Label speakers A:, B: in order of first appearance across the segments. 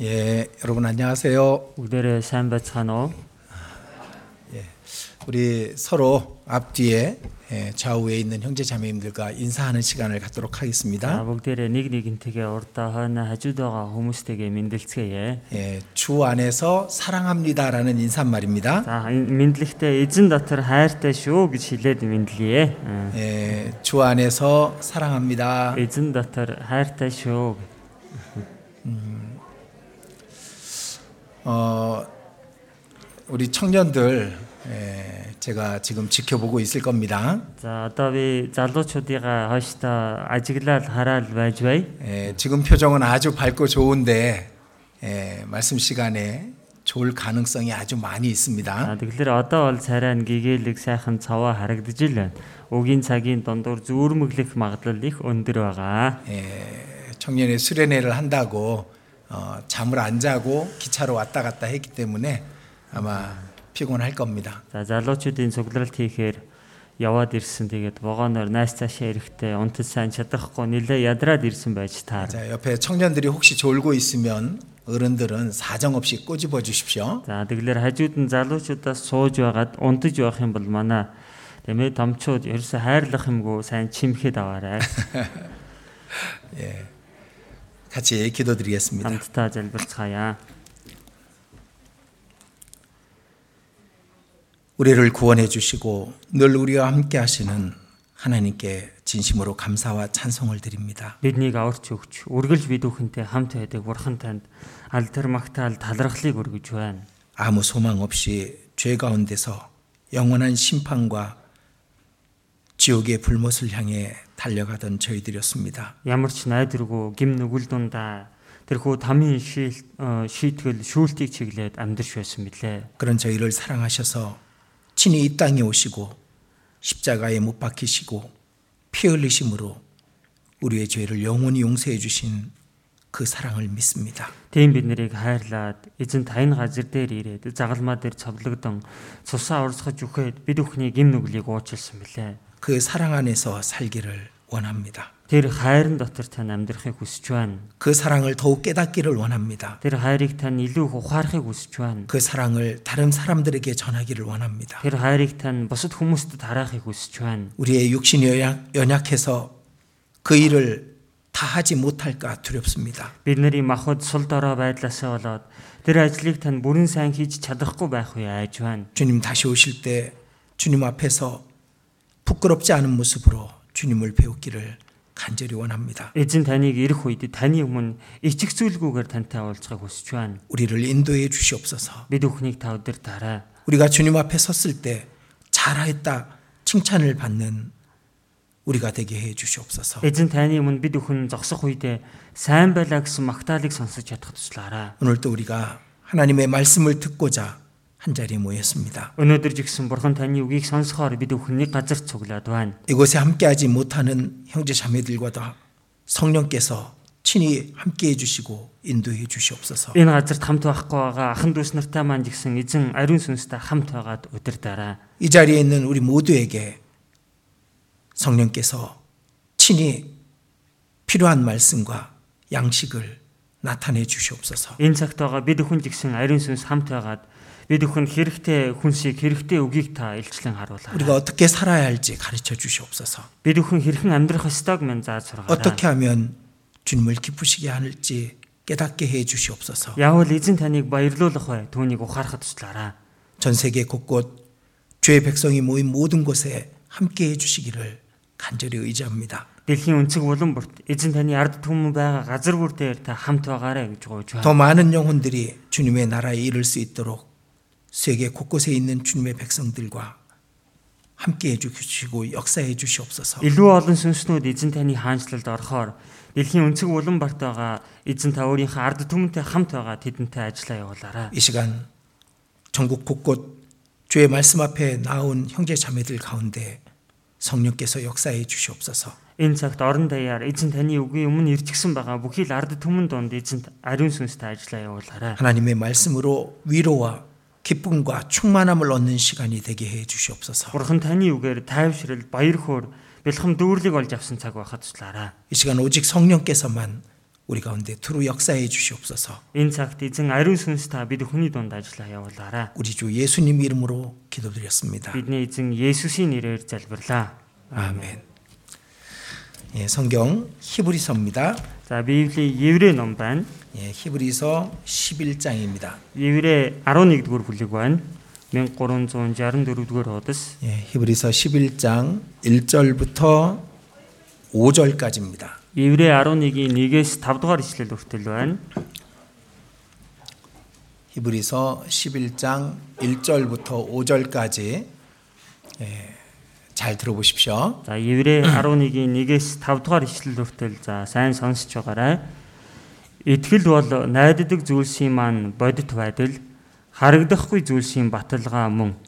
A: 예, 여러분 안녕하세요.
B: 우리를 삼바찬호
A: 우리 서로 앞뒤에 예, 좌우에 있는 형제 자매님들과 인사하는 시간을 갖도록 하겠습니다.
B: бүгдээрээ нэг нэгнтэйгээ урд хойно хажууд байгаа хүмүүстэйгээ мэдлэлцгээе.
A: 예, 주 안에서 사랑합니다라는 인사말입니다.
B: За мэдлэгтээ эзэн дотор хайртай шүү гэж хэлээд мэдлэе. Э,
A: 예, 주 안에서 사랑합니다.
B: Эзэн дотор хайртай шүү.
A: 어, 우리 청년들 예, 제가 지금 지켜보고 있을 겁니다.
B: За одоо би залуучуудыгаа хойштоо ажиглаад хараал байж бай.
A: 예, 지금 표정은 아주 밝고 좋은데 예, 말씀 시간에 좋을 가능성이 아주 많이 있습니다.
B: За тэгэхээр одоо бол царай нь гэгээлэг сайхан цаваа харагдаж л байна. Өгийн цагийн дундуур зүүрмөглөх магадлал их өндөр байгаа.
A: 예, 청년의 수련회를 한다고 어, 잠을 안 자고 기차로 왔다 갔다 했기 때문에 아마 피곤할 겁니다.
B: За залуучуудын цугларалт хийхээр яваад ирсэн. Тэгээд вагоноор найс цаашаа эрэхтэй унтаж сайн чадахгүй нилээ ядраад ирсэн байж таар.
A: 자, 옆에 청년들이 혹시 졸고 있으면 어른들은 사정없이 꼬집어 주십시오.
B: За тэгэлэр хажууд нь залуучуудаас сууж байгаад унтаж явах юм бол манай тэмээ томчууд ерөөсө хайрлах юмгүй сайн чимхэд аваарай.
A: 같이 기도드리겠습니다.
B: Хамтдаа залбирцгаая.
A: 우리를 구원해 주시고 늘 우리와 함께 하시는 하나님께 진심으로 감사와 찬송을 드립니다.
B: Биднийг аварч өгч, үргэлж бид бүхэнтэй хамт байдаг Бурхан танд алдар магтаал талархлыг өргөж байна.
A: 아무 소망 없이 죄 가운데서 영원한 심판과 지옥의 불못을 향해 달려가던 저희들이었습니다.
B: Ямар ч найдваргүй гим нүгэл дундаа тэрхүү тамийн шийл- э, шийтгэл шүүлтийг чиглээд амьдарч байсан билээ.
A: 그런 저희를 사랑하셔서 친히 이 땅에 오시고 십자가에 못 박히시고 피 흘리심으로 우리의 죄를 영원히 용서해 주신 그 사랑을 믿습니다.
B: Тийм бид нарыг хайрлаад эзэн тань газар дээр ирээд загалмаа дээр цовлогдсон цусаа урсгаж үхээд бид бүхний гим нүглийг уучлсан билээ.
A: 그 사랑 안에서 살기를 원합니다.
B: Тэр хайрын дотор тань амьдрахыг хүсэж байна.
A: 그 사랑을 더욱 깨닫기를 원합니다.
B: Тэр хайрыг тань илүү их ухаарахыг хүсэж байна.
A: 그 사랑을 다른 사람들에게 전하기를 원합니다.
B: Тэр хайрыг тань бусад хүмүүстд тараахыг хүсэж байна.
A: 우리의 육신이 연약, 연약해서 그 일을 다 하지 못할까 두렵습니다.
B: Бид нарийн махуд сул дорой байдлаасаа болоод тэр ажлыг тань бүрэн сайн хийж чадахгүй байх үе айж байна.
A: 주님 다시 오실 때 주님 앞에서 부끄럽지 않은 모습으로 주님을 배우기를 간절히 원합니다.
B: Эзэн таныг ирэх үед таны өмнө ичгцүүлгүүгээр тантай уулзахыг хүсэж байна.
A: 우리를 인도해 주시옵소서.
B: Бид бүхнийг та өдөр дараа
A: 우리가 주님 앞에 섰을 때 잘했다 칭찬을 받는 우리가 되게 해 주시옵소서.
B: Эзэн таны өмнө бид бүхэн зогсох үедээ сайн байлаа гэсэн магтаалыг сонсож чадах туслаарай.
A: 오늘도 우리가 하나님의 말씀을 듣고자 한 자리에 모였습니다.
B: Өнөөдөр жигсэн бурхан таны үгийг сонсохоор бид бүхэн нэг газар цуглаад байна.
A: 이곳에 함께하지 못하는 형제 자매들과도 성령께서 친히 함께해 주시고 인도해 주시옵소서.
B: Энэ газарт хамт байхгүй байгаа ахан дүүс нартай маань жигсэн эзэн ариун сүнстэй хамт байгаад өдөр дараа.
A: 이 자리에 있는 우리 모두에게 성령께서 친히 필요한 말씀과 양식을 나타내 주시옵소서.
B: Энэ цагт байгаа бид бүхэн жигсэн ариун сүнс хамт байгаад бид бүхэн хэрэгтэй хүнсийг хэрэгтэй үгийг та илчлэн харуулаарай.
A: 우리가 어떻게 살아야 할지 가르쳐 주시옵소서.
B: Бид бүхэн хэрхэн амьдрах ёстойг минь зааж сургаарай.
A: 어떻게 하면 주님을 기쁘시게 하는지 깨닫게 해 주시옵소서.
B: Яавал эзэн таныг баярлуулах вэ? Түүнийг ухаарахд туслаарай.
A: 전 세계 곳곳 주의 백성이 모인 모든 곳에 함께 해 주시기를 간절히 의지합니다.
B: Дэлхийн өнцөг булан бүрт эзэн таны ард түмэн байгаа газар бүр дээр та хамт байгаарэ гэж гуйж байна.
A: 더 많은 영혼들이 주님의 나라에 이를 수 있도록 세계 곳곳에 있는 주님의 백성들과 함께 해 주시고 역사해 주시옵소서.
B: Илүү олон сүнснүүд эзэн таны хаанчлалд орохоор дэлхийн өнцөг булан барт байгаа эзэн та өөрийнхөө ард түмэнтэй хамт байгаа тэдэнтэй ажиллаа явуулаарай.
A: 이 시간 전국 곳곳 주의 말씀 앞에 나온 형제 자매들 가운데 성령께서 역사해 주시옵소서.
B: Энэ цагт орон даяар эзэн таны үгийн өмнө ирчихсэн байгаа бүхий л ард түмэн донд эзэн ариун сүнстэй ажиллаа явуулаарай.
A: 하나님의 말씀으로 위로와 기쁨과 충만함을 얻는 시간이 되게 해 주시옵소서.
B: Бурхан таны үгээр тайвшрал, баяр хөөр, бэлхэм дүүрлэг олж авсан цаг байхад туслаарай.
A: 이 시간 오직 성령께서만 우리 가운데 두루 역사해 주시옵소서.
B: Энэ цагт эзэн ариун сүнс та бид хүний дунд ажиллаа явуулаарай.
A: 우리 주 예수님 이름으로 기도드렸습니다.
B: Бидний эзэн Есүсийн нэрээр залбирлаа.
A: 아멘. 예, 성경 히브리서입니다.
B: За Библийн Еврей ном байна.
A: 예, 히브리서 11장입니다.
B: Еврей 11-р бүлэг байна. 1364-р хуудас.
A: 예, 히브리서 11장 1절부터 5절까지입니다.
B: Еврей 11-ийн 1-ээс 5-р ишлэл хүртэл байна.
A: 히브리서 11장 1절부터 5절까지 예, 잘 들어보십시오.
B: За Еврей 11-ийн 1-ээс 5-р ишлэл хүртэл за сайн сонсож байгаарай. Итгэл бол найддаг зүйлсийн маань бодит байдал, харагдахгүй зүйлсийн баталгаа мөн.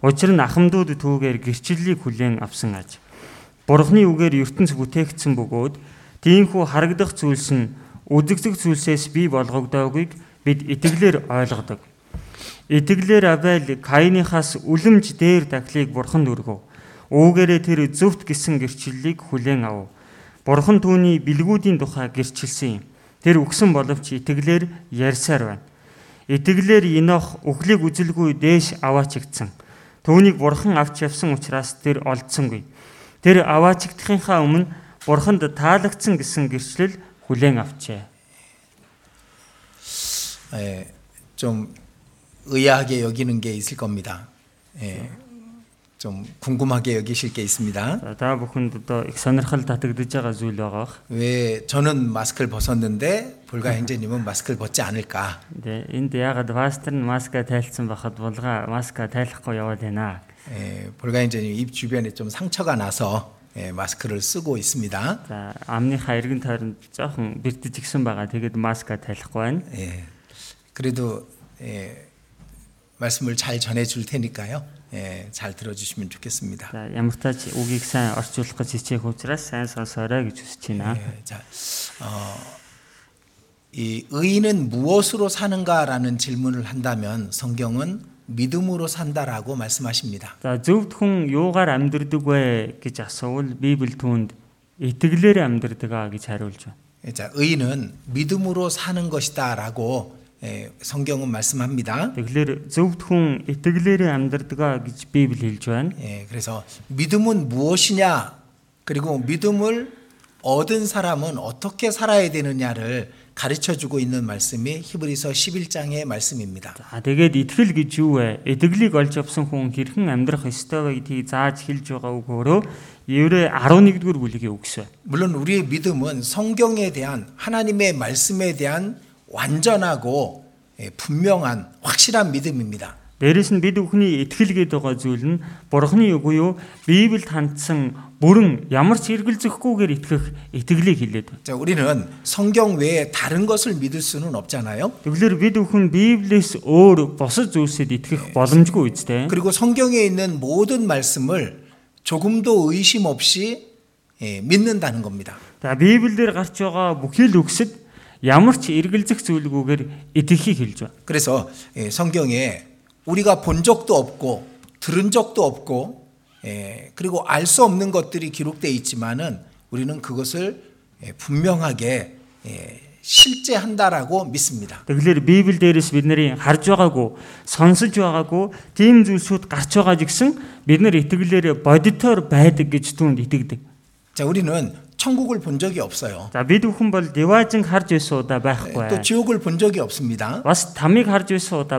B: Учир нь ахмдууд түүгээр гэрчлэлийг хүлээн авсан аж. Бурхны үгээр ертөнц бүтээгдсэн бөгөөд тиймхүү харагдах зүйлс нь үзэгзэг зүйлсээс бий болгогдоогүйг бид итгэлээр ойлгодог. Итгэлээр Авель Каиныхаас үлэмж дээр дахлыг бурханд өргөв. Үүгээрээ тэр зөвхт гисэн гэрчлэлийг хүлээн авав. Бурхан түүний билгүүдийн тухай гэрчилсэн юм. Тэр өгсөн боловч итгэлээр ярьсаар байна. Итгэлээр Инох өхлийг үзэлгүй дээш аваачигдсан. Түүнийг бурхан авч явсан учраас тэр олдсонгүй. Тэр аваачигдахынхаа өмнө бурханд таалагдсан гэсэн гэрчлэл хүлээн авчээ.
A: 예, 좀 의아하게 여기는 게 있을 겁니다. 예, 좀 궁금하게 여기실 게 있습니다.
B: За та бүхэнд одоо их сонирхол татагдж байгаа зүйл байгаа бах.
A: 왜 저는 마스크를 벗었는데 불가 행제님은 마스크를 벗지 않을까?
B: Тэ энд ягаад пастор нь маска тайлцсан байхад булгаа маска тайлахгүй яваад байна.
A: 예, 불가 행제님 입 주변에 좀 상처가 나서 예, 마스크를 쓰고 있습니다.
B: За амныхаа эргэн тойронд жоохон бэртэж гисэн байгаа. Тэгээд маска тайлахгүй байна.
A: 예, 그래도 예, 말씀을 잘 전해줄 테니까요. 예, 잘 들어주시면 좋겠습니다.
B: За ямар тач үгийг сайн орчуулах гэж хичээх учраас сайн сонсоорой гэж хүсэж байна.
A: 예, 자, 어, 이 의인은 무엇으로 사는가라는 질문을 한다면 성경은 믿음으로 산다라고 말씀하십니다.
B: За зөвд хүн юугаар амьдрдаг вэ гэж асуувал Библи түүнд итгэлээр амьдрдаг аа гэж хариулж байна.
A: 예, 자, 의인은 믿음으로 사는 것이다라고 예, 성경은 말씀합니다.
B: Тэгэхээр зөвд хүн итгэлээрээ амьдрдаг аа гэж Библи хэлж байна.
A: 예, 그래서 믿음은 무엇이냐? 그리고 믿음을 얻은 사람은 어떻게 살아야 되느냐를 가르쳐 주고 있는 말씀이 히브리서 11장의 말씀입니다.
B: За тэгээд итгэл гэж юу вэ? Итгэлийг олж авсан хүн хэрхэн амьдрах ёстой вэ гэдгийг зааж хэлж байгаа үг өөрөө Еврэ 11-р бүлгийн үгс байна.
A: 물론 우리의 믿음은 성경에 대한 하나님의 말씀에 대한 완전하고 예, 분명한 확실한 믿음입니다.
B: Дээрээс нь бид бүхний итгэл гэдэг байгаа зүйл нь Бурхны үг юу? Библиэд хандсан бүрэн ямар ч эргэлзөхгүйгээр итгэх итгэлийг хэлээд байна.
A: 자, 우리는 성경 외에 다른 것을 믿을 수는 없잖아요.
B: Тэгвэл бид бүхэн Библиэс өөр бусад зүйлсэд итгэх боломжгүй үсттэй.
A: 그리고 성경에 있는 모든 말씀을 조금도 의심 없이 예, 믿는다는 겁니다.
B: За Библиэр гарч байгаа бүхий л үгсэд ямар ч эргэлзэх зүйлгүйгээр итгэхийг хэлж байна.
A: 그래서 예, 성경에 우리가 본 적도 없고 들은 적도 없고 예, 그리고 알 수 없는 것들이 기록되어 있지만은 우리는 그것을 예, 분명하게 예, 실제한다라고 믿습니다.
B: Тэгэлэр Библи дээрээс бид нарын харж байгаагүй, сонсож байгаагүй тийм зүйлсүүд гарч байгаа гэсэн бид нар итгэлээр бодитоор байдаг гэж түнд итгэдэг.
A: 자, 우리는 천국을 본 적이 없어요.
B: За бид бүхэн бол диважинг харж байсан удаа
A: 또
B: байхгүй.
A: 지옥을 본 적이 없습니다.
B: Бас тамиг харж байсан удаа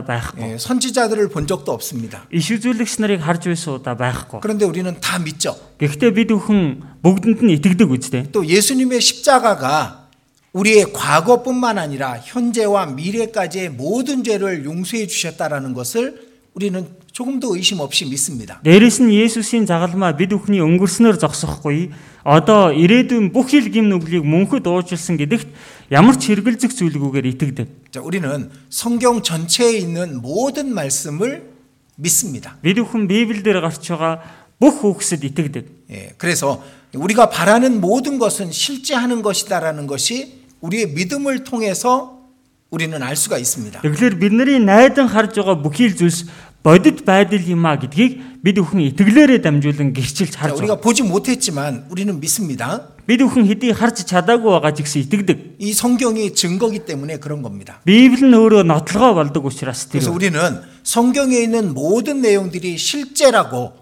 A: 예,
B: байхгүй.
A: 선지자들을 본 적도 없습니다.
B: Иш үзүүлэгч нарыг харж байсан удаа байхгүй.
A: 그런데 우리는 다 믿죠.
B: Гэхдээ бид бүхэн бүгдэнд нь итгэдэг үстэй.
A: 또 예수님의 십자가가 우리의 과거뿐만 아니라 현재와 미래까지의 모든 죄를 용서해 주셨다라는 것을 우리는 조금도 의심 없이 믿습니다.
B: Дээрэс нь Есүсийн загалмаа бид бүхний өнгөрснөөр зогсохгүй. Одоо ирээдүйн бүх хил гим нүглийг мөнхөд уужилсан гэдэгт ямар ч хэрэгэлзэх зүйлгүйгээр итгэдэг.
A: 자, 우리는 성경 전체에 있는 모든 말씀을 믿습니다.
B: Бид бүхэн Библиэлд гарч байгаа бүх үгсэд итгэдэг.
A: 예, 그래서 우리가 바라는 모든 것은 실제하는 것이다라는 것이 우리의 믿음을 통해서 우리는 알 수가 있습니다.
B: Тэгэхээр бид нарын найдан харж байгаа бүхий л зүйлс бодит байдал юм а гэдгийг бид бүхэн итгэлээрээ дамжуулан гэрчилж
A: 자,
B: харж
A: 우리가
B: байгаа.
A: 보지 못했지만 우리는 믿습니다.
B: Бид бүхэн хэдий харж чадаагүй байгаа ч гэсэн итгэдэг.
A: 이 성경이 증거기 때문에 그런 겁니다.
B: Библи нь өөрөө нотлогоо болдог учраас
A: 그래서
B: тэр
A: 우리는 성경에 있는 모든 내용들이 실제라고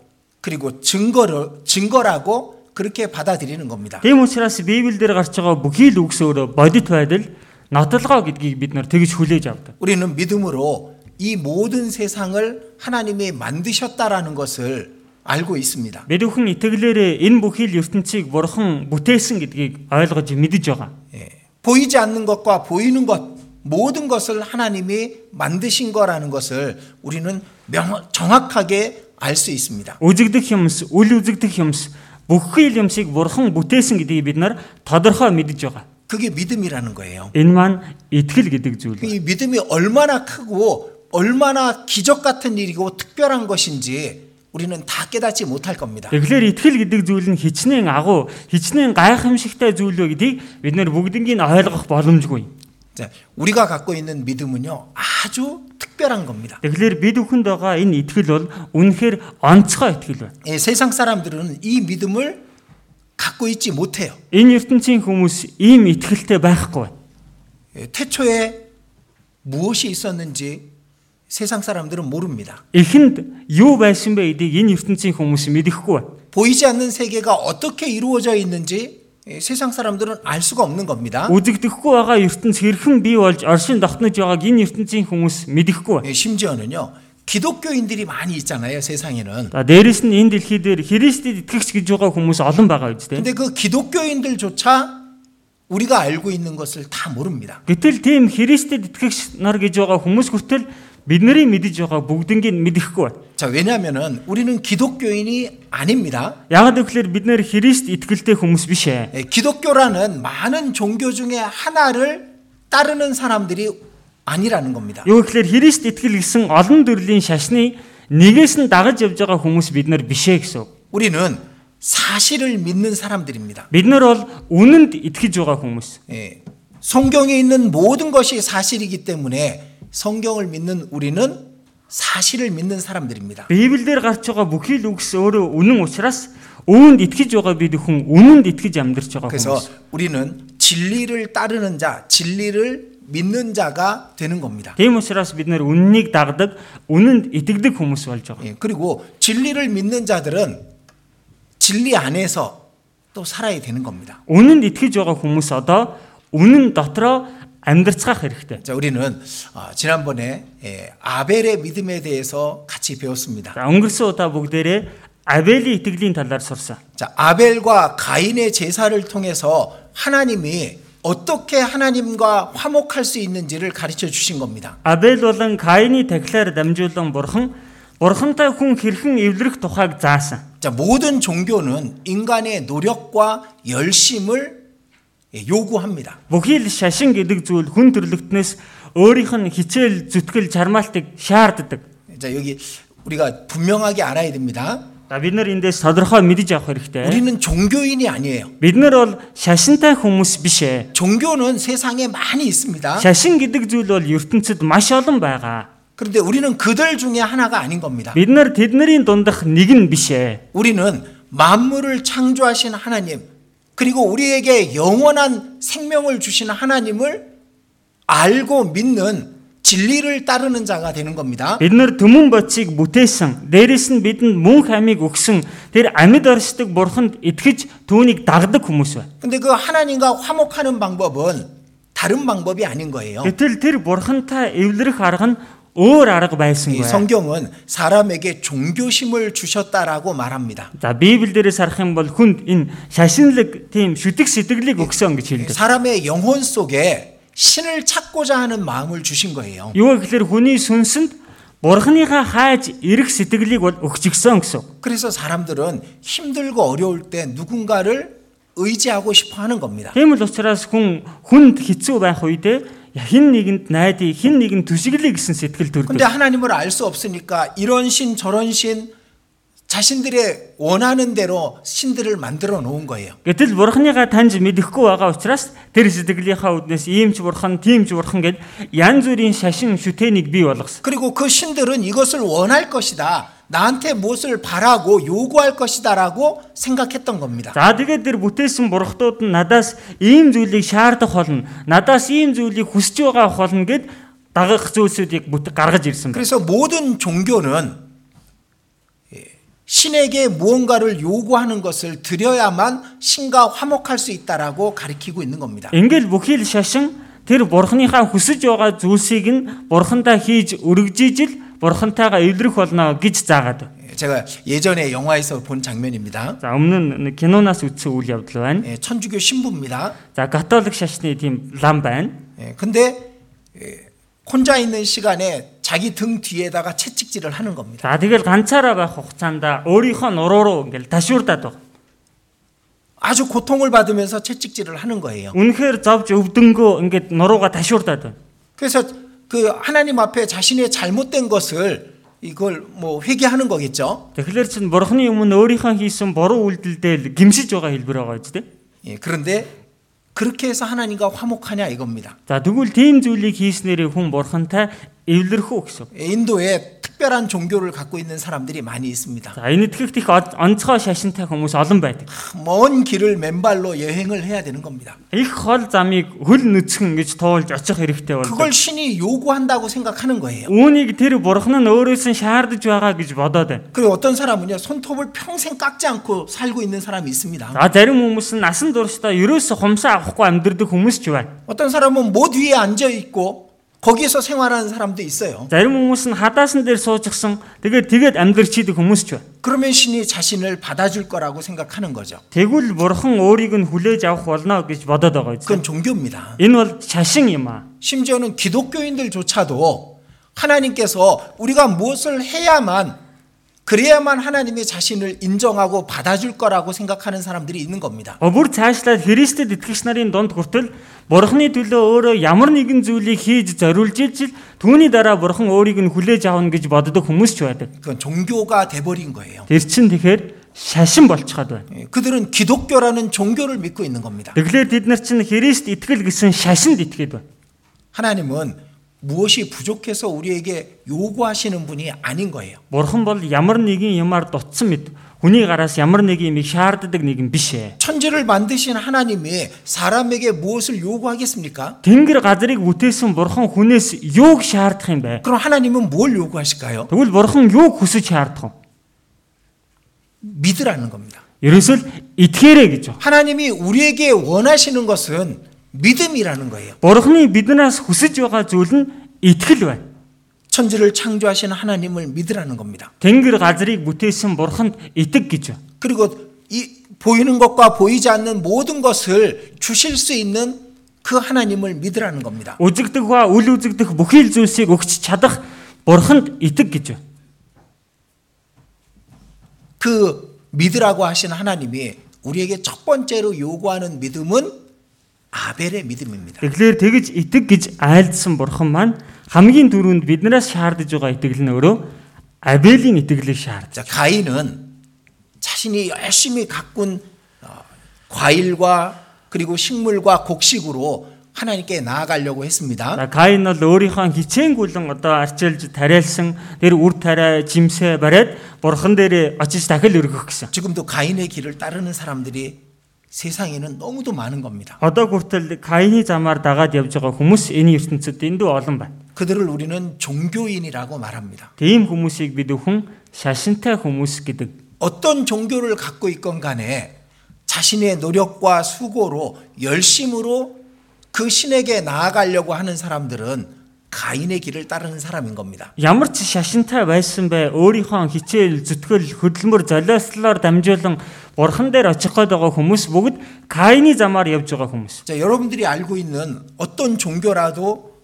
A: 그리고 증거를 증거라고 그렇게 받아들이는 겁니다.
B: Тийм учраас Библиэлд гарч байгаа бүхий л үгс өөрөө бодит байдал нотлогоо гэдгийг бид нар тэгж хүлээж авдаг.
A: 우리는 믿음으로 이 모든 세상을 하나님이 만드셨다라는 것을 알고 있습니다.
B: Бид бүхэн итгэлээрээ энэ бүхий л ертөнцийг бурхан бүтээсэн гэдгийг ойлгож мэдж байгаа.
A: 예. 보이지 않는 것과 보이는 것 모든 것을 하나님이 만드신 거라는 것을 우리는 명, 정확하게 알 수 있습니다.
B: Үзэгдэх юмс, үл үзэгдэх юмс бүхий л юмсыг бурхан бүтээсэн гэдгийг бид нар тодорхой мэдж байгаа.
A: 그게 믿음이라는 거예요.
B: Энэ маань итгэл гэдэг зүйл.
A: 그 이 믿음이 얼마나 크고 얼마나 기적 같은 일이고 특별한 것인지 우리는 다 깨닫지 못할 겁니다.
B: Тэгэхээр итгэл гэдэг зүйл нь хичнээн агуу, хичнээн гайхамшигтай зүйл вэ гэдгийг бид нар бүгднийг нь ойлгох боломжгүй.
A: 자, 우리가 갖고 있는 믿음은요 아주 특별한 겁니다.
B: Тэгэхээр бид бүхэнд байгаа энэ итгэл бол үнэхээр онцгой итгэл байна.
A: 예, 세상 사람들은 이 믿음을 갖고 있지 못해요.
B: Энэ ертөнцийн хүмүүс ийм итгэлтэй байхгүй байна.
A: 예, 태초에 무엇이 있었는지 세상 사람들은 모릅니다.
B: Эхэнд юу байсан бэ гэдгийг энэ ертөнцийн хүмүүс мэдэхгүй байна.
A: 보이지 않는 세계가 어떻게 이루어져 있는지 예, 세상 사람들은 알 수가 없는 겁니다.
B: Үзэгдэхгүй байгаа ертөнц хэрхэн бий болж оршин тогтнож байгааг энэ ертөнцийн хүмүүс мэдэхгүй байна.
A: 예, 심지어는요 기독교인들이 많이 있잖아요 세상에는.
B: За дээрэс нь энэ дэлхий дээр Христэд итгэгч гэж байгаа хүмүүс олон байгаа биз дээ.
A: 근데 그 기독교인들조차 우리가 알고 있는 것을 다 모릅니다.
B: Гэтэл тийм Христэд итгэгч нар гэж байгаа хүмүүс хүртэл бидний мэдж байгаа бүгднийг нь мэдэхгүй байна.
A: 자 왜냐하면은 우리는 기독교인이 아닙니다.
B: Яг тэгэхээр бид нэр Христ итгэлтэй хүмүүс биш ээ.
A: 예, 기독교라는 많은 종교 중에 하나를 따르는 사람들이 아니라는 겁니다.
B: Юу гэхээр Христ итгэл гэсэн олон төрлийн шашны нэгээс нь дагаж явж байгаа хүмүүс бид нар биш ээ гэсэн. үг.
A: 우리는 사실을 믿는 사람들입니다.
B: Бид нар бол үнэнд итгэж байгаа хүмүүс.
A: 예, 성경에 있는 모든 것이 사실이기 때문에 성경을 믿는 우리는 사실을 믿는 사람들입니다.
B: Библиэлд гарч байгаа бүхий л үгс өөрөө үнэн учраас өвөнд итгэж байгаа бид хүн үнэнд итгэж амьдарч байгаа
A: 그래서
B: хүмүүс.
A: 우리는 진리를 따르는 자, 진리를 믿는 자가 되는 겁니다.
B: Тийм учраас бид нар үннийг дагдаг, үнэнд итгэдэг хүмүүс болж байгаа.
A: 예, 그리고 진리를 믿는 자들은 진리 안에서 또 살아야 되는 겁니다.
B: Үнэнд итгэж байгаа хүмүүс одоо үнэн дотроо амьдрцгаах хэрэгтэй.
A: 자, 우리는 아, 지난번에 예, 아벨의 믿음에 대해서 같이 배웠습니다.
B: За өнгөрсөн удаа бүгдээрээ Авелийн итгэлийн талаар сурсан.
A: 자, 아벨과 가인의 제사를 통해서 하나님이 어떻게 하나님과 화목할 수 있는지를 가르쳐 주신 겁니다.
B: Авель болон Каины тахилаар дамжуулан бурхан бурхантай хүн хэрхэн эвлэрэх тухайг заасан.
A: 자, 모든 종교는 인간의 노력과 열심을 예, 요구합니다.
B: Бүхий л шашин гэдэг зүйл хүн төрлөختнөөс өөрийнх нь хичээл зүтгэл жармаалтыг шаарддаг.
A: 자, 여기 우리가 분명하게 알아야 됩니다.
B: За бид нар эндээс тодорхой мэдж авах хэрэгтэй.
A: 우리는 종교인이 아니에요.
B: Бид нар бол шашинтай хүмүүс биш ээ.
A: 종교는 세상에 많이 있습니다.
B: Шашин гэдэг зүйл бол ертөнцид маш олон байгаа.
A: 그런데 우리는 그들 중에 하나가 아닌 겁니다.
B: Бид нар тэднэрийн дундах нэг нь биш ээ.
A: 우리는 만물을 창조하신 하나님, 그리고 우리에게 영원한 생명을 주신 하나님을 알고 믿는 진리를 따르는 자가 되는 겁니다.
B: Бид нар төмөн бодисыг бүтээсэн, дээрэс нь бидэнд мөн хамиг өгсөн тэр амьд оршдог бурханд итгэж түүнийг дагдаг хүмүүс байна.
A: 근데 그 하나님과 화목하는 방법은 다른 방법이 아닌 거예요.
B: Гэтэл тэр бурхантай эвлэрэх арга нь өөр арга байсан
A: 이
B: байна.
A: 성경은 사람에게 종교심을 주셨다라고 말합니다.
B: За Библиэл дээрээс харах юм бол хүнд энэ шашинлаг тийм шүтэг сэтгэлийг өгсөн гэж хэлдэг.
A: 사람의 영혼 속에 신을 찾고자 하는 마음을 주신 거예요.
B: Юу гэхээр хүний сүнсэнд бурханыхаа хайж ирэх сэтгэлийг бол өгч гисэн гэсэн. үг.
A: 그래서 사람들은 힘들고 어려울 때 누군가를 의지하고 싶어 하는 겁니다.
B: Тийм л учраас хүн хүнд хэцүү байх үедээ хин нэгэнд найдаа хин нэгэнд түшиглэе гэсэн сэтгэл төрдөг.
A: 근데 하나님을 알 수 없으니까 이런 신 저런 신 자신들의 원하는 대로 신들을 만들어 놓은 거예요.
B: Гэтэл бурхныгаа таньж мэдэхгүй байгаа учраас тэр сэтгэлийнхаа үднээс ийм ч бурхан, тийм ч бурхан гэд янз бүрийн шашин шүтэнийг бий болгосон.
A: 그리고 그 신들은 이것을 원할 것이다. 나한테 무엇을 바라고 요구할 것이다라고 생각했던 겁니다.
B: За тэгээд тэр бүтээсэн бурхтууд нь надаас ийм зүйлийг шаардах болно, надаас ийм зүйлийг хүсэж байгаа болно гэд дагах зүйлсүүдийг бүт гаргаж ирсэн байна.
A: 그래서 모든 종교는 예, 신에게 무언가를 요구하는 것을 드려야만 신과 화목할 수 있다라고 가리키고 있는 겁니다.
B: Ингээл бүхий л шашин тэр бурхныхаа хүсэж байгаа зүйлсийг нь бурхандаа хийж өргөжиж л бурхантайгаа эвлэрэх болно гэж заагаад. байна.
A: 예, 제가 예전에 영화에서 본 장면입니다.
B: За өмнө нь нэг киноноос үзсэн үйл явдал байна.
A: 예, 천주교 신부입니다.
B: За католик шашны тийм лам байна.
A: 예, 근데 예, 혼자 있는 시간에 자기 등 뒤에다가 채찍질을 하는 겁니다.
B: За тэгэл ганцаараа байх хугацаанд өөрийнхөө нуруу руу ингээл ташуурдаад байна.
A: 아주 고통을 받으면서 채찍질을 하는 거예요.
B: Үнэхээр зовж өвдөнгөө ингээд нуруугаа ташуурдаад байна.
A: 그래서 그 하나님 앞에 자신의 잘못된 것을 이걸 뭐 회개하는 거겠죠.
B: Тэгэхээр чин бурхны өмнө өөрийнхөө хийсэн буруу үйлдэлдээ л гимшиж байгаа хэлбэр байгаа ч тийм.
A: 예, 그런데 그렇게 해서 하나님과 화목하냐 이겁니다.
B: За тэгвэл тийм зүйлийг хийснээрээ хүн бурхантай эвлэрэх үү гэсэн.
A: 예, 인도에 특별한 종교를 갖고 있는 사람들이 많이 있습니다.
B: За энэ итгэхт их од- онцгой шашинтай хүмүүс олон байдаг.
A: 먼 길을 맨발로 여행을 해야 되는 겁니다.
B: Их хол замыг хөл нүцгэн гэж туулж очих хэрэгтэй
A: 그걸
B: болдог.
A: 신이 요구한다고 생각하는 거예요.
B: Үүнийг тэр бурхан нь өөрөөс нь шаардаж байгаа гэж бодоод байна.
A: 그리고 어떤 사람은요 손톱을 평생 깎지 않고 살고 있는 사람이 있습니다.
B: За зарим хүмүүс нь насан туршдаа ерөөсө хумсаа авахгүй амьдрдаг хүмүүс ч байна.
A: 어떤 사람은 못 위에 앉아 있고 거기서 생활하는 사람도 있어요.
B: Зарим хүмүүс нь хадаасан дээр суучихсан тэгээд тэгээд амьдрчийдэг хүмүүс ч байна.
A: 그러면 신이 자신을 받아줄 거라고 생각하는 거죠.
B: Тэгвэл бурхан өөрийг нь хүлээж авах болно гэж бодоод байгаа юм.
A: 그건 종교입니다.
B: Энэ бол шашин юм аа.
A: 심지어는 기독교인들조차도 하나님께서 우리가 무엇을 해야만 그래야만 하나님이 자신을 인정하고 받아줄 거라고 생각하는 사람들이 있는 겁니다.
B: Өө, Бүр цаашлаад Христэд итгэгч нарын дунд хүртэл бурханы төлөө өөрөө ямар нэгэн зүйлийг хийж зориулж ижил түүний дараа бурхан өөрийг нь хүлээж аавна гэж боддог хүмүүс ч байдаг.
A: 그건 종교가 돼버린 거예요.
B: Тэр чинь тэгэхээр шашин болчиход байна.
A: 예, 그들은 기독교라는 종교를 믿고 있는 겁니다.
B: Тэглээр тэд нар чинь Христ итгэл гэсэн шашинд итгээд байна.
A: 하나님은 무엇이 부족해서 우리에게 요구하시는 분이 아닌 거예요.
B: Бурхан бол ямар нэгэн ямар дутсан мэд хүний гараас ямар нэг юм их шаарддаг нэгэн биш ээ.
A: 천지를 만드신 하나님이 사람에게 무엇을 요구하겠습니까?
B: Тэнгэр газрыг бүтээсэн бурхан хүнээс юуг шаардах юм бэ?
A: 그럼 하나님은 뭘 요구하실까요?
B: Тэгвэл бурхан юуг хүсэж шаардах вэ?
A: 믿으라는 겁니다.
B: Ерөөсөл итгээрэй гэж байна.
A: 하나님이 우리에게 원하시는 것은 믿음이라는 거예요.
B: Бурханы биднээс хүсэж байгаа зүйл нь итгэл байна.
A: 천지를 창조하신 하나님을 믿으라는 겁니다.
B: Тэнгэр газрыг бүтээсэн бурханд итэг гэж байна.
A: 그리고 이 보이는 것과 보이지 않는 모든 것을 주실 수 있는 그 하나님을 믿으라는 겁니다.
B: Үзэгдэх ба үл үзэгдэх бүхий л зүйлсийг өгч чадах бурханд итэг гэж байна.
A: 그 믿으라고 하신 하나님이 우리에게 첫 번째로 요구하는 믿음은 아벨의 믿음입니다.
B: Тэглэр тэгж итэг гэж айлдсан бурхан маань хамгийн түрүүнд биднээс шаардж байгаа итгэл нь өөрөө Абелийн итгэлийг шаард.
A: 자, 가인은 자신이 열심히 가꾼 어, 과일과 그리고 식물과 곡식으로 하나님께 나아가려고 했습니다.
B: За Каин бол өөрийнхөө хичээнгүлэн одоо арчилж тариалсан тэр үр тариа жимсээ бариад бурхан дээр очиж дахил өргөх гэсэн.
A: 지금도 가인의 길을 따르는 사람들이 세상에는 너무도 많은 겁니다.
B: Одоо хүртэл Каины замаар дагаад явж байгаа хүмүүс энэ ертөнцид эндүү олон байна.
A: 그들을 우리는 종교인이라고 말합니다.
B: Тийм хүмүүсийг бид өхөн шашинтай хүмүүс гэдэг.
A: 어떤 종교를 갖고 있건 간에 자신의 노력과 수고로 열심으로 그 신에게 나아가려고 하는 사람들은 가인의 길을 따르는 사람인 겁니다.
B: Ямар ч шашинтай байсан бай өөрийнхөө хичээл зүтгэл хөдөлмөр золиослоор дамжуулан бурхан дээр очих гээд байгаа хүмүүс бүгд Каины замаар явж байгаа хүмүүс.
A: 자, 여러분들이 알고 있는 어떤 종교라도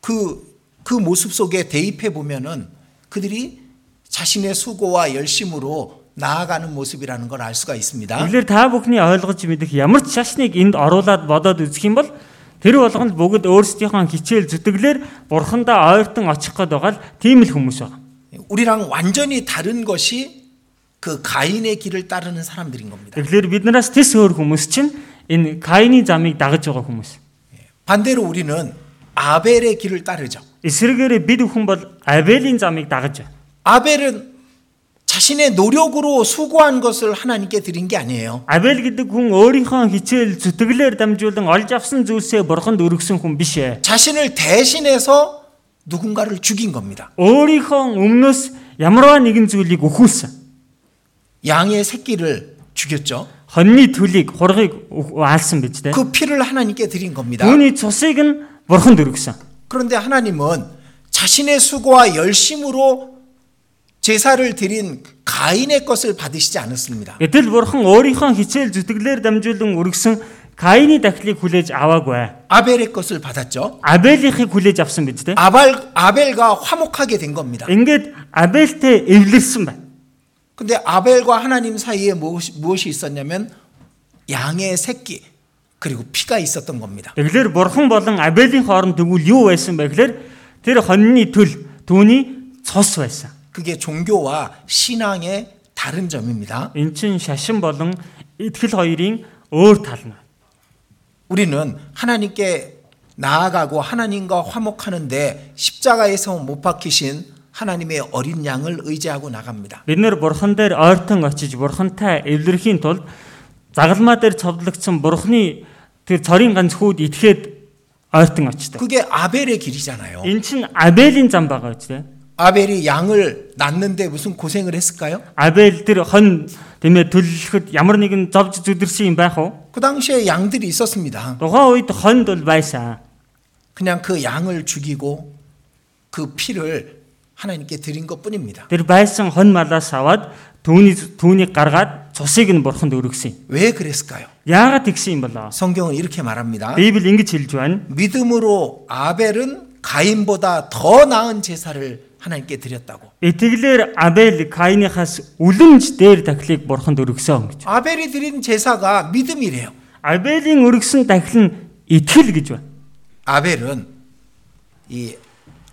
A: 그, 그 모습 속에 대입해 보면은 그들이 자신의 수고와 열심으로 나아가는 모습이라는 걸 알 수가 있습니다.
B: Тэгвэл та бүхний ойлгож мэдэх ямар ч шашныг энд оруулаад бодоод үзэх юм бол тэр болгонд бүгд өөрсдийнхөө хичээл зүтгэлээр бурхандаа ойртон очих гээд байгаа л тийм л хүмүүс байна.
A: 우리랑 완전히 다른 것이 그 가인의 길을 따르는 사람들인 겁니다.
B: Тэгэхээр биднээс тис өөр хүмүүс чинь энэ Каины замыг дагаж байгаа хүмүүс.
A: 반대로 우리는 아벨의 길을 따르죠.
B: Эсвэргээр бид бүхэн бол Авелийн замыг дагаж байна.
A: 아벨은 자신의 노력으로 수고한 것을 하나님께 드린 게 아니에요.
B: Авель гэдэг хүн өөрийнхөө хичээл зүтгэлээр дамжуулан олж авсан зүйлсээ бурханд өргөсөн хүн биш ээ.
A: 자신을 대신해서 누군가를 죽인 겁니다.
B: Өөрийнхөө өмнөөс ямарваа нэгэн зүйлийг өхүүлсэн.
A: 양의 새끼를 죽였죠.
B: Хоньны төлийг, хургийг өх- аалсан биз дээ.
A: 그 피를 하나님께 드린 겁니다.
B: Түүний цусыг нь бурханд өргөсөн.
A: 그런데 하나님은 자신의 수고와 열심으로 제사를 드린 가인의 것을 받으시지 않았습니다.
B: Гэтэл бурхан өөрийнхөө хичээл зүтгэлээр дамжуулан өргөсөн Каины дахлыг хүлээж аваагүй.
A: 아벨의 것을 받았죠.
B: Авелийнхыг хүлээж авсан биз дээ.
A: 아발, 아벨과 화목하게 된 겁니다.
B: Ингээд Авельтэй эвлэрсэн байна.
A: 근데 아벨과 하나님 사이에 무엇이, 무엇이 있었냐면 양의 새끼 그리고 피가 있었던 겁니다.
B: Тэгэлэр бурхан болон Авелийн хооронд тэгвэл юу байсан бэ гэхээр тэр хоньны төл түүний цус байсан.
A: 그게 종교와 신앙의 다른 점입니다.
B: Эн чинь шашин болон итгэл хоёрын өөр тал нь.
A: 우리는 하나님께 나아가고 하나님과 화목하는데 십자가에서 못 박히신 하나님의 어린 양을 의지하고 나갑니다.
B: Бид нэр бурхан дээр ойртон очиж бурхантай эвлэрхийн тулд загалмаа дээр цовдлогдсон бурханы тэр цорын ганц хүүд итгэхэд ойртон очдог.
A: 그게 아벨의 길이잖아요.
B: Эн чинь Авелийн зам байгаа үү те.
A: 아벨이 양을 낳는데 무슨 고생을 했을까요?
B: Авель тэр хонь тиймээ төлөлөхөд ямар нэгэн зовж зүдэрсэн юм байх уу?
A: 그 당시에 양들이 있었습니다.
B: Тухайн үед хонд бол байсан.
A: 그냥 그 양을 죽이고 그 피를 하나님께 드린 것 뿐입니다.
B: Тэр байсан хон малаас аваад түүний түүнийг гаргаад цусыг нь бурханд өргөсөн юм.
A: 왜 그랬을까요?
B: Яагаад тэгсэн юм болоо?
A: 성경은 이렇게 말합니다.
B: Библи ингэж хэлж байна.
A: 믿음으로 아벨은 가인보다 더 나은 제사를 하나님께 드렸다고.
B: Итгэлээр Абель Кайныхаас үлэмж дээр дахлыг бурханд өргөсөн гэж.
A: 아벨이 드린 제사가 믿음이래요.
B: Абелийн өргөсөн дахил нь итгэл гэж байна.
A: 아벨은 이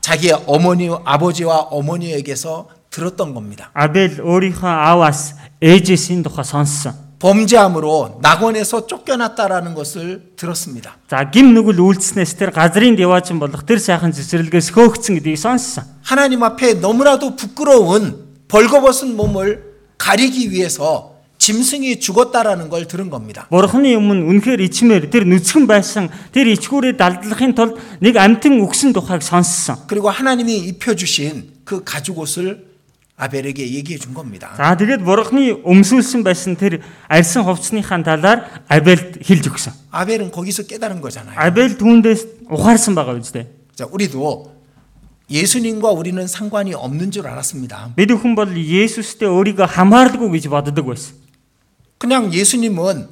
A: 자기의 어머니 아버지와 어머니에게서 들었던 겁니다.
B: Абель өөрийнхөө ааваас ээжээсийн тухай сонссон.
A: 범죄함으로 낙원에서 쫓겨났다라는 것을 들었습니다.
B: За гим нүгэл үйлдснээс тэр газрын деваачин болох тэр сайхан цэцэрлэгээс хөөгцөн гэдгийг сонссон.
A: 하나님 앞에 너무나도 부끄러운 벌거벗은 몸을 가리기 위해서 짐승이 죽었다라는 걸 들은 겁니다.
B: Бурхны өмнө үнэхээр ичмээр тэр нүцгэн байсан тэр ичгүүрээ далдлахын тулд нэг амтэн өгсөн тухайг сонссон.
A: 그리고 하나님이 입혀주신 그 가죽 옷을 아벨에게 얘기해 준 겁니다.
B: За тэгээд бурхны өмсүүлсэн байсан тэр арьсан хувцсныхаа талаар Абельд хэлж өгсөн.
A: 아벨은 거기서 깨달은 거잖아요.
B: Абель түүндээс ухаарсан байгаа биз дээ.
A: 자, 우리도 예수님과 우리는 상관이 없는 줄 알았습니다.
B: Бид бүхэн бол Есүстэй өөрийгөө хамаарлаггүй гэж боддог байсан.
A: 그냥 예수님은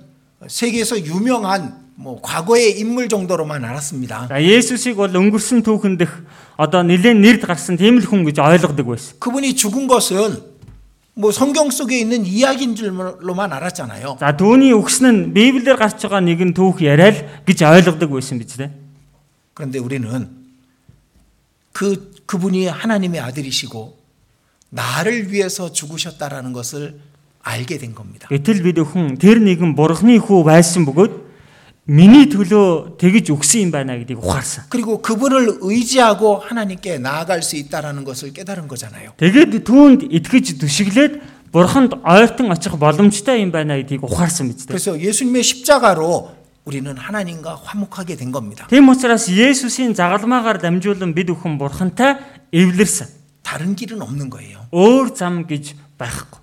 A: 세계에서 유명한 뭐 과거의 인물 정도로만 알았습니다.
B: За Есүсийг бол өнгөрсөн түүхэн дэх одоо нэлээд нэрд гарсан тийм л хүн гэж ойлгодог байсан.
A: 그분이 죽은 것은 뭐 성경 속에 있는 이야기인 줄로만 알았잖아요.
B: За түүний өгсөн нь Библиэр гарч байгаа нэгэн түүх яриа л гэж ойлгодог байсан биз дээ.
A: 그런데 우리는 그 그분이 하나님의 아들이시고 나를 위해서 죽으셨다라는 것을 알게 된 겁니다.
B: Гэтэл бид өхөн тэр нэгэн бурхны хүү байсан бөгөөд миний төлөө тэгж өгсөн юм байна гэдгийг ухаарсан.
A: 그리고 그분을 의지하고 하나님께 나아갈 수 있다라는 것을 깨달은 거잖아요.
B: Тэгээд түүнд итгэж түшиглээд бурханд ойртон очих боломжтой юм байна гэдгийг ухаарсан биз дээ.
A: 그래서 예수님의 십자가로 우리는 하나님과 화목하게 된 겁니다.
B: Тэм учраас Есүсийн загалмаагаар дамжуулан бид өхөн бурхантай эвлэрсэн.
A: 다른 길은 없는 거예요.
B: Өөр зам гэж байхгүй.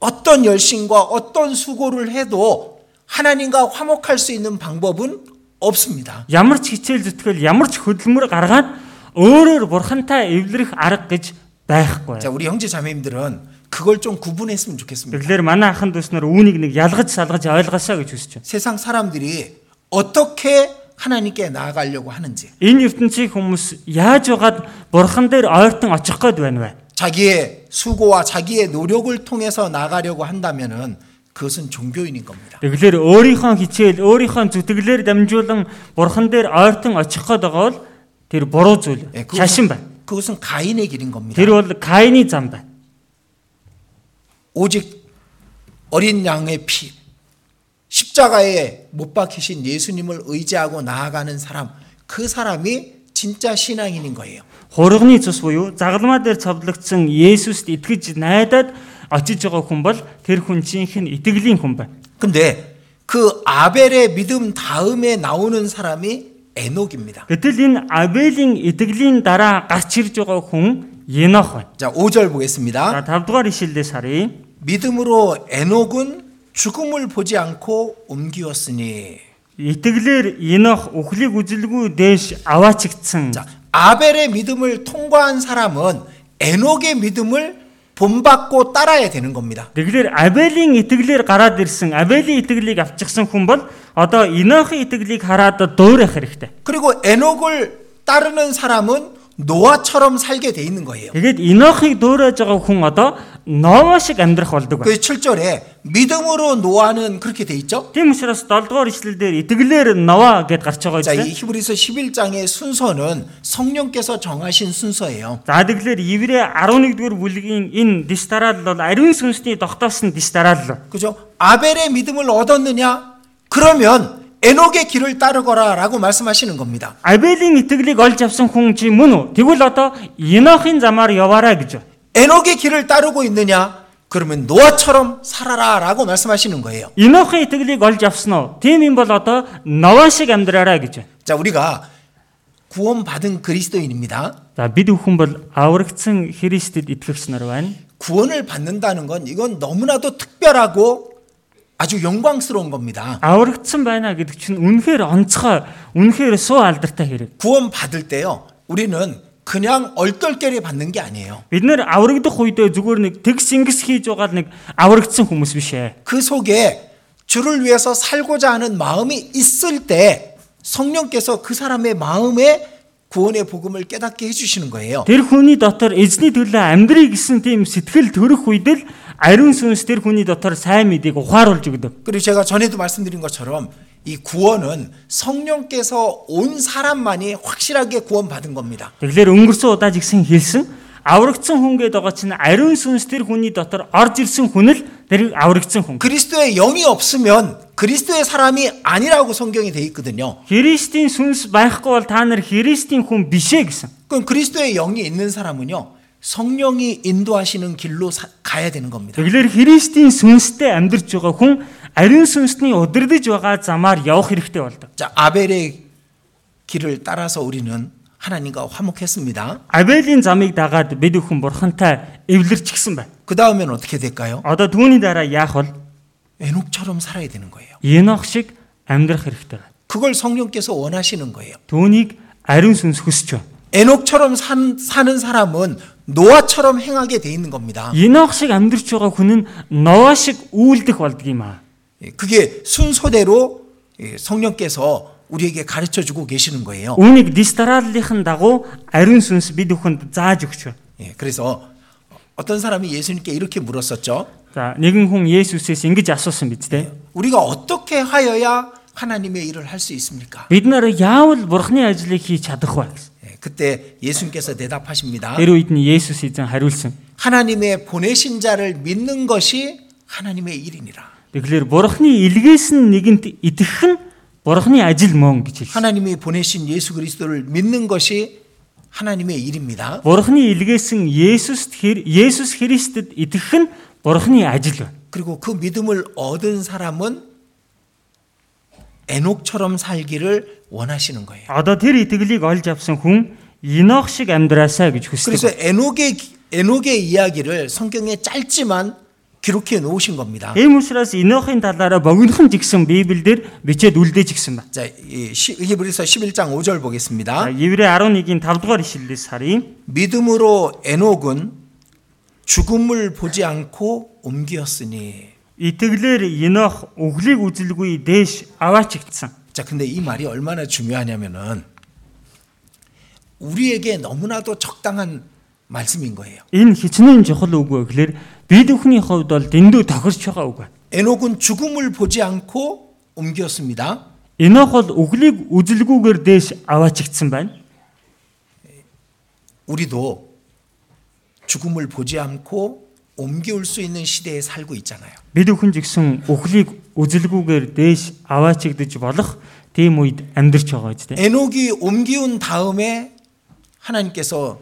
A: 어떤 열심과 어떤 수고를 해도 하나님과 화목할 수 있는 방법은 없습니다.
B: Ямар ч хичээл зүтгэл, ямар ч хөдөлмөр гаргаад өөрөөр бурхантай эвлэрэх арга гэж
A: 자,
B: байхгүй.
A: 우리 형제 자매님들은 그걸 좀 구분했으면 좋겠습니다.
B: Тэгэлэр манай ахын дүүснэр үүнийг нэг ялгаж салгаж ойлгоосаа гэж хүсэж байна.
A: 세상 사람들이 어떻게 하나님께 나아가려고 하는지,
B: Энэ ертөнцийн хүмүүс яаж угаад бурхан дээр ойртон очих гээд байна вэ?
A: 자기의 수고와 자기의 노력을 통해서 나가려고 한다면은 그것은 종교인인 겁니다.
B: Тэгэлэр өөрийнхөө хичээл, өөрийнхөө зүтгэлээр дамжуулан бурхан дээр ойртон очих гээд байгаа бол тэр буруу зүйл.
A: 예, 그것은-
B: Шашин байна.
A: 그것은 가인의 길인 겁니다.
B: Тэр бол Кайны зам байна.
A: 오직 어린 양의 피, 십자가에 못 박히신 예수님을 의지하고 나아가는 사람, 그 사람이 진짜 신앙인인 거예요.
B: Хургын цус буюу загалмаа дээр цовдлогдсон Есүст итгэж найдаад очиж байгаа хүн бол тэр хүн жинх нь итгэлийн хүн байна.
A: 근데 그 아벨의 믿음 다음에 나오는 사람이 에녹입니다.
B: Гэтэл энэ Авелийн итгэлийн дараа гарч ирж байгаа хүн Енох байна.
A: 자, 5절
B: За
A: 보겠습니다.
B: 5 дугаар ишлэлээс харъя.
A: 믿음으로 에녹은 죽음을 보지 않고 옮기었으니
B: Итгэлээр Енох үхлийг үзэлгүй дээш аваачигдсан.
A: 자, 아벨의 믿음을 통과한 사람은 에녹의 믿음을 본받고 따라야 되는 겁니다.
B: Тэгэлэр Авелийн итгэлээр гараад ирсэн Авелийн итгэлийг авчихсан хүн бол одоо Енохын итгэлийг хараад дуурайх хэрэгтэй.
A: 그리고 에녹을 따르는 사람은 노아처럼 살게 돼 있는 거예요.
B: Тэгээд Енохыг дуурайж байгаа хүн одоо Нова шиг амьдрах болдог байна.
A: 그 7절에 믿음으로 노아는 그렇게 돼 있죠?
B: Тийм учраас 7 дугаар ишлэл дээр итгэлээр Нова гэд гарч байгаа
A: 자, 이
B: юм.
A: 히브리서 11장의 순서는 성령께서 정하신 순서예요.
B: За тэгэлэр Иврэ 11-р бүлгийн энэ дистарал бол ариун сүнсний тогтоосон дистарал.
A: 그죠? 아벨의 믿음을 얻었느냐? 그러면 에녹의 길을 따르거라라고 말씀하시는 겁니다.
B: Авелийн итгэлийг олж авсан хүн чи мөн үү? Тэгвэл одоо Енохын замаар яваарай гэж байна.
A: 에녹의 길을 따르고 있느냐? 그러면 노아처럼 살아라라고 말씀하시는 거예요.
B: Енохын итгэлийг олж авсан уу? Тийм юм бол одоо Нова шиг амьдраарай гэж байна.
A: 자, 우리가 구원받은 그리스도인입니다.
B: За бид бүхэн бол аврагдсан Христэд итгэгч нар байна.
A: 구원을 받는다는 건 이건 너무나도 특별하고 아주 영광스러운 겁니다.
B: Аврагдсан байна гэдэг чинь үнэхээр онцгой, үнэхээр суу алдартай хэрэг.
A: 구원 받을 때요. 우리는 그냥 얼떨결에 받는 게 아니에요.
B: Бид нэр аврагдах үедээ зүгээр нэг тэгс ингэс хийж байгаа л нэг аврагдсан хүмүүс биш ээ.
A: 그 속에 주를 위해서 살고자 하는 마음이 있을 때 성령께서 그 사람의 마음에 구원의 복음을 깨닫게 해주시는 거예요.
B: Тэр хүний дотор эзний төлөө амьдрий гэсэн тийм сэтгэл төрөх үед л ариун сүнс тэр хүний дотор сайн мэдийг ухааруулж өгдөг.
A: 그리고 제가 전에도 말씀드린 것처럼 이 구원은 성령께서 온 사람만이 확실하게 구원받은 겁니다.
B: Тэгэлэр өнгөрсөн удаад ихсэн хэлсэн аврагдсан хүн гэдэг байгаа чинь ариун сүнс тэр хүний дотор орж ирсэн хүн л тэр аврагдсан хүн.
A: 그리스도의 영이 없으면 그리스도의 사람이 아니라고 성경이 돼 있거든요.
B: Христийн сүнс байхгүй бол та нар христийн хүн биш ээ гэсэн.
A: 그럼 그리스도의 영이 있는 사람은요. 성령이 인도하시는 길로 사- 가야 되는 겁니다.
B: Тэгэлэр христийн сүнстэй амьдарч байгаа хүн ариун сүнсний удирдах байгаа замаар явах хэрэгтэй болдог.
A: 자, 아벨의 길을 따라서 우리는 하나님과 화목했습니다.
B: Авелийн замыг дагаад бид бүхэн бурхантай эвлэрч гисэн байна.
A: 그 다음엔 어떻게 될까요?
B: Одоо түүний дараа яах вэ?
A: 에녹처럼 살아야 되는 거예요.
B: Енох шиг амьдрах хэрэгтэй байна.
A: 그걸 성령께서 원하시는 거예요.
B: Түүнийг ариун сүнс хүсэж байна.
A: 에녹처럼 산, 사는 사람은 노아처럼 행하게 돼 있는 겁니다.
B: Енох шиг амьдрч байгаа хүн нь Нова шиг үйлдэх болдго юм аа.
A: 예, 그게 순서대로 예, 성령께서 우리에게 가르쳐 주고 계시는 거예요.
B: Үүнийг дистараллийнхэн дагуу ариун сүнс бид бүхэнд зааж өгч байна.
A: 예, 그래서 어떤 사람이 예수님께 이렇게 물었었죠.
B: За нэгэн хүн Есүсээс ингэж асуусан биз дээ.
A: 우리가 어떻게 하여야 하나님의 일을 할 수 있습니까?
B: Бид нар яавал бурхны ажлыг хийж чадах вэ гэсэн.
A: 예, 그때 예수님께서 대답하십니다.
B: Тэр үед нь Есүс эзэн хариулсан.
A: 하나님의 보내신 자를 믿는 것이 하나님의 일이니라.
B: Тэгэхээр бурхны илгээс нь нэгэнт итгэх нь бурхны ажил мөн гэж хэлсэн.
A: 하나님이 보내신 예수 그리스도를 믿는 것이 하나님의 일입니다.
B: Бурхны илгээсэн Есүст хэр Есүс Христэд итгэх нь бурхны ажил байна.
A: 그리고 그 믿음을 얻은 사람은 에녹처럼 살기를 원하시는 거예요.
B: Одоо тэр итгэлийг олж авсан хүн Енох шиг амьдраасаа гэж хүсдэг.
A: 그래서 에녹의 에녹의 이야기를 성경에 짧지만 기록해 놓으신 겁니다.
B: Ийм учраас Енохын талаараа богинохон жигсэн Библиэлд бичээд үлдээж гисэн байна.
A: 자, 이 시- 히브리서 11장 5절 보겠습니다.
B: За, Еврэ 11-ийн 5 дугаар ишлэлээс харъя.
A: 믿음으로 에녹은 죽음을 보지 않고 옮기었으니.
B: Итгэлээр Енох өглийг үзэлгүй дээш аваачигдсан.
A: 자, 근데 이 말이 얼마나 중요하냐면은 우리에게 너무나도 적당한 말씀인 거예요.
B: Энэ хичнээн чухал үг вэ гэхээр бид бүхний хувьд бол дэндүү тохирч байгаа үг байна.
A: 에녹은 죽음을 보지 않고 옮겼습니다.
B: Энох бол өглийг үзэлгүйгээр дээш аваачигдсан байна.
A: 우리도 죽음을 보지 않고 옮겨올 수 있는 시대에 살고 있잖아요.
B: Бид бүхэн жигсэн үхлийг үзэлгүйгээр дээш аваачигдж болох тийм үед амьдарч байгаа ч тийм.
A: 에녹이 옮겨온 다음에 하나님께서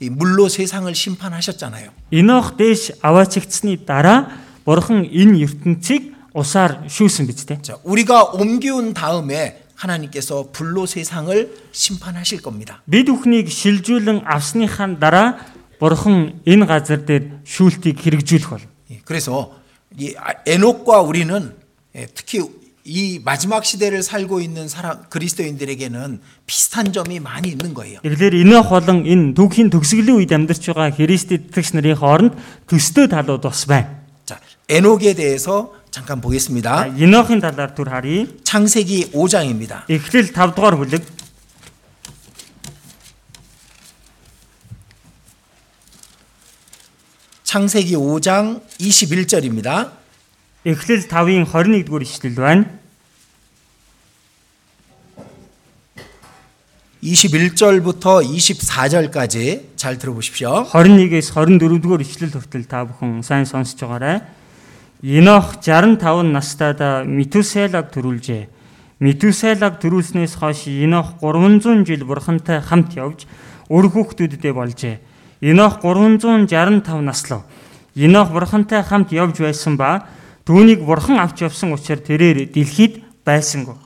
A: 이 물로 세상을 심판하셨잖아요.
B: Энох дээш аваачигдсны дараа бурхан энэ ертөнцийг усаар шүүсэн биз дээ.
A: 자, 우리가 옮겨온 다음에 하나님께서 불로 세상을 심판하실 겁니다.
B: Бид бүхнийг шилжүүлэн авсныхаа дараа бурхан энэ газар дээр шүүлтийг хэрэгжүүлэх болно.
A: 예, 그래서 이 아- 에녹과 우리는 예, 특히 이 마지막 시대를 살고 있는 사람 그리스도인들에게는 비슷한 점이 많이 있는 거예요.
B: Тэгэлэр энэх болон энэ түүхийн төгсгөлийн үед амьдарч байгаа Христ итгэгч нарын хооронд төстэй талууд бас байна.
A: 자, 에녹에 대해서 잠깐
B: За,
A: 보겠습니다.
B: Енохийн талаар түр харъя.
A: 창세기 5장입니다.
B: Эхлэл 5 дугаар бүлэг.
A: 창세기 5장 21절입니다.
B: Эхлэл 5-ын 21-р ишлэл байна.
A: 21절부터 24절까지 잘 들어보십시오.
B: 21-ээс 24-р ишлэл хүртэл та бүхэн сайн сонсож байгаарай. Енох 65 настайдаа Метусайлаг төрүүлжээ. Метусайлаг төрүүлснээс хойш Енох 300 жил бурхантай хамт явж өр хүүхдүүдтэй болжээ. Енох 365 наслав. Енох бурхантай хамт явж байсан ба түүнийг бурхан авч явсан учраас тэрээр дэлхийд байсангүй.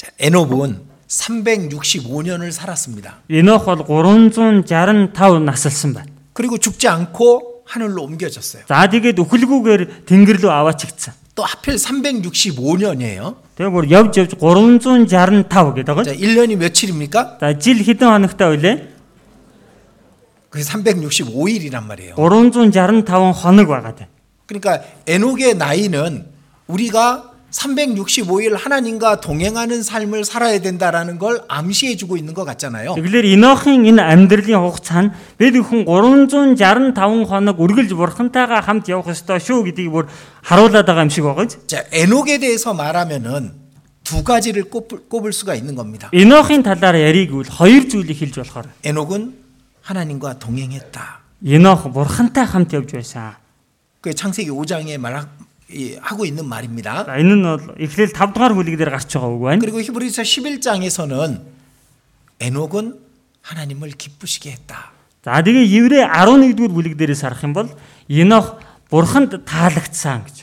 A: 자, 에녹은 365년을 살았습니다.
B: Енох бол 365 наслсан байна.
A: 그리고 죽지 않고 하늘로 옮겨졌어요.
B: За тэгээд үхэлгүйгээр тэнгэр рүү аваачигдсан.
A: 또 하필 365년이에요.
B: Тэгээ бүр явж явж 365 гэдэг байгаа.
A: 자, 1년이 며칠입니까?
B: За жил хэдэн хоногтой вүлээ?
A: 그게 365일이란 말이에요.
B: 365 хоног байгаа тийм.
A: 그러니까 에녹의 나이는 우리가 365일 하나님과 동행하는 삶을 살아야 된다라는 걸 암시해 주고 있는 것 같잖아요.
B: Тэгэлэр Инохийн энэ амьдралын хугацаа нь бид бүхэн 365 хоног үргэлж бурхантайгаа хамт явах ёстой шүү гэдгийг бүр харуулад байгаа юм шиг байгаа ч.
A: 자, 에녹에 대해서 말하면은 두 가지를 꼽을, 꼽을 수가 있는 겁니다.
B: Инохийн талаар яриг үл хоёр зүйлийг хэлж болохоор.
A: 에녹은 하나님과 동행했다.
B: Инох бурхантай хамт явж байсан.
A: 그게 창세기 5장에 말하고 있는 말입니다.
B: За энэ нь бол эхлээл 5 дугаар бүлэг дээр гарч байгаа үг байна.
A: 그리고 히브리서 11장에서는 에녹은 하나님을 기쁘시게 했다.
B: За тэгээ Еврэ 11-р бүлэг дээрээс харах юм бол Инох бурханд таалагдсан гэж.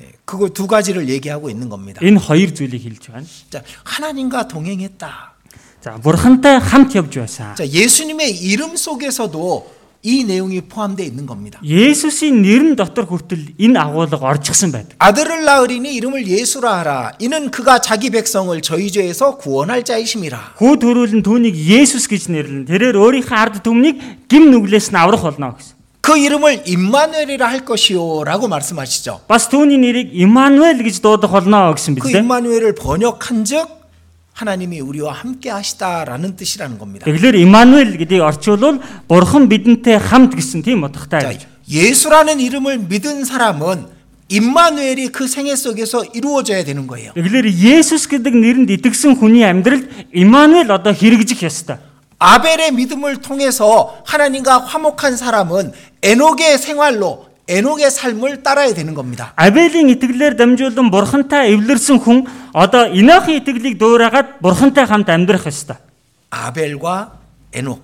A: 예, 그거 두 가지를 얘기하고 있는 겁니다.
B: Энэ хоёр зүйлийг хэлж байна.
A: 자, 하나님과 동행했다.
B: За бурхантай хамт явж байсан.
A: 자, 예수님의 이름 속에서도 이 내용이 포함되어 있는 겁니다.
B: Есүсийн нэрн дотор хүртэл энэ агуулга орчихсан байдаг.
A: 아들을 낳으리니 이름을 예수라 하라. 이는 그가 자기 백성을 저희 죄에서 구원할 자이심이라.
B: Хүү төрүүлэн түүнийг Есүс гэж нэрлэн тэрээр өөрийнхөө ард түмнийг гим нүглээс нь аврах болно гэсэн.
A: 그 이름을 임마누엘이라 할 것이요라고 말씀하시죠.
B: Бас түүний нэрийг Имануэль гэж дуудах болно гэсэн
A: 그
B: биз дээ.
A: 임마누엘을 번역한즉 하나님이 우리와 함께 하시다라는 뜻이라는 겁니다.
B: Тэгэлэр Имануэль гэдгийг орчуулвал бурхан бидэнтэй хамт гэсэн тийм утгатай
A: 자,
B: байж.
A: 예수라는 이름을 믿은 사람은 임마누엘이 그 생애 속에서 이루어져야 되는 거예요.
B: Тэгэлэр Есүс гэдэг нэрэнд итгэсэн хүний амьдралд Имануэль одоо хэрэгжих ёстой.
A: 아벨의 믿음을 통해서 하나님과 화목한 사람은 에녹의 생활로 에녹의 삶을 따라야 되는 겁니다.
B: Авелийн итгэлээр дамжуулан бурхантай эвлэрсэн хүн одоо Инохийн итгэлийг дуурайгаад бурхантай хамт амьдрах ёстой.
A: 아벨과 에녹,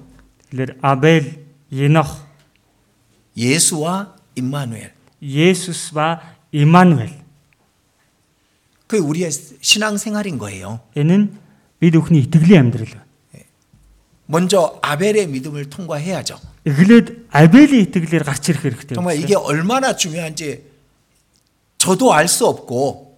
B: Тэгэхээр Авел, Енох,
A: 예수와 임마누엘.
B: Есүс ба Имануэль.
A: 그게 우리의 신앙생활인 거예요.
B: Энэ нь бид бүхний итгэлийн амьдрал байна.
A: 먼저 아벨의 믿음을 통과해야죠.
B: Эхлээд Авелийн итгэлээр гарч ирэх хэрэгтэй.
A: 정말 이게 얼마나 중요한지 저도 알 수 없고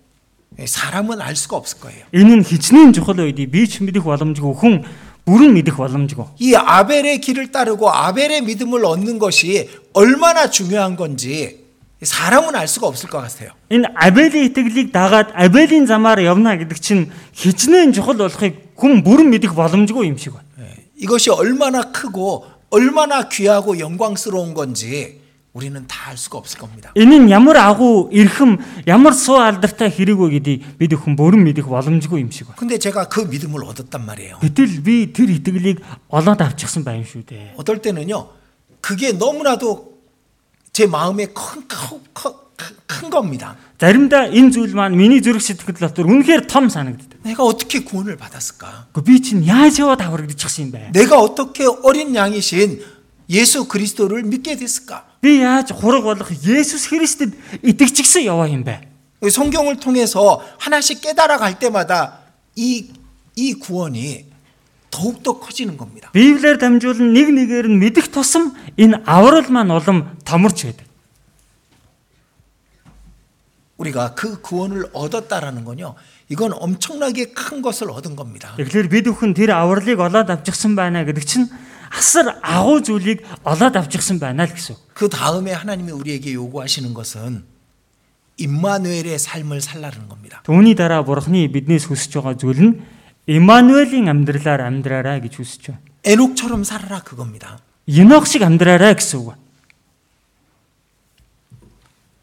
A: 예, 사람은 알 수가 없을 거예요.
B: Энэ нь хичнээн чухал үед бие ч мэдэх боломжгүй хүн бүрэн мэдэх боломжгүй.
A: 이 아벨의 길을 따르고 아벨의 믿음을 얻는 것이 얼마나 중요한 건지 사람은 알 수가 없을 것 같아요.
B: Энэ Авелийн итгэлийг дагаад Авелийн замаар явна гэдэг чинь хичнээн чухал болохыг хүн бүрэн мэдэх боломжгүй юм шиг байна.
A: 예, 이것이 얼마나 크고 얼마나 귀하고 영광스러운 건지 우리는 다 알 수가 없을 겁니다.
B: Энэ нь ямар агуу эрхэм, ямар суу алдартай хэрэг вэ гэдгийг бид өхөн бүрэн мэдэх боломжгүй юм шиг байна.
A: 근데 제가 그 믿음을 얻었단 말이에요.
B: Гэтэл би тэр итгэлийг олоод авчихсан байм шүү дээ.
A: 어떨 때는요, 그게 너무나도 제 마음의 큰, 큰, 큰, 큰 겁니다.
B: Заримдаа энэ зүйл маань миний зүрх сэтгэл дотор үнэхээр том санагддаг.
A: 내가 어떻게 구원을 받았을까?
B: Гэхдээ би чинь яаж яваад аврагдчихсан юм бэ?
A: 내가 어떻게 어린 양이신 예수 그리스도를 믿게 됐을까?
B: Би яаж хураг болох Есүс Христэд итгэжсэн яваа юм бэ?
A: 성경을 통해서 하나씩 깨달아갈 때마다 이, 이 구원이 더욱더 커지는 겁니다.
B: Библиэр дамжуулан нэг нэгээр нь мэдэх тусам энэ аврал маань улам томорч байдаг.
A: 우리가 그 구원을 얻었다라는 건요. 이건 엄청나게 큰 것을 얻은 겁니다.
B: Тэгэхээр бид бүхэн тэр авралыг олоод авчихсан байна гэдэг чинь асар агуу зүйлийг олоод авчихсан байна л гэсэн. үг.
A: 그 다음에 하나님이 우리에게 요구하시는 것은 임마누엘의 삶을 살라는 겁니다.
B: Түүний дараа бурхны биднээс хүсэж байгаа зүйл нь Имануэлийн амьдралаар амьдраарай гэж хүсэж байна.
A: 에녹처럼 살아라 그겁니다.
B: Енох шиг амьдраарай гэсэн үг.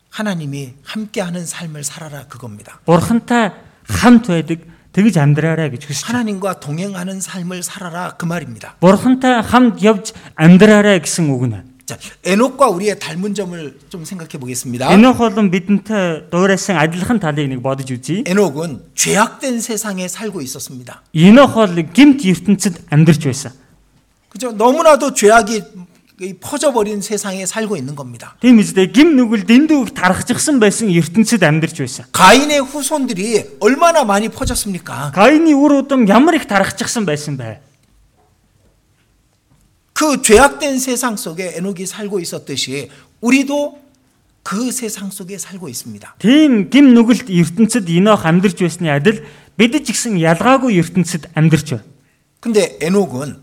A: 하나님이 함께하는 삶을 살아라 그겁니다.
B: Бурхантай хамт байдаг тэгж амьдраарай гэж хүсэж байна.
A: 하나님과 동행하는 삶을 살아라 그 말입니다.
B: Бурхантай хамт явж амьдраарай гэсэн үг нь.
A: 자, 에녹과 우리의 닮은 점을 좀 생각해 보겠습니다.
B: Энох болон бидэнтэй дуурайсан адилхан талыг нэг бодож үзье.
A: 에녹은 죄악된 세상에 살고 있었습니다.
B: Енох бол гимт ертөнцид амьдарч байсан.
A: 그죠? 너무나도 죄악이 이 퍼져버린 세상에 살고 있는 겁니다.
B: Тийм үстэй гим нүгэл дэндүү их тархажсан байсан ертөнцид амьдарч байсан.
A: 가인의 후손들이 얼마나 많이 퍼졌습니까?
B: Каины үр удам ямар их тархажсан байсан бэ?
A: 그 죄악된 세상 속에 에녹이 살고 있었듯이 우리도 그 세상 속에 살고 있습니다.
B: Тийм гим нүгэлт ертөнцид Енох амьдарч байсны адил бид ч гэсэн ялгаагүй ертөнцид амьдарч байна.
A: 근데 에녹은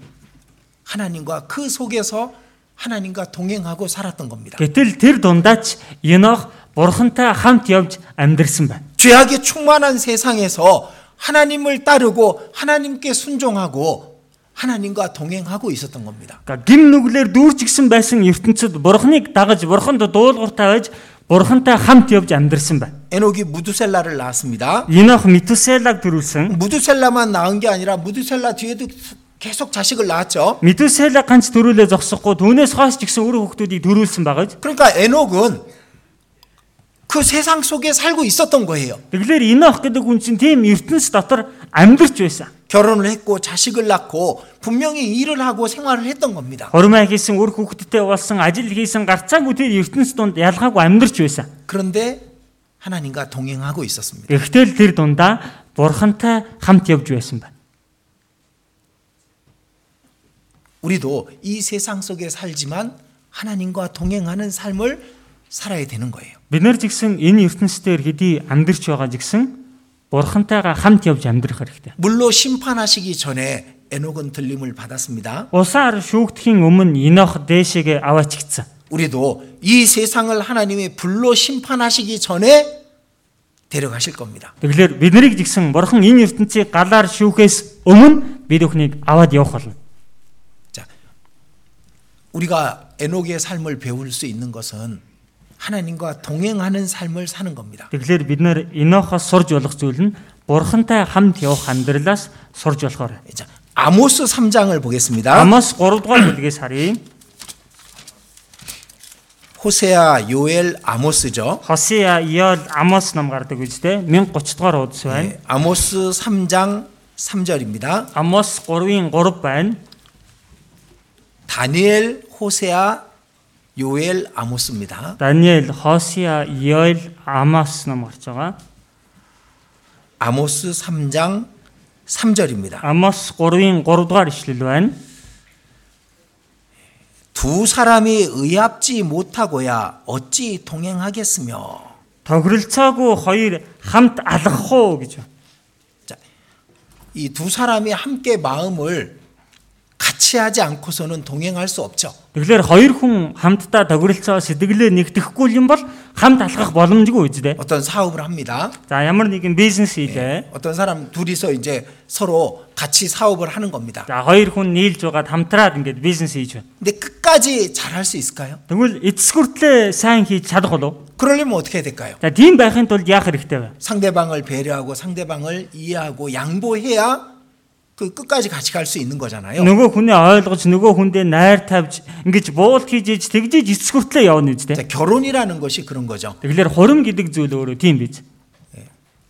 A: 하나님과 그 속에서 하나님과 동행하고 살았던 겁니다.
B: Гэтэл тэр дундаач Енох бурхантай хамт явж амьдарсан байна.
A: 죄악이 충만한 세상에서 하나님을 따르고 하나님께 순종하고 하나님과 동행하고 있었던 겁니다.
B: Гэ- Гим нүглээр дүүрчихсэн байсан ертөнцид бурхныг дагаж бурханд дуулууртай байж бурхантай хамт явж амьдарсан байна.
A: 에녹이 무두셀라를 낳았습니다.
B: Енох Метуселаг төрүүлсэн.
A: 무두셀라만 낳은 게 아니라 무두셀라 뒤에도 계속 자식을 낳았죠.
B: Метуселаг ганц төрүүлээ зогсохгүй түүнээс хойш ч гэсэн өөр хүмүүсийг төрүүлсэн байгаа.
A: 그러니까 에녹은 그 세상 속에 살고 있었던 거예요.
B: Тэгэлэр Енох гэдэг хүн чинь тийм ертөнц дотор амьдарч байсан.
A: 결혼을 했고 자식을 낳고 분명히 일을 하고 생활을 했던 겁니다.
B: Хормой хийсэн өр хүүхэдтэй болсон ажил хийсэн гарцаагүй тэр ертөнц донд ялгаагүй амьдарч байсан.
A: 그런데 하나님과 동행하고 있었습니다.
B: Гэхдээ л тэр дундаа бурхантай хамт явж байсан байна.
A: 우리도 이 세상 속에 살지만 하나님과 동행하는 삶을 살아야 되는 거예요.
B: Бид нар згсэн энэ ертөнцийн хэдий амьдарч байгаа згсэн бурхантайгаа хамт явж амьдрах хэрэгтэй.
A: 물로 심판하시기 전에 에녹은 들림을 받았습니다.
B: Усаар шүүгдэхийн өмнө Енох дээшээгээ аваачигдсан.
A: 우리도 이 세상을 하나님이 불로 심판하시기 전에 데려가실 겁니다.
B: Тэгэлэр бид нарыг згсэн бурхан энэ ертөнцийг галаар шүүхээс өмнө бид өхнийг аваад явах болно.
A: 자, 우리가 에녹의 삶을 배울 수 있는 것은 하나님과 동행하는 삶을 사는 겁니다.
B: Тэгэлэр бид нар Енохоос сурж болох зүйл нь бурхантай хамт явах амьдралаас сурж болохоор.
A: 자, 아모스 3장을 보겠습니다.
B: Амос 3 дугаар бүлгээс харъя.
A: 호세아, 요엘, 아모스죠.
B: Хосия, Иол, Амос ном гардаг биз дээ. 1030 дугаар удас байна.
A: 네, 아모스 3장 3절입니다.
B: Амос 3-ын 3 байна.
A: 다니엘, 호세아, 요엘, 아모스입니다.
B: Даниэл, Хосия, Иол, Амос ном гарч байгаа.
A: 아모스 3장 3절입니다.
B: Амос 3-ын 3 дугаар ишлэл байна.
A: 두 사람이 의합지 못하고야 어찌 동행하겠으며.
B: Тохиролцоогүй хоёр хамт алгах уу гэж. байна.
A: 이 두 사람이 함께 마음을 같이 하지 않고서는 동행할 수 없죠.
B: Тэгэхээр хоёр хүн хамтдаа тохиролцоо сэтгэлээ нэгтгэхгүй юм бол хамт алгах боломжгүй үз дээ.
A: 어떤 사업을 합니다.
B: За ямар нэгэн бизнес хийлээ.
A: 어떤 사람 둘이서 이제 서로 같이 사업을 하는 겁니다.
B: За хоёр хүн нийлж байгаад хамтраад ингээд бизнес хийж байна.
A: 근데 끝까지 잘할 수 있을까요?
B: Тэгвэл эцэс хүртлээ сайн хийж чадах болов?
A: 그러려면 어떻게 해야 될까요?
B: За тийм байхын тулд яах хэрэгтэй вэ?
A: 상대방을 배려하고 상대방을 이해하고 양보해야 그 끝까지 같이 갈 수 있는 거잖아요.
B: Нөгөө хүний ойлгож нөгөө хүндээ найр тавьж ингэж буулт хийж ийж тэгжиж эцэс хүртлээ явна гэж
A: 자,
B: тийм.
A: 결혼이라는 것이 그런 거죠.
B: Тэгэлэр хурим гэдэг зүйл өөрөө тийм биз.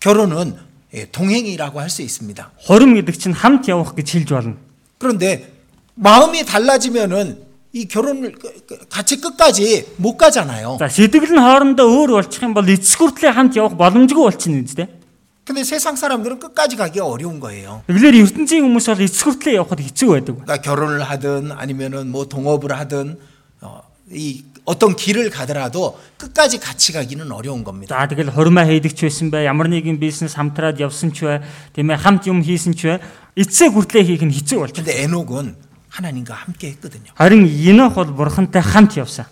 A: 결혼은 예, 동행이라고 할 수 있습니다.
B: Хурим гэдэг чинь хамт явах гэж хэлж болно.
A: 그런데 마음이 달라지면은 이 결혼을 그- 그- 같이 끝까지 못 가잖아요.
B: За сэтгэл нь хоорондоо өөр болчих юм бол эцэс хүртлээ хамт явах боломжгүй болчихно гэж тийм.
A: 근데 세상 사람들은 끝까지 가기가 어려운 거예요.
B: Тэгэлэр ертөнцийн хүмүүс бол эцэс хүртлээ явахд хэцүү байдаг.
A: 그러니까 결혼을 하든 아니면은 뭐 동업을 하든 어, 이 어떤 길을 가더라도 끝까지 같이 가기는 어려운 겁니다.
B: За тэгэл хормоо хийдэг ч байсан бай, ямар нэгэн бизнес хамтраад явсан ч бай, тийм ээ хамт юм хийсэн ч бай, эцсээ хүртлээ хийх нь хэцүү болж байна.
A: 근데 에녹은 하나님과 함께 했거든요.
B: Харин Енох бол бурхантай хамт явсан.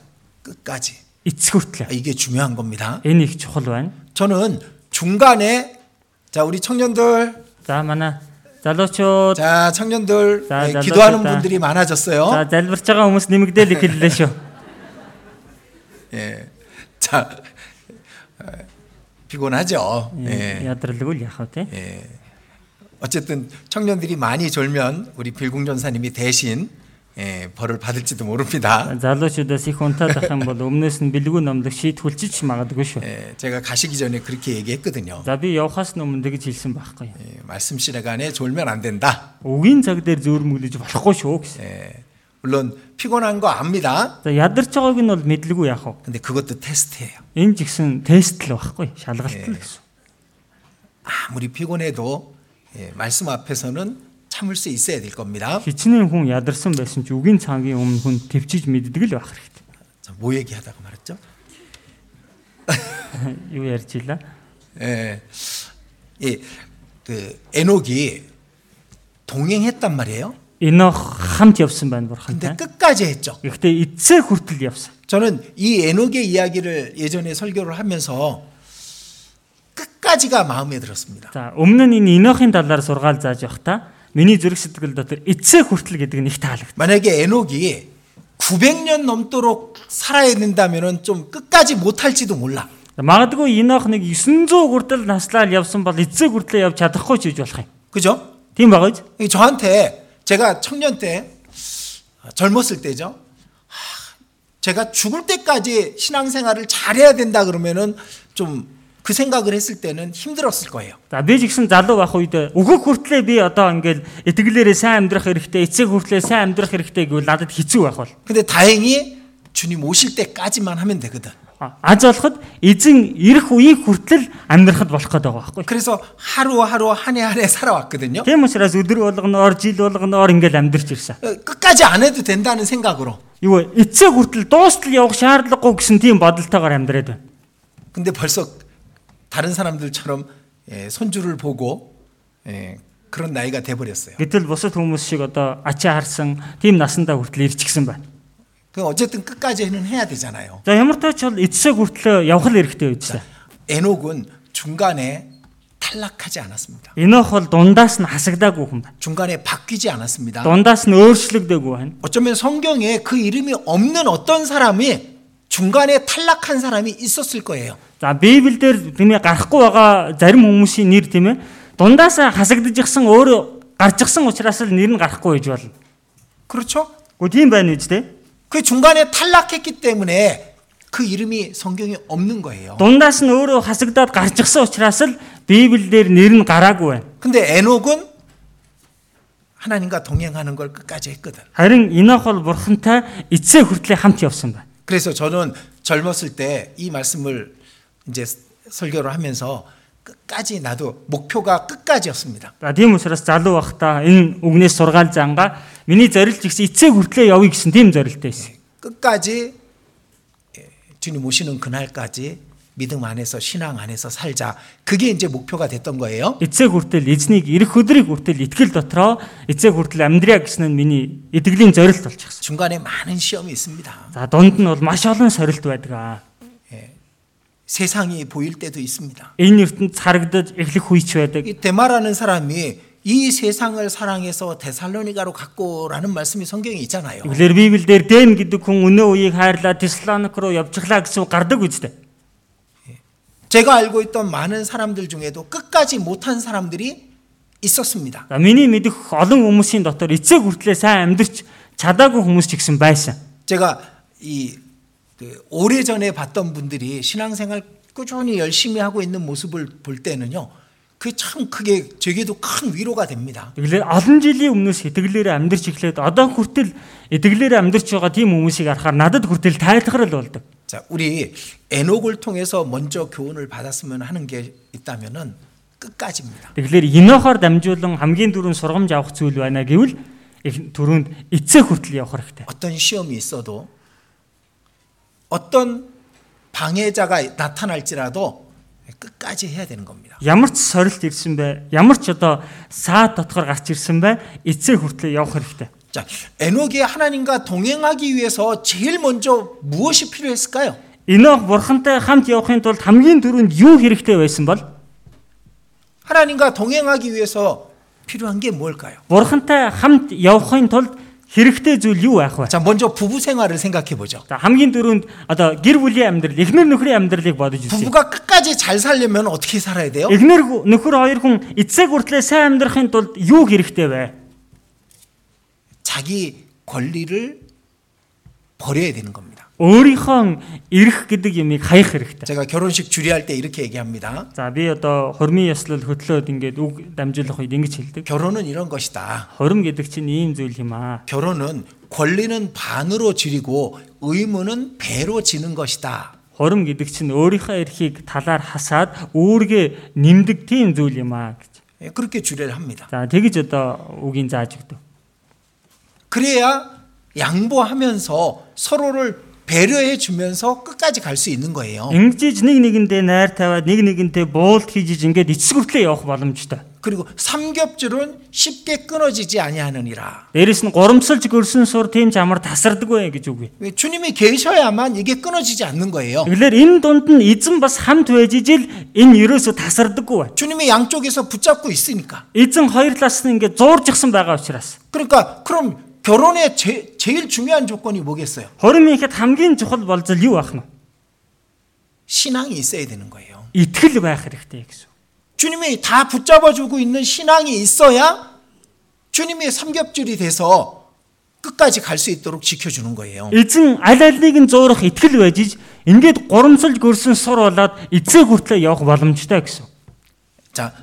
A: 끝까지. 아,
B: Эцс хүртлээ.
A: 이게 중요한 겁니다.
B: Энэ их чухал байна.
A: 저는 중간에 자 우리 청년들
B: За манай залуучууд
A: 자 청년들
B: 자,
A: 예,
B: 자,
A: 기도하는
B: 자, 자.
A: 분들이 많아졌어요.
B: за залбирч байгаа хүмүүс нэмэгдээл их хэллээ шүү.
A: 예. 자 어, 피곤하죠.
B: 음.
A: 예.
B: Ядралгүй л яхав тий.
A: 어쨌든 청년들이 많이 졸면 우리 빌궁 전사님이 대신 예, 벌을 받을지도 모릅니다.
B: Залуучуудаас их унтаад ах юм бол өмнөөс нь бэлгүй номлог шийтгүүлчих магадгүй шүү.
A: 예, 제가 가시기 전에 그렇게 얘기했거든요.
B: За би явахаас нь өмнө гэж хэлсэн байхгүй.
A: 예, 말씀 시간에 졸면 안 된다.
B: Үгийн цаг дээр зөөрмөглөж болохгүй шүү гэсэн.
A: 예, 물론 피곤한 거 압니다.
B: За ядарч байгааг нь бол мэдлгүй яах вэ?
A: 근데 그것도 테스트예요.
B: Энэ жигсэн тест л байхгүй шалгалт л гэсэн.
A: 아무리 피곤해도 예, 말씀 앞에서는 참을 수 있어야 될 겁니다.
B: Хичнээн хүн ядарсан байсан ч үгийн цангийн өмнө хүн төвчиж мэддэг л байх хэрэгтэй.
A: 자, 뭐 얘기하다가 말았죠?
B: Юу ярьж илаа?
A: 예, 예, 그 에녹이 동행했단 말이에요.
B: Энох хамт явсан байна
A: 근데
B: бурхантай.
A: 끝까지 했죠.
B: Гэхдээ эцсээ хүртэл явсан.
A: 저는 이 에녹의 이야기를 예전에 설교를 하면서 끝까지가 마음에 들었습니다.
B: За өмнө нь энэ Энохын талаар сургаал зааж явахдаа миний зүрх сэтгэл дотор эцсээ хүртэл гэдэг нь их таалагдсан.
A: 만약에 에녹이 900년 넘도록 살아야 된다면 좀 끝까지 못할지도 몰라.
B: Магадгүй Энох нэг 900 хүртэл наслаал явсан бол эцсээ хүртлээ явж чадахгүй ч гэж болох юм.
A: 그죠?
B: Тийм байгаа биз?
A: 이 저한테 제가 청년 때 아, 젊었을 때죠. 하, 제가 죽을 때까지 신앙생활을 잘해야 된다 그러면은 좀 그 생각을 했을 때는 힘들었을 거예요.
B: За би ч гэсэн залуу байх үед өгөх хүртлээ би одоо ингээл итгэлээрээ сайн амьдрах хэрэгтэй, эцэг хүртлээ сайн амьдрах хэрэгтэй гэвэл надад хэцүү байх бол.
A: 근데 다행히 주님 오실 때까지만 하면 되거든.
B: А- Аз болоход эзэн ирэх үеийн хүртэл амьдрахад болох гэдэг байгаа байхгүй.
A: 그래서 하루하루 한 해 한 해 살아왔거든요.
B: Тийм учраас өдөр болгоноор, жил болгоноор ингээл амьдрч ирсэн.
A: 어, 끝까지 안 해도 된다는 생각으로.
B: Юу вэ? эцэг хүртэл дуустал явах шаардлагагүй гэсэн тийм бодолтойгоор амьдраад байна.
A: 근데 벌써 다른 사람들처럼 예, 손주를 보고 예, 그런 나이가 돼 버렸어요.
B: Гэтэл бусад хүмүүс шиг одоо ачаа харсан тийм насандаа хүртэл ирчихсэн байна.
A: 그 어쨌든 끝까지는 해야 되잖아요.
B: За ямар ч тач бол эцэг хүртэл явах л хэрэгтэй байж таа.
A: 에녹은 중간에 탈락하지 않았습니다.
B: Энох бол дундаас нь хасагдаагүй хүн байна.
A: 중간에 바뀌지 않았습니다.
B: Дундаас нь өөрчлөгдөөгүй байна.
A: 어쩌면 성경에 그 이름이 없는 어떤 사람이 중간에 탈락한 사람이 있었을 거예요.
B: За Библиэлд тийм ээ гарахгүй байгаа зарим хүмүүсийн нэр тийм ээ дундаас хасагдж ихсэн өөр гарч ихсэн учраас л нэр нь гарахгүй гэж болно.
A: 그렇죠?
B: Гэхдээ тийм байна үү те?
A: 그 중간에 탈락했기 때문에 그 이름이 성경에 없는 거예요.
B: Дундаас нь өөрөө хасагдаад гарч ихсэн учраас л Библиэлд нэр нь гараагүй байна.
A: 근데 에녹은 하나님과 동행하는 걸 끝까지 했거든.
B: Харин Инох бол бурхантай эцээ хүртлэх хамт явсан байна.
A: 그래서 저는 젊었을 때 이 말씀을 이제 설교를 하면서 끝까지 나도 목표가 끝까지였습니다.
B: За тийм учраас залуу байхдаа энэ үгнээс сургаал зангаа миний зорилт ихсэн эцээ хүртлэх явъя гэсэн тийм зорилттой байсан.
A: 끝까지 예, 주님 오시는 그날까지 믿음 안에서 신앙 안에서 살자. 그게 이제 목표가 됐던 거예요.
B: Эцэг хүртэл эзнийг ирэх өдрийг хүртэл итгэл дотроо эцэг хүртэл амьдрия гэсэн нь миний итгэлийн зорилт болчихсон.
A: 중간에 많은 시험이 있습니다.
B: За дунд нь бол маш олон сорилт байдаг аа.
A: 세상이 보일 때도 있습니다.
B: Энэ ертөнд царагдаж эхлэх үеч байдаг.
A: 이 대마라는 사람이 이 세상을 사랑해서 데살로니가로 갔고라는 말씀이 성경에 있잖아요.
B: Эглэр Библиэлд Дэм гэдэг хүн өнөө үеийг хайрлаа Тесланик руу явжглаа гэсэн үг гардаг үстэй.
A: 제가 알고 있던 많은 사람들 중에도 끝까지 못한 사람들이 있었습니다.
B: За миний мэдэх олон хүмүүсийн дотор эцэг хүртлээр сайн амьдарч чадаагүй хүмүүс ч ихсэн байсан.
A: 제가 이그 오래 전에 봤던 분들이 신앙생활 꾸준히 열심히 하고 있는 모습을 볼 때는요, 그 참 크게 제게도 큰 위로가 됩니다.
B: Тэгэлэр олон жилийн өмнөөс итгэлээр амьдарч эхлээд одоо хүртэл итгэлээр амьдарч байгаа тийм хүмүүсийг харахаар надад хүртэл тайлхарал болдог.
A: 자, 우리 에녹을 통해서 먼저 교훈을 받았으면 하는 게 있다면은 끝까지입니다.
B: Тэгэлэр энохоор дамжуулан хамгийн дөрөв сургамж авах зүйл байна гэвэл их түрүүнд эцэг хүртэл явах хэрэгтэй.
A: 어떤 시험이 있어도 어떤 방해자가 나타날지라도 끝까지 해야 되는 겁니다.
B: Ямар ч сорилт ирсэн бай, ямар ч одоо саад дотгор гарч ирсэн бай, эцэг хүртэл явах хэрэгтэй.
A: 자, 에녹이 하나님과 동행하기 위해서 제일 먼저 무엇이 필요했을까요?
B: Энох бурхантай хамт явахын тулд хамгийн дөрөнд юу хэрэгтэй байсан бол
A: 하나님과 동행하기 위해서 필요한 게 뭘까요?
B: бурхантай хамт явахын тулд хэрэгтэй зүйл юу байх вэ?
A: 자, 먼저 부부 생활을 생각해 보죠.
B: За хамгийн дөрөнд одоо гэр бүлийн амьдрал, эхнэр нөхрийн амьдралыг бодож үзье.
A: 부부가 끝까지 잘 살려면 어떻게 살아야 돼요?
B: Эхнэр хүү- нөхөр хоёр хүн эцэг хүртлээр сайн амьдрахын тулд юу хэрэгтэй вэ?
A: 자기 권리를 버려야 되는 겁니다.
B: Өөрийнхөө эрх гэдэг юмыг хаях хэрэгтэй.
A: 제가 결혼식 주례할 때 이렇게 얘기합니다.
B: За би одоо хормын ёслол хөтлөөд ингээд үг дамжуулах үед ингэж хэлдэг.
A: 결혼은 이런 것이다.
B: Хором гэдэг чинь ийм зүйл юм аа.
A: 결혼은 권리는 반으로 줄이고 의무는 배로 지는 것이다.
B: Хором гэдэг чинь өөрийнхөө эрхийг талаар хасаад үүргээ нэмдэг тийм зүйл юм аа гэж.
A: 예, 그렇게 주례를 합니다.
B: За тэгж одоо үгийн зааж өгдөг.
A: 그래야 양보하면서 서로를 배려해 주면서 끝까지 갈 수 있는 거예요.
B: 음. Ингэж нэг нэгэндээ найр тавиад нэг нэгэнтэй буулт хийж иж ингээд эцэг хүртлээр явах боломжтой.
A: 그리고 삼겹줄은 쉽게 끊어지지 아니하느니라.
B: Дээрэс нь горомсолж гөрсөн сур тийм ч амар тасардаггүй гэж үгүй.
A: 왜 주님이 계셔야만 이게 끊어지지 않는 거예요.
B: Тэгэлэр энэ дунд нь эзэн бас хамт байж ижил энэ ерөөсө тасардаггүй байна.
A: 주님이 양쪽에서 붙잡고 있으니까.
B: Эзэн хоёр талаас нь ингээд зууржсан байгаа учраас.
A: 그러니까 그럼 결혼의 제, 제일 중요한 조건이 뭐겠어요?
B: Хорин минхэд хамгийн чухал болзол юу байх нь?
A: 신앙이 있어야 되는 거예요.
B: Итгэл байх хэрэгтэй гэсэн. үг.
A: 주님이 다 붙잡아 주고 있는 신앙이 있어야 주님이 삼겹줄이 돼서 끝까지 갈 수 있도록 지켜주는 거예요.
B: Эзэн аль альнийг нь зуурах итгэл байж иж ингээд горомсолж гөрсөн сур болоод эцэг хүртлээр явах боломжтой гэсэн. үг.
A: 자,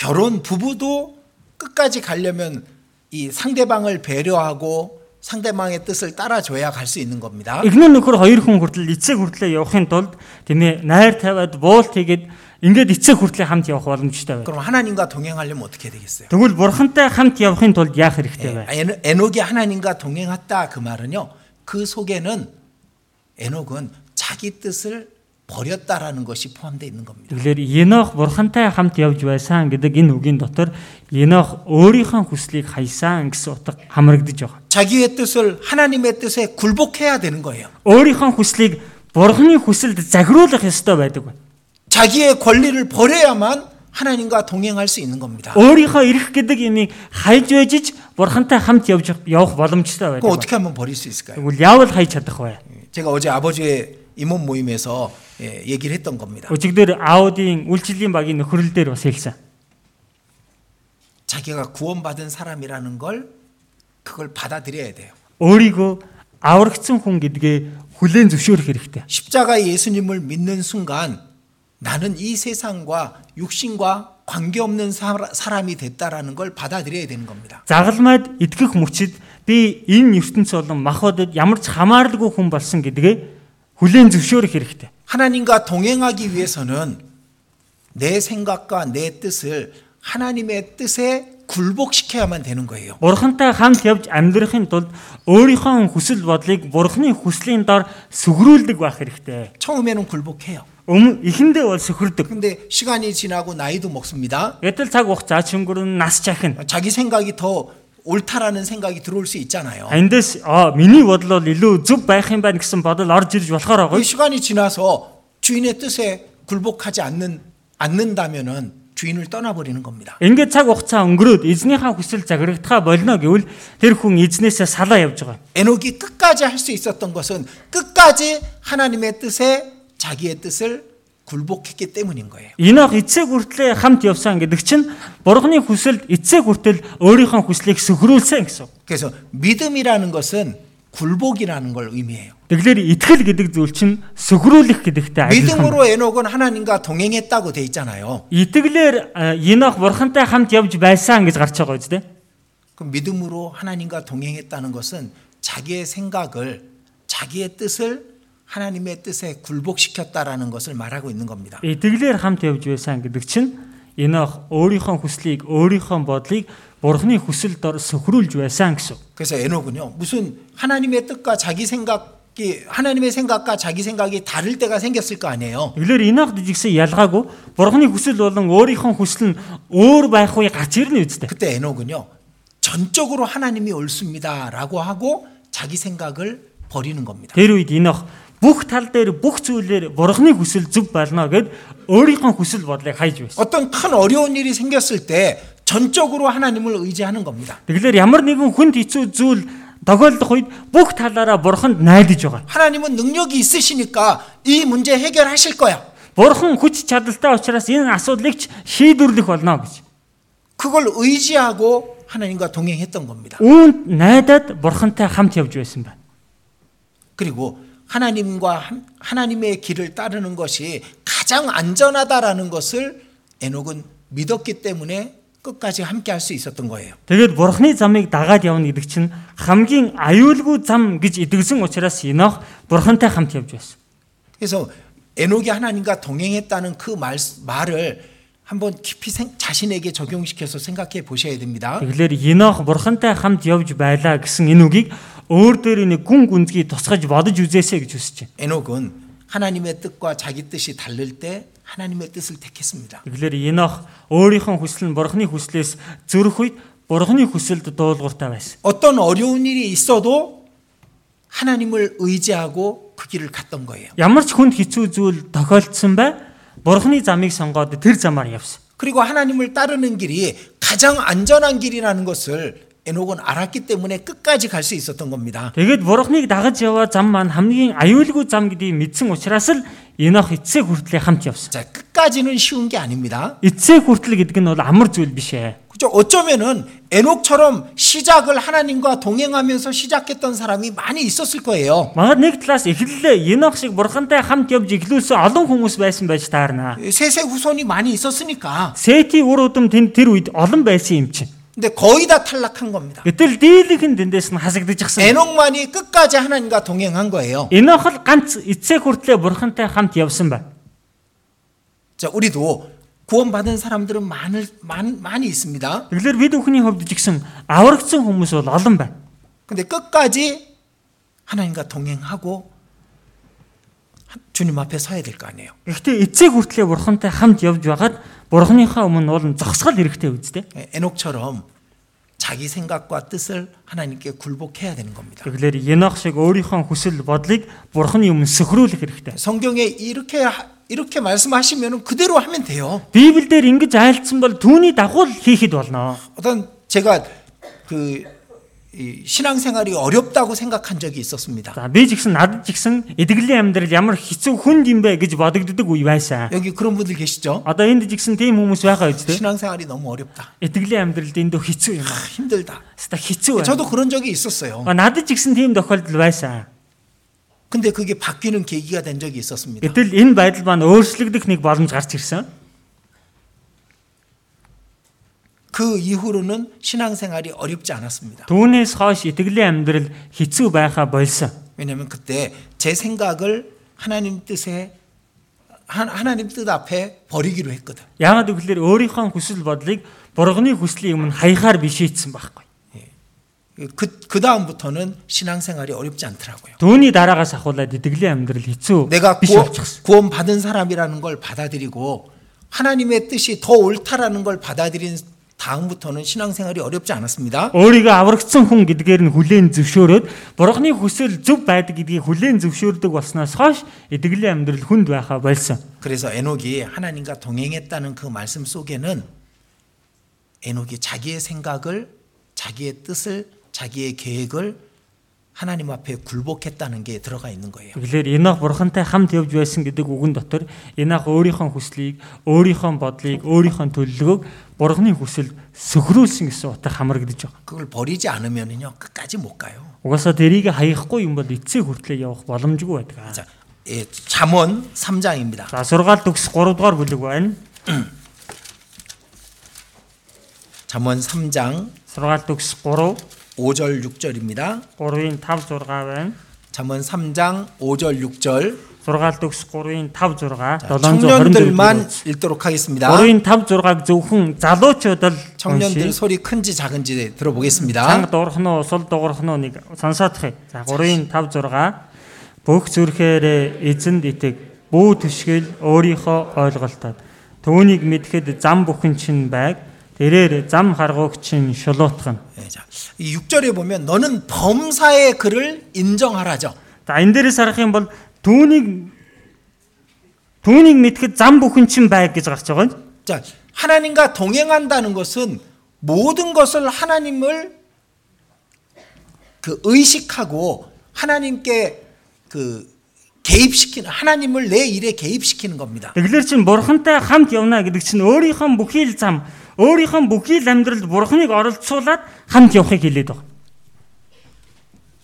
A: 결혼 부부도 끝까지 가려면 이 상대방을 배려하고 상대방의 뜻을 따라줘야 갈 수 있는 겁니다.
B: Эхнэр нөхөр хоёр хүн хүртэл эцэг хүртлээр явахын тулд тийм ээ найр тавиад буулт хийгээд ингээд эцэг хүртлээр хамт явах боломжтой байна.
A: 그럼 하나님과 동행하려면 어떻게 되겠어요? 아,
B: Тэгвэл бурхантай хамт явахын тулд яах хэрэгтэй вэ?
A: 에- 에녹이 하나님과 동행했다 그 말은요. 그 속에는 에녹은 자기 뜻을 버렸다라는 것이 포함되어 있는 겁니다.
B: Тэгэлэр Енох бурхантай хамт явж байсан гэдэг энэ үгийн дотор Енох өөрийнхөө хүслийг хаясан гэсэн утга хамрагдаж байгаа.
A: 자기의 뜻을 하나님의 뜻에 굴복해야 되는 거예요.
B: Өөрийнхөө хүслийг бурханы хүсэлд захируулах ёстой байдаг байна.
A: 자기의 권리를 버려야만 하나님과 동행할 수 있는 겁니다.
B: Өөрийнхөө эрх гэдэг юмыг хаяж байж иж бурхантай хамт явж явах
A: 그럼
B: боломжтой байдаг. байна.
A: 어떻게 하면 버릴 수 있을까요?
B: Тэгвэл яавал хаяж чадах вэ?
A: 제가 어제 아버지의 임원 모임에서 예, 얘기를 했던 겁니다.
B: Өчигдөр Аудийн үйлчлийн багийн нөхөрлөл дээр бас хэлсэн.
A: 자기가 구원받은 사람이라는 걸 그걸 받아들여야 돼요.
B: Өөрийгөө аврагдсан хүн гэдгээ хүлээн зөвшөөрөх хэрэгтэй.
A: 십자가 예수님을 믿는 순간 나는 이 세상과 육신과 관계없는 사- 사람이 됐다라는 걸 받아들여야 되는 겁니다.
B: Загалмайд итгэх мөчид би энэ ертөнц болон махбодод ямар ч хамааралгүй хүн болсон гэдгээ хүлээн зөвшөөрөх хэрэгтэй.
A: 하나님과 동행하기 위해서는 내 생각과 내 뜻을 하나님의 뜻에 굴복시켜야만 되는 거예요.
B: Бурхантай хамт явж амьдрахын тулд өөрийнхөө хүсэл бодлыг бурхны хүслийн дор сүгрүүлдэг байх хэрэгтэй.
A: 처음에는 굴복해요.
B: Өмнө эхэндээ бол сөхөрдөг.
A: 근데 시간이 지나고 나이도 먹습니다.
B: Гэтэл цаг хугацаа ч өнгөрөн нас чахна.
A: 자기 생각이 더 옳다라는 생각이 들어올 수 있잖아요.
B: Эндээс аа миний бодол бол илүү зөв байх юм байна гэсэн бодол орж ирж болохоор
A: 그
B: байгаа.
A: 시간이 지나서 주인의 뜻에 굴복하지 않는 않는다면은 주인을 떠나버리는 겁니다.
B: Ингээд цаг хугацаа өнгөрөөд эзнийхээ хүсэл заграгдхаа болно гэвэл тэр хүн эзнээсээ салаа явж байгаа.
A: 에녹이 끝까지 할 수 있었던 것은 끝까지 하나님의 뜻에 자기의 뜻을 굴복했기 때문인 거예요.
B: Инох эцэг хүртлээр хамт явсан гэдэг чинь бурхны хүсэлд эцэг хүртэл өөрийнхөө хүслийг сөхрүүлсэн гэсэн.
A: 그래서 믿음이라는 것은 굴복이라는 걸 의미해요.
B: Тэгэлэр итгэл гэдэг зүйл чинь сөхрүүлэх гэдэгтэй адилхан.
A: 믿음으로 에녹은 하나님과 동행했다고 돼 있잖아요.
B: Итгэлээр э, Инох бурхантай хамт явж байсан гэж гарч байгаа биз дээ.
A: 그럼 믿음으로 하나님과 동행했다는 것은 자기의 생각을 자기의 뜻을 하나님의 뜻에 굴복시켰다라는 것을 말하고 있는 겁니다.
B: Итгэлээр хамт явж байсан гэдэг чинь Инох өөрийнхөө хүслийг, өөрийнхөө бодлыг бурхны хүсэлд ор- сөхрүүлж байсан гэсэн.
A: 그래서 에녹은요 무슨 하나님의 뜻과 자기 생각이 하나님의 생각과 자기 생각이 다를 때가 생겼을 거 아니에요.
B: Тэгэлэр Инох дижигсэн ялгаагүй бурхны хүсэл болон өөрийнхөө хүсэл нь өөр байх үе гарч ирнэ үсттэй.
A: 그때 에녹은요 전적으로 하나님이 옳습니다라고 하고 자기 생각을 버리는 겁니다.
B: Тэр үед Инох бүх тал дээр бүх зүйлээр бурхны хүсэл зөв болно гэд өөрийнхөө хүсэл бодлыг хайж байсан.
A: 어떤 큰 어려운 일이 생겼을 때 전적으로 하나님을 의지하는 겁니다.
B: Тэгэлэр ямар нэгэн хүнд хэцүү зүйл тохиолдох үед бүх талаараа бурханд найдаж байгаа.
A: 하나님은 능력이 있으시니까 이 문제 해결하실 거야.
B: Бурхан хүч чадалтай учраас энэ асуудлыг ч шийдвэрлэх болно гэж.
A: 그걸 의지하고 하나님과 동행했던 겁니다.
B: Үүнд найдаад бурхантай хамт явж байсан байна.
A: 그리고 하나님과 함- 하나님의 길을 따르는 것이 가장 안전하다라는 것을 에녹은 믿었기 때문에 끝까지 함께 할 수 있었던 거예요.
B: Тэгээд бурхны замыг дагаад явна гэдэг чинь хамгийн аюулгүй зам гэж итгэсэн учраас Инох бурхантай хамт явж байсан.
A: 그래서 에녹이 하나님과 동행했다는 그 말, 말을 한번 깊이 생- 자신에게 적용시켜서 생각해 보셔야 됩니다.
B: Тэгэлэр Инох бурхантай хамт явж байлаа гэсэн энэ үгийг өөр дээр нэг гүн гүнзгий тусгаж бодож үзээсэй гэж хүсэж байна.
A: 에녹은 하나님의 뜻과 자기 뜻이 다를 때 하나님의 뜻을 택했습니다.
B: Тэгэлэр Инох өөрийнхөө хүсэл нь бурхны хүслээс зөрөх үед бурхны хүсэлд дуулууртай байсан.
A: 어떤 어려운 일이 있어도 하나님을 의지하고 그 길을 갔던 거예요.
B: Ямар ч хүнд хэцүү зүйл тохиолдсон бай Бурхны замыг сонгоод тэр замаар явсан.
A: 그리고 하나님을 따르는 길이 가장 안전한 길이라는 것을 에녹은 알았기 때문에 끝까지 갈 수 있었던 겁니다.
B: Тэгээд Бурхныг дагаж яваа зам маань хамгийн аюулгүй зам гэдгийг мэдсэн учраас л Инох эцэг хүртлэх хамт явсан.
A: 자, 끝까지는 쉬운 게 아닙니다.
B: Эцэг хүртэл гэдэг нь бол амар зүйл биш ээ.
A: 그죠? 어쩌면은 에녹처럼 시작을 하나님과 동행하면서 시작했던 사람이 많이 있었을 거예요.
B: Магад нэг талаас эхлэлээ Инох шиг Бурхантай хамт явж эхлүүлсэн олон хүмүүс байсан байж таарна.
A: 세세 후손이 많이 있었으니까.
B: Сети үр удам тэнд тэр үед олон байсан юм чинь.
A: 근데 거의 다 탈락한 겁니다.
B: Гэтэл дийлийнх нь тэндээс нь хасагдчихсан.
A: 에녹만이 끝까지 하나님과 동행한 거예요.
B: Инох л ганц эцэг хүртлэх Бурхантай хамт явсан байна.
A: 자, 우리도 구원받은 사람들은 많을, 많, 많이 있습니다.
B: Тэгэлэр бид бүхний хувьд ч гэсэн аврагдсан хүмүүс бол олон байна.
A: 근데 끝까지 하나님과 동행하고 주님 앞에 서야 될 거 아니에요.
B: Гэхдээ эцэг хүртлээр бурхантай хамт явж байгаад бурхныхаа өмнө уулын зогсгал хэрэгтэй үсттэй.
A: 예, 에, 에녹처럼 자기 생각과 뜻을 하나님께 굴복해야 되는 겁니다.
B: Тэгэлэр Енох шиг өөрийнхөө хүсэл бодлыг бурхны өмнө сөхрүүлэх хэрэгтэй.
A: 성경에 이렇게 하- 이렇게 말씀하시면 그대로 하면 돼요.
B: Библиэлд ингэж айлцсан бол түүний дагуу л хийхэд болно.
A: 어떤 제가 그 이, 신앙생활이 어렵다고 생각한 적이 있었습니다.
B: За би ч гэсэн надад ч гэсэн эдгэрлийн амьдрал ямар хэцүү хүнд юм бэ гэж бодогддог үе байсан.
A: 여기 그런 분들 계시죠?
B: Одоо энд ч гэсэн тийм хүмүүс байгаа үсттэй.
A: 신앙생활이 너무 어렵다.
B: Эдгэрлийн амьдрал дэндүү хэцүү юм аа.
A: 힘들다.
B: Хаста хэцүү байна.
A: 저도 그런 적이 있었어요.
B: Надад ч гэсэн тийм тохиолдол байсан.
A: 근데 그게 바뀌는 계기가 된 적이 있었습니다.
B: Гэтэл энэ байдал маань өөрчлөгдөх нэг боломж гарч ирсэн.
A: 그 이후로는 신앙생활이 어렵지 않았습니다.
B: Түүнээс хойш итгэлийн амьдрал хэцүү байхаа болсон.
A: 왜냐하면 그때 제 생각을 하나님 뜻에 하- 하나님 뜻 앞에 버리기로 했거든.
B: Яагаад гэвэл өөрийнхөө хүсэл бодлыг бурганы хүслийн өмнө хаяхаар бишээдсэн байхгүй.
A: 그, 그 다음부터는 신앙생활이 어렵지 않더라고요.
B: Түүний дараагаас ахуулаад итгэлийн амьдрал хэцүү
A: 내가
B: биш
A: 구원,
B: болчихсон.
A: 구원 받은 사람이라는 걸 받아들이고 하나님의 뜻이 더 옳다라는 걸 받아들인 다음부터는 신앙생활이 어렵지 않았습니다.
B: Өөрийгөө аврагдсан хүн гэдгээр нь хүлээн зөвшөөрөөд бурганы хүсэл зөв байдаг гэдгийг хүлээн зөвшөөрдөг болсноос хойш итгэлийн амьдрал хүнд байхаа болсон.
A: 그래서 에녹이 하나님과 동행했다는 그 말씀 속에는 에녹이 자기의 생각을 자기의 뜻을 자기의 계획을 하나님 앞에 굴복했다는 게 들어가 있는 거예요.
B: Тэгэлэр Энох бурхантай хамт явж байсан гэдэг үгэн дотор Энох өөрийнхөө хүслийг, өөрийнхөө бодлыг, өөрийнхөө төлөвлөгөөг бурхны хүсэлд сөхрүүлсэн гэсэн утга хамрагдаж байгаа.
A: 그걸 버리지 않으면은요 끝까지 못 가요.
B: Угаасаа тэрийг хаяхгүй юм бол эцсийн хүртлээр явах боломжгүй байдаг. аа.
A: 자, 예, 잠언 3장입니다.
B: За сургаал төгс 3 дугаар бүлэг байна.
A: 잠언 3장
B: Сургаал төгс 3
A: 5절 6절입니다.
B: 3-ийн 5 6 байна.
A: 잠언 3장 5절 6절.
B: Сургаал төгс 3-ийн 5 6
A: 자,
B: 724
A: 청년들만
B: -ээс.
A: 읽도록 하겠습니다.
B: 3-ийн 5 6-г зөвхөн залуучуудад л
A: 청년들
B: уншия.
A: 소리 큰지 작은지 들어보겠습니다.
B: Цанг дуурхноо, усал дуурхноо нэг сонсоодох. За 3-ийн 5 6 бүх зүрхээр эзэнд итэг, бүү төшгөл өөрийнхөө ойлголтод. Төвнийг мэдхэд зам бүхэн чинь байг, тэрээр зам харгууг чинь шулуутгана.
A: 예, 자, 이 6절에 보면 너는 범사의 그를 인정하라죠.
B: За энэ дээрээс харах юм бол түүнийг түүнийг мэдхэд зам бүхэн чинь байг гэж гарч байгаа юм.
A: 자, 하나님과 동행한다는 것은 모든 것을 하나님을 그 의식하고 하나님께 그 개입시키는 하나님을 내 일에 개입시키는 겁니다.
B: Тэгэлэр чинь бурхантай хамт явна гэдэг чинь өөрийнхөө бүхий л зам, өөрийнхөө бүхий л амьдралд бурханыг оролцуулаад хамт явахыг хэлээд байна.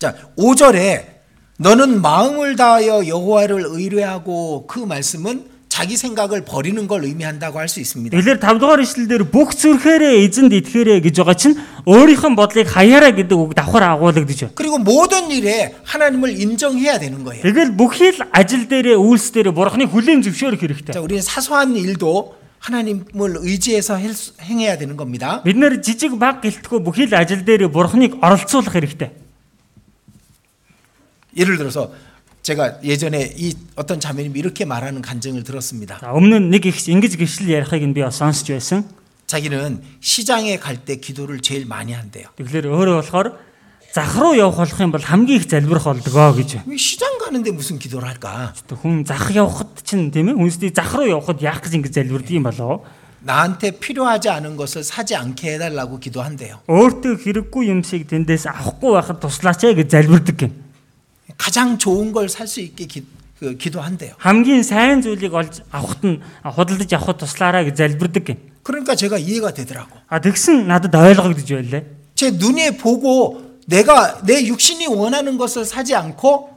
A: 자, 5절에 너는 마음을 다하여 여호와를 의뢰하고 그 말씀은 자기 생각을 버리는 걸 의미한다고 할 수 있습니다.
B: Тэгэлэр 5 дугаар ишлэлээр бүх зүрхээрээ эзэнд итгээрэй гэж байгаа чинь өөрийнхөө бодлыг хаяараа гэдэг үг давхар агуулдаг.
A: 그리고 모든 일에 하나님을 인정해야 되는 거예요.
B: Тэгэл бүхий л ажил дээрээ үйлс дээрээ бурхны хүлээн зөвшөөрөх
A: 자,
B: хэрэгтэй.
A: 우리는 사소한 일도 하나님을 의지해서 할 수- 행해야 되는 겁니다.
B: Бид нэр жижиг баг гэлтгөө бүхий л ажил дээрээ бурхныг оролцуулах хэрэгтэй.
A: 예를 들어서 제가 예전에 이 어떤 자매님이 이렇게 말하는 간증을 들었습니다.
B: За өмнө нь нэг их ингэж гişл ярихыг нь би бас сонсч байсан.
A: 자기는 시장에 갈 때 기도를 제일 많이 한대요.
B: Тэгэлэр өөрөө болохоор зах руу явах болох юм бол хамгийн их залбирх болдгоо гэж.
A: 왜 시장 가는데 무슨 기도를 할까?
B: Хүн зах явахд чинь тийм ээ хүнсний зах руу явахд яах гэж ингэж залбирдаг юм болов.
A: 나한테 필요하지 않은 것을 사지 않게 해달라고 기도한대요.
B: өөртөө хэрэггүй юмсыг тэндээс авахгүй байхад туслаач ээ гэж залбирдаг гин.
A: 가장 좋은 걸 살 수 있게 기, 그, 기도한대요.
B: Хамгийн сайн зүйлийг олж авахт нь худалдаж авахд туслаараа гэж залбирдаг гин.
A: 그러니까 제가 이해가 되더라고.
B: А тэгсэн надад ойлгогдож байлаа.
A: 제 눈에 보고 내가 내 육신이 원하는 것을 사지 않고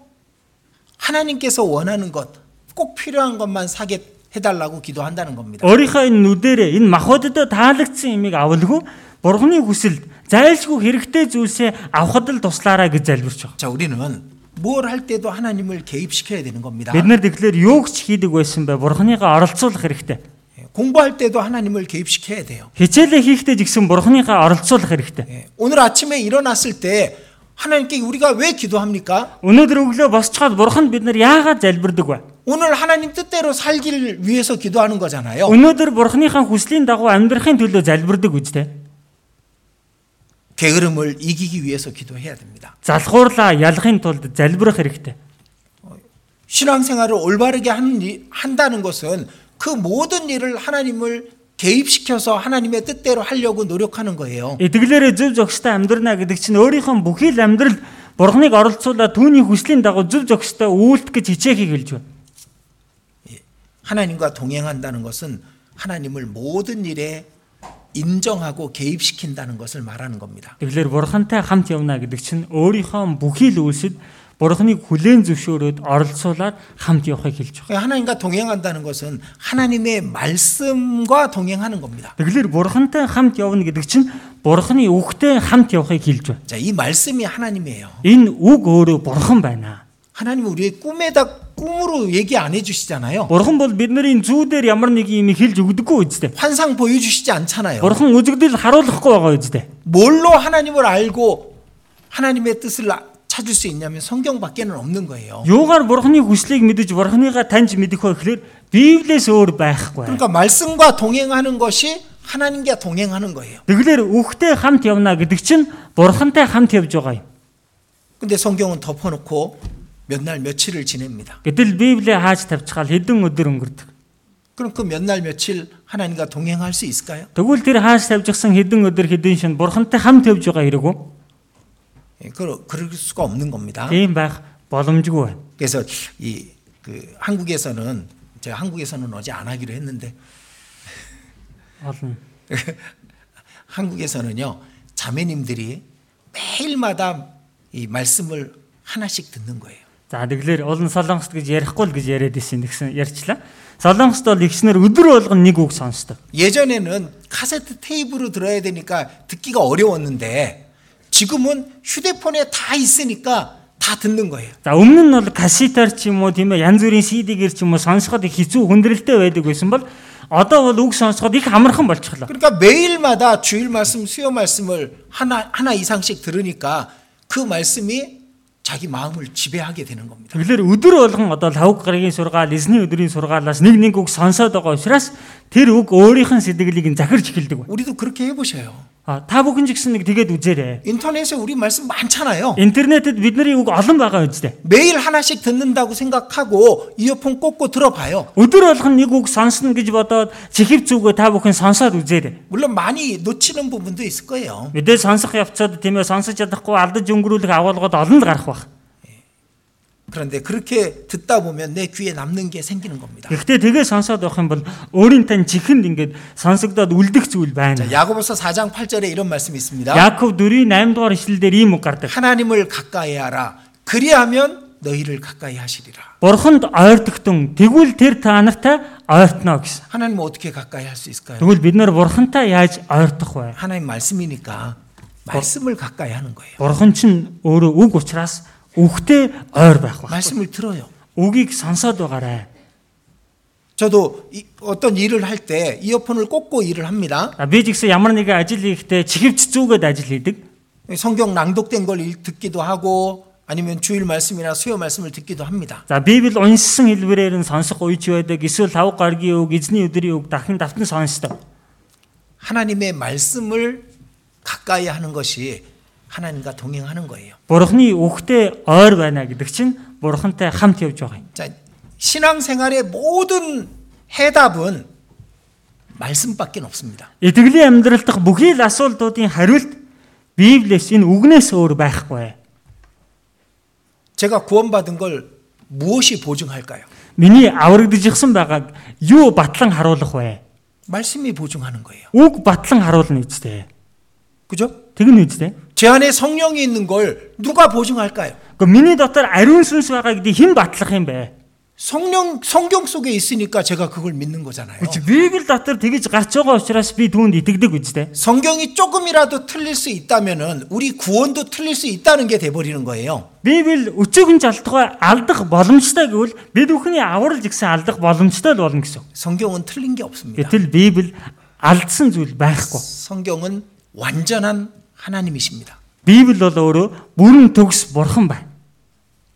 A: 하나님께서 원하는 것, 꼭 필요한 것만 사게 해달라고 기도한다는 겁니다.
B: Өөрийнхөө энэ нүдэрээ энэ махуудад таалагдсан имийг авалгүй бурхны хүсэлд зайлшгүй хэрэгтэй зүйлсээ авахд л туслаараа гэж залбирч байгаа.
A: 자, 우리는 뭘 할 때도 하나님을 개입시켜야 되는 겁니다.
B: Бид нар тэгэхээр юу ч хийдэг байсан бай бурхныгаа оролцуулах хэрэгтэй.
A: 예, 공부할 때도 하나님을 개입시켜야 돼요.
B: Хичээлээ хийхдээ жигсэн бурхныгаа оролцуулах хэрэгтэй.
A: 예, 오늘 아침에 일어났을 때 하나님께 우리가 왜 기도합니까?
B: Өнөөдөр өглөө босчоод бурханд бид нар яагаад залбирдаг вэ?
A: 오늘 하나님 뜻대로 살기를 위해서 기도하는 거잖아요.
B: Өнөөдөр бурхныхаа хүслийн дагуу амьдрахын төлөө залбирдаг үстэй.
A: 게으름을 이기기 위해서 기도해야 됩니다.
B: Залхуурлаа ялахын тулд залбирах хэрэгтэй.
A: 신앙생활을 올바르게 하는 일- 한다는 것은 그 모든 일을 하나님을 개입시켜서 하나님의 뜻대로 하려고 노력하는 거예요.
B: Итгэлээрээ зөв зөвхөстэй амьдрна гэдэг чинь өөрийнхөө бүхий л амьдралд бурхныг оролцуулаад түүний хүслийн дагуу зөв зөвхөстэй үйлдэх гэж хичээхийг хэлж байна.
A: 하나님과 동행한다는 것은 하나님을 모든 일에 인정하고 개입시킨다는 것을 말하는 겁니다.
B: Тэгэлэр бурхантай хамт явна гэдэг чинь өөрийнхөө бүхий л үйлсэд бурхныг хүлээн зөвшөөрөөд оролцуулаад хамт явахыг хэлж байна.
A: 하나님과 동행한다는 것은 하나님의 말씀과 동행하는 겁니다.
B: Тэгэлэр бурхантай хамт явна гэдэг чинь бурхны үгтэй хамт явахыг хэлж байна.
A: 자, 이 말씀이 하나님이에요.
B: Энэ үг өөрөө бурхан байна.
A: 하나님은 우리의 꿈에다 꿈으로 얘기 안 해주시잖아요.
B: Бурхан бол бидний зүүдээр ямар нэг юм хэлж өгдөггүй үсттэй.
A: 환상 보여주시지 않잖아요.
B: Бурхан үзэгдэл харуулахгүй байгаа үсттэй.
A: 뭘로 하나님을 알고 하나님의 뜻을 아- 찾을 수 있냐면 성경밖에는 없는 거예요.
B: Юугаар бурханы хүслийг мэдэж бурханыгаа таньж мэдэх вэ гэхээр Библиэс өөр байхгүй.
A: 그러니까 말씀과 동행하는 것이 하나님과 동행하는 거예요.
B: Тэгэлэр үхтэй хамт явна гэдэг чинь бурхантай хамт явж байгаа юм.
A: 근데 성경은 덮어놓고 몇 날 며칠을 지냅니다.
B: Гэтэл Библийг хааж тавьчихал хэдэн өдөр өнгөрдөг.
A: 그럼 그 몇 날 며칠 하나님과 동행할 수 있을까요?
B: Тэгвэл тэр хааж тавьжсан хэдэн өдөр хэдэн шин бурхантай хамт явж байгаа хэрэггүй.
A: 예, 그러, 그럴 수가 없는 겁니다.
B: Тийм байх боломжгүй байна.
A: 그래서 이 그 한국에서는 제가 한국에서는 어제 안 하기로 했는데
B: Олон
A: 한국에서는요 자매님들이 매일마다 이 말씀을 하나씩 듣는 거예요.
B: За тэгэлэр олон солонгост гэж ярихгүй л гэж яриад исэн гэсэн ярьчлаа. Солонгост бол ихснэр өдөр болгон нэг үг сонсдог.
A: 예전에는 카세트 테이프로 들어야 되니까 듣기가 어려웠는데 지금은 휴대폰에 다 있으니까 다 듣는 거예요.
B: За өмнө нь бол кассетаар ч юм уу тийм ээ янз бүрийн CD-гэр ч юм уу сонсоход их хэцүү хүндрэлтэй байдаг байсан бол одоо бол үг сонсоход их амархан болчихлоо.
A: 그러니까 매일마다 주일 말씀, 수요 말씀을 하나 하나 이상씩 들으니까 그 말씀이 자기 마음을 지배하게 되는 겁니다.
B: Тэгэлэр өдөр болгон одоо лавг гарагийн сургаал, эзний өдрийн сургаалаас нэг нэг үг сонсоод байгаа учраас тэр үг өөрийнх нь сэтгэлийг нь захирч эхэлдэг байна.
A: 우리도 그렇게 해보셔요.
B: А та бүхэн ч гэсэн нэг тэгээд үзээрэй.
A: 인터넷에 우리 말씀 많잖아요.
B: Интернетэд бидний үг олон байгаа үстэй.
A: 매일 하나씩 듣는다고 생각하고 이어폰 꽂고 들어봐요.
B: Өдөр болгон нэг үг сонсно гэж бодоод чихв зүгөө та бүхэн сонсоод үзээрэй.
A: 물론 많이 놓치는 부분도 있을 거예요.
B: Мэдээ сонсох явцад тийм ээ сонсож чадахгүй алдаж өнгөрүүлэх агуулгад олон л гарах бах.
A: 그런데 그렇게 듣다 보면 내 귀에 남는 게 생기는 겁니다.
B: Гэхдээ тэгээ сонсоод явах юм бол өөрийн тань чихэнд ингээд сонсогдоод үлдэх зүйл
A: 자,
B: байна.
A: 야고보서 4장 8절에 이런 말씀이 있습니다.
B: Яаков 4-ийн 8 дугаар ишлэлээр ийм үг гардаг.
A: 하나님을 가까이하라. 그리하면 너희를 가까이 하시리라.
B: Бурханд ойртогтон тэгвэл тэр та нартай ойртно гэсэн.
A: 하나님 어떻게 가까이 할 수 있을까요?
B: Тэгвэл бид нар бурхантай яаж ойртох вэ?
A: 하나님 말씀이니까 말씀을 가까이 하는 거예요.
B: Бурхан чинь өөрөө үг учраас үгтэй ойр байх ба.
A: 말씀을 들어요.
B: Үгийг сонсоод байгаарэ.
A: 저도 이- 어떤 일을 할 때 이어폰을 꽂고 일을 합니다.
B: А би ч гэсэн ямар нэгэн ажил хийхдээ чихвч зүгээд ажил хийдэг.
A: 성경 낭독된 걸 일- 듣기도 하고 아니면 주일 말씀이나 수요 말씀을 듣기도 합니다.
B: За Библи унссан хэлбэрээр нь сонсох үеч байдаг. Эсвэл лав гаргийн үг, эзний өдрийн үг дахин давтан сонсдог.
A: 하나님의 말씀을 가까이 하는 것이 하나님과 동행하는 거예요.
B: Бурхны үгтэй ойр байна гэдэг чинь бурхантай хамт явж байгаа юм.
A: 자, 신앙생활의 모든 해답은 말씀밖에 없습니다.
B: Итгэлийн амьдрал дахь бүхий л асуултуудын хариулт Библиэс энэ үгнээс өөр байхгүй.
A: 제가 구원받은 걸 무엇이 보증할까요?
B: Миний аврагдчихсан байгааг юу батлан харуулах вэ?
A: 말씀이 보증하는 거예요.
B: Үг батлан харуулна үсттэй.
A: 그죠?
B: Тэгнэ үсттэй.
A: 제 안에 성령이 있는 걸 누가 보증할까요?
B: Гэхдээ миний дотор ариун сүнс байгаа гэдэг хэн батлах юм бэ?
A: 성령 성경 속에 있으니까 제가 그걸 믿는 거잖아요.
B: Үгүй Библи дотор тэгж гарч байгаа учраас би түүнд итгэдэг үстэй.
A: 성경이 조금이라도 틀릴 수 있다면은 우리 구원도 틀릴 수 있다는 게 돼버리는 거예요.
B: Библи өчөөгөн жалтгай алдах боломжтой гэвэл бид бүхний аврал жигсэн алдах боломжтой л болно гэсэн.
A: 성경은 틀린 게 없습니다.
B: Гэтэл Библи алдсан зүйл байхгүй.
A: 성경은 완전한 하나님이십니다.
B: Библи бол өөрөө бүрэн төгс бурхан байна.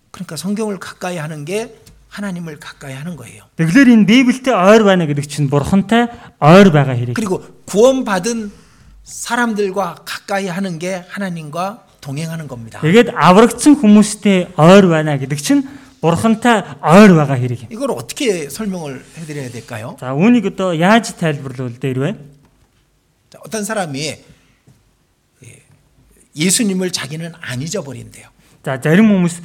A: 그러니까 성경을 가까이 하는 게 하나님을 가까이 하는 거예요.
B: Тэгэхээр энэ Библитэй ойр байна гэдэг чинь бурхантай ойр байгаа хэрэг.
A: 그리고 구원받은 사람들과 가까이 하는 게 하나님과 동행하는 겁니다.
B: Тэгээд аврагдсан хүмүүстэй ойр байна гэдэг чинь бурхантай ойр байгаа хэрэг. юм.
A: 이걸 어떻게 설명을 해드려야 될까요?
B: За үүнийг одоо яаж тайлбарлавал дээр вэ?
A: 자, 어떤 사람이 예, 예수님을 자기는 안 잊어버린대요.
B: За зарим хүмүүс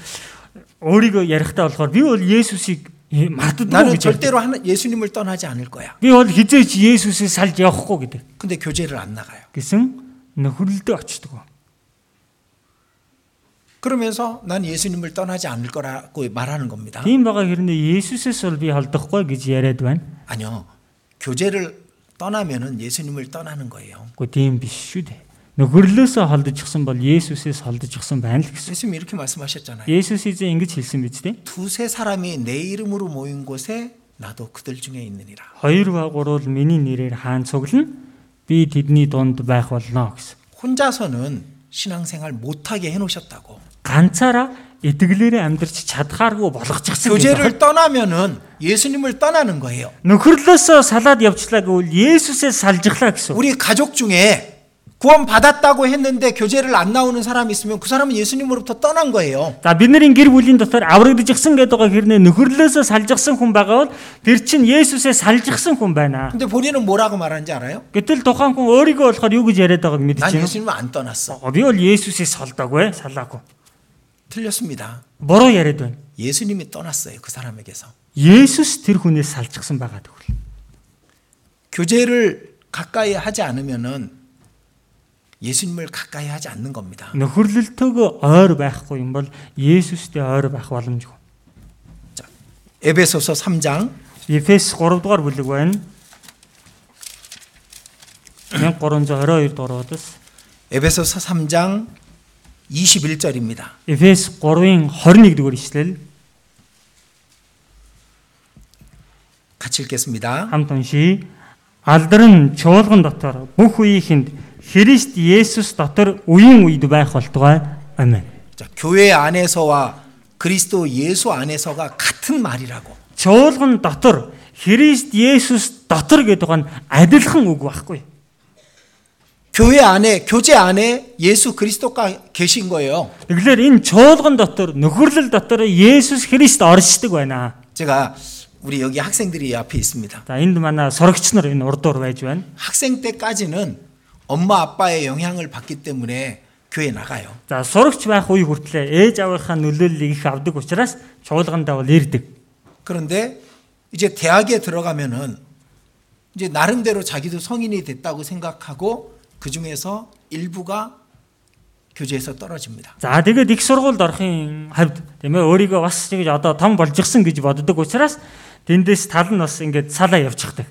B: өөрийгөө ярихдаа болохоор би бол Есүсийг мартдаггүй
A: 나는
B: гэж ярьдаг.
A: 절대로 하나- 예수님을 떠나지 않을 거야.
B: Би бол хизээч Есүсийг салж явахгүй гэдэг.
A: 근데 교제를 안 나가요.
B: Гэсэн нөхөрлөдөө очдөг.
A: 그러면서 난 예수님을 떠나지 않을 거라고 말하는 겁니다.
B: Тийм байгаа хэрнээ Есүсээс бол би холдохгүй гэж яриад байна.
A: 아니요. 교제를 떠나면은 예수님을 떠나는 거예요.
B: Гэхдээ тийм биш шүү дээ. Нөхөрлөөсөө холдожчихсан бол Есүсээс холдожчихсан байна л гэсэн.
A: 예수님이 이렇게 말씀하셨잖아요.
B: Есүс эзэн ингэж хэлсэн биз дээ.
A: 두세 사람이 내 이름으로 모인 곳에 나도 그들 중에 있느니라.
B: Хоёр ба гурвал миний нэрээр хаан цуглана. Би тэдний дунд байх болно гэсэн.
A: 혼자서는 신앙생활 못하게 해놓으셨다고.
B: Ганцаараа итгэлээрээ амьдарч чадхааргүй болгочихсон. гэж байна.
A: 교제를 떠나면은 예수님을 떠나는 거예요.
B: Нөхөрлөөсөө салаад явчлаа гэвэл Есүсээс салжглаа гэсэн.
A: 우리 가족 중에 구원 받았다고 했는데 교제를 안 나오는 사람이 있으면 그 사람은 예수님으로부터 떠난 거예요.
B: За бид нарын гэр бүлийн дотор аврагдчихсан гэдэг байгаа хэрнээ нөхөрлөөсөө салжихсан хүн байгаа бол тэр чинь Есүсээ салжихсан хүн байна.
A: 근데 본인은 뭐라고 말하는지 알아요?
B: Гэтэл тухайн хүн өөрийгөө болохоор юу гэж яриад байгааг
A: 난
B: мэдчихэв.
A: 예수님을 안 떠났어.
B: Би бол Есүсээс салдаагүй э, салаагүй.
A: 틀렸습니다.
B: Буруу яриад байна.
A: 예수님이 떠났어요. 그 사람에게서.
B: Есүс тэр хүнээс салжчихсан байгаа төгөл.
A: 교제를 가까이 하지 않으면은 예수님을 가까이 하지 않는 겁니다.
B: Нөхөрлөлтөөгөө ойр байхгүй юм бол Есүстэй ойр байх боломжгүй.
A: 에베소서 3장
B: Ефес 3 дугаар бүлэг байна. 1322 дугаар удас.
A: 에베소서 3장 21절입니다.
B: Эфес 3-ын 21 дугаар ишлэл
A: 같이 읽겠습니다.
B: хамт уншия. Алдарн чуулган дотор бүх үеийнхэнд Христ Есүс дотор үеийн үед байх болтугай. Амен.
A: 자, 교회 안에서와 그리스도 예수 안에서가 같은 말이라고.
B: Чуулган дотор Христ Есүс дотор гэдэг нь адилхан үг байхгүй.
A: 교회 안에 교제 안에 예수 그리스도가 계신 거예요.
B: Тэгэлэр энэ чуулган дотор нөхөрлөл дотор Есүс Христ оршдог байна.
A: 제가 우리 여기 학생들이 앞에 있습니다.
B: За энд манай сурагч нар энэ урдуур байж байна.
A: 학생 때까지는 엄마 아빠의 영향을 받기 때문에 교회 나가요.
B: За сурагч байх үе хүртлээр ээж аваахаа нөлөөллийг их авдаг учраас чуулгандаа бол ирдэг.
A: 그런데 이제 대학에 들어가면은 이제 나름대로 자기도 성인이 됐다고 생각하고 그 중에서 일부가 교제에서 떨어집니다.
B: За тэгээд их сургуульд орохын хавьд тийм ээ өөрийгөө бас тэгж одоо том болжгсан гэж боддог учраас тэндээс тал нь бас ингээд салаа явчихдаг.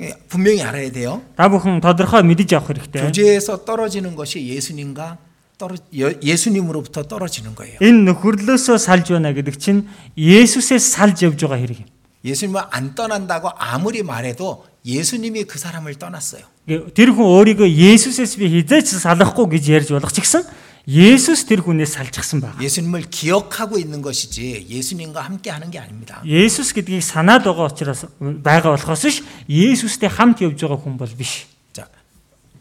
A: 예, 분명히 알아야 돼요.
B: Та бүхэн тодорхой мэдэж авах хэрэгтэй.
A: 교제에서 떨어지는 것이 예수님과 떨어, 예- 예수님으로부터 떨어지는 거예요.
B: Энэ нөхөрлөөсөө салж байна гэдэг чинь Есүсээс салж явж байгаа хэрэг юм.
A: 예수님을 안 떠난다고 아무리 말해도 예수님이 그 사람을 떠났어요.
B: Гэ- Тэр хүн өөрийгөө Есүсээс би хизээч салахгүй гэж ярьж болох ч гэсэн Есүс тэр хүнээс салчихсан байна.
A: 예수님을 기억하고 있는 것이지 예수님과 함께 하는 게 아닙니다.
B: Есүс гэдгийг санаад байгаа учраас байгаа болохоос биш Есүстэй хамт явж байгаа хүн бол биш.
A: 자,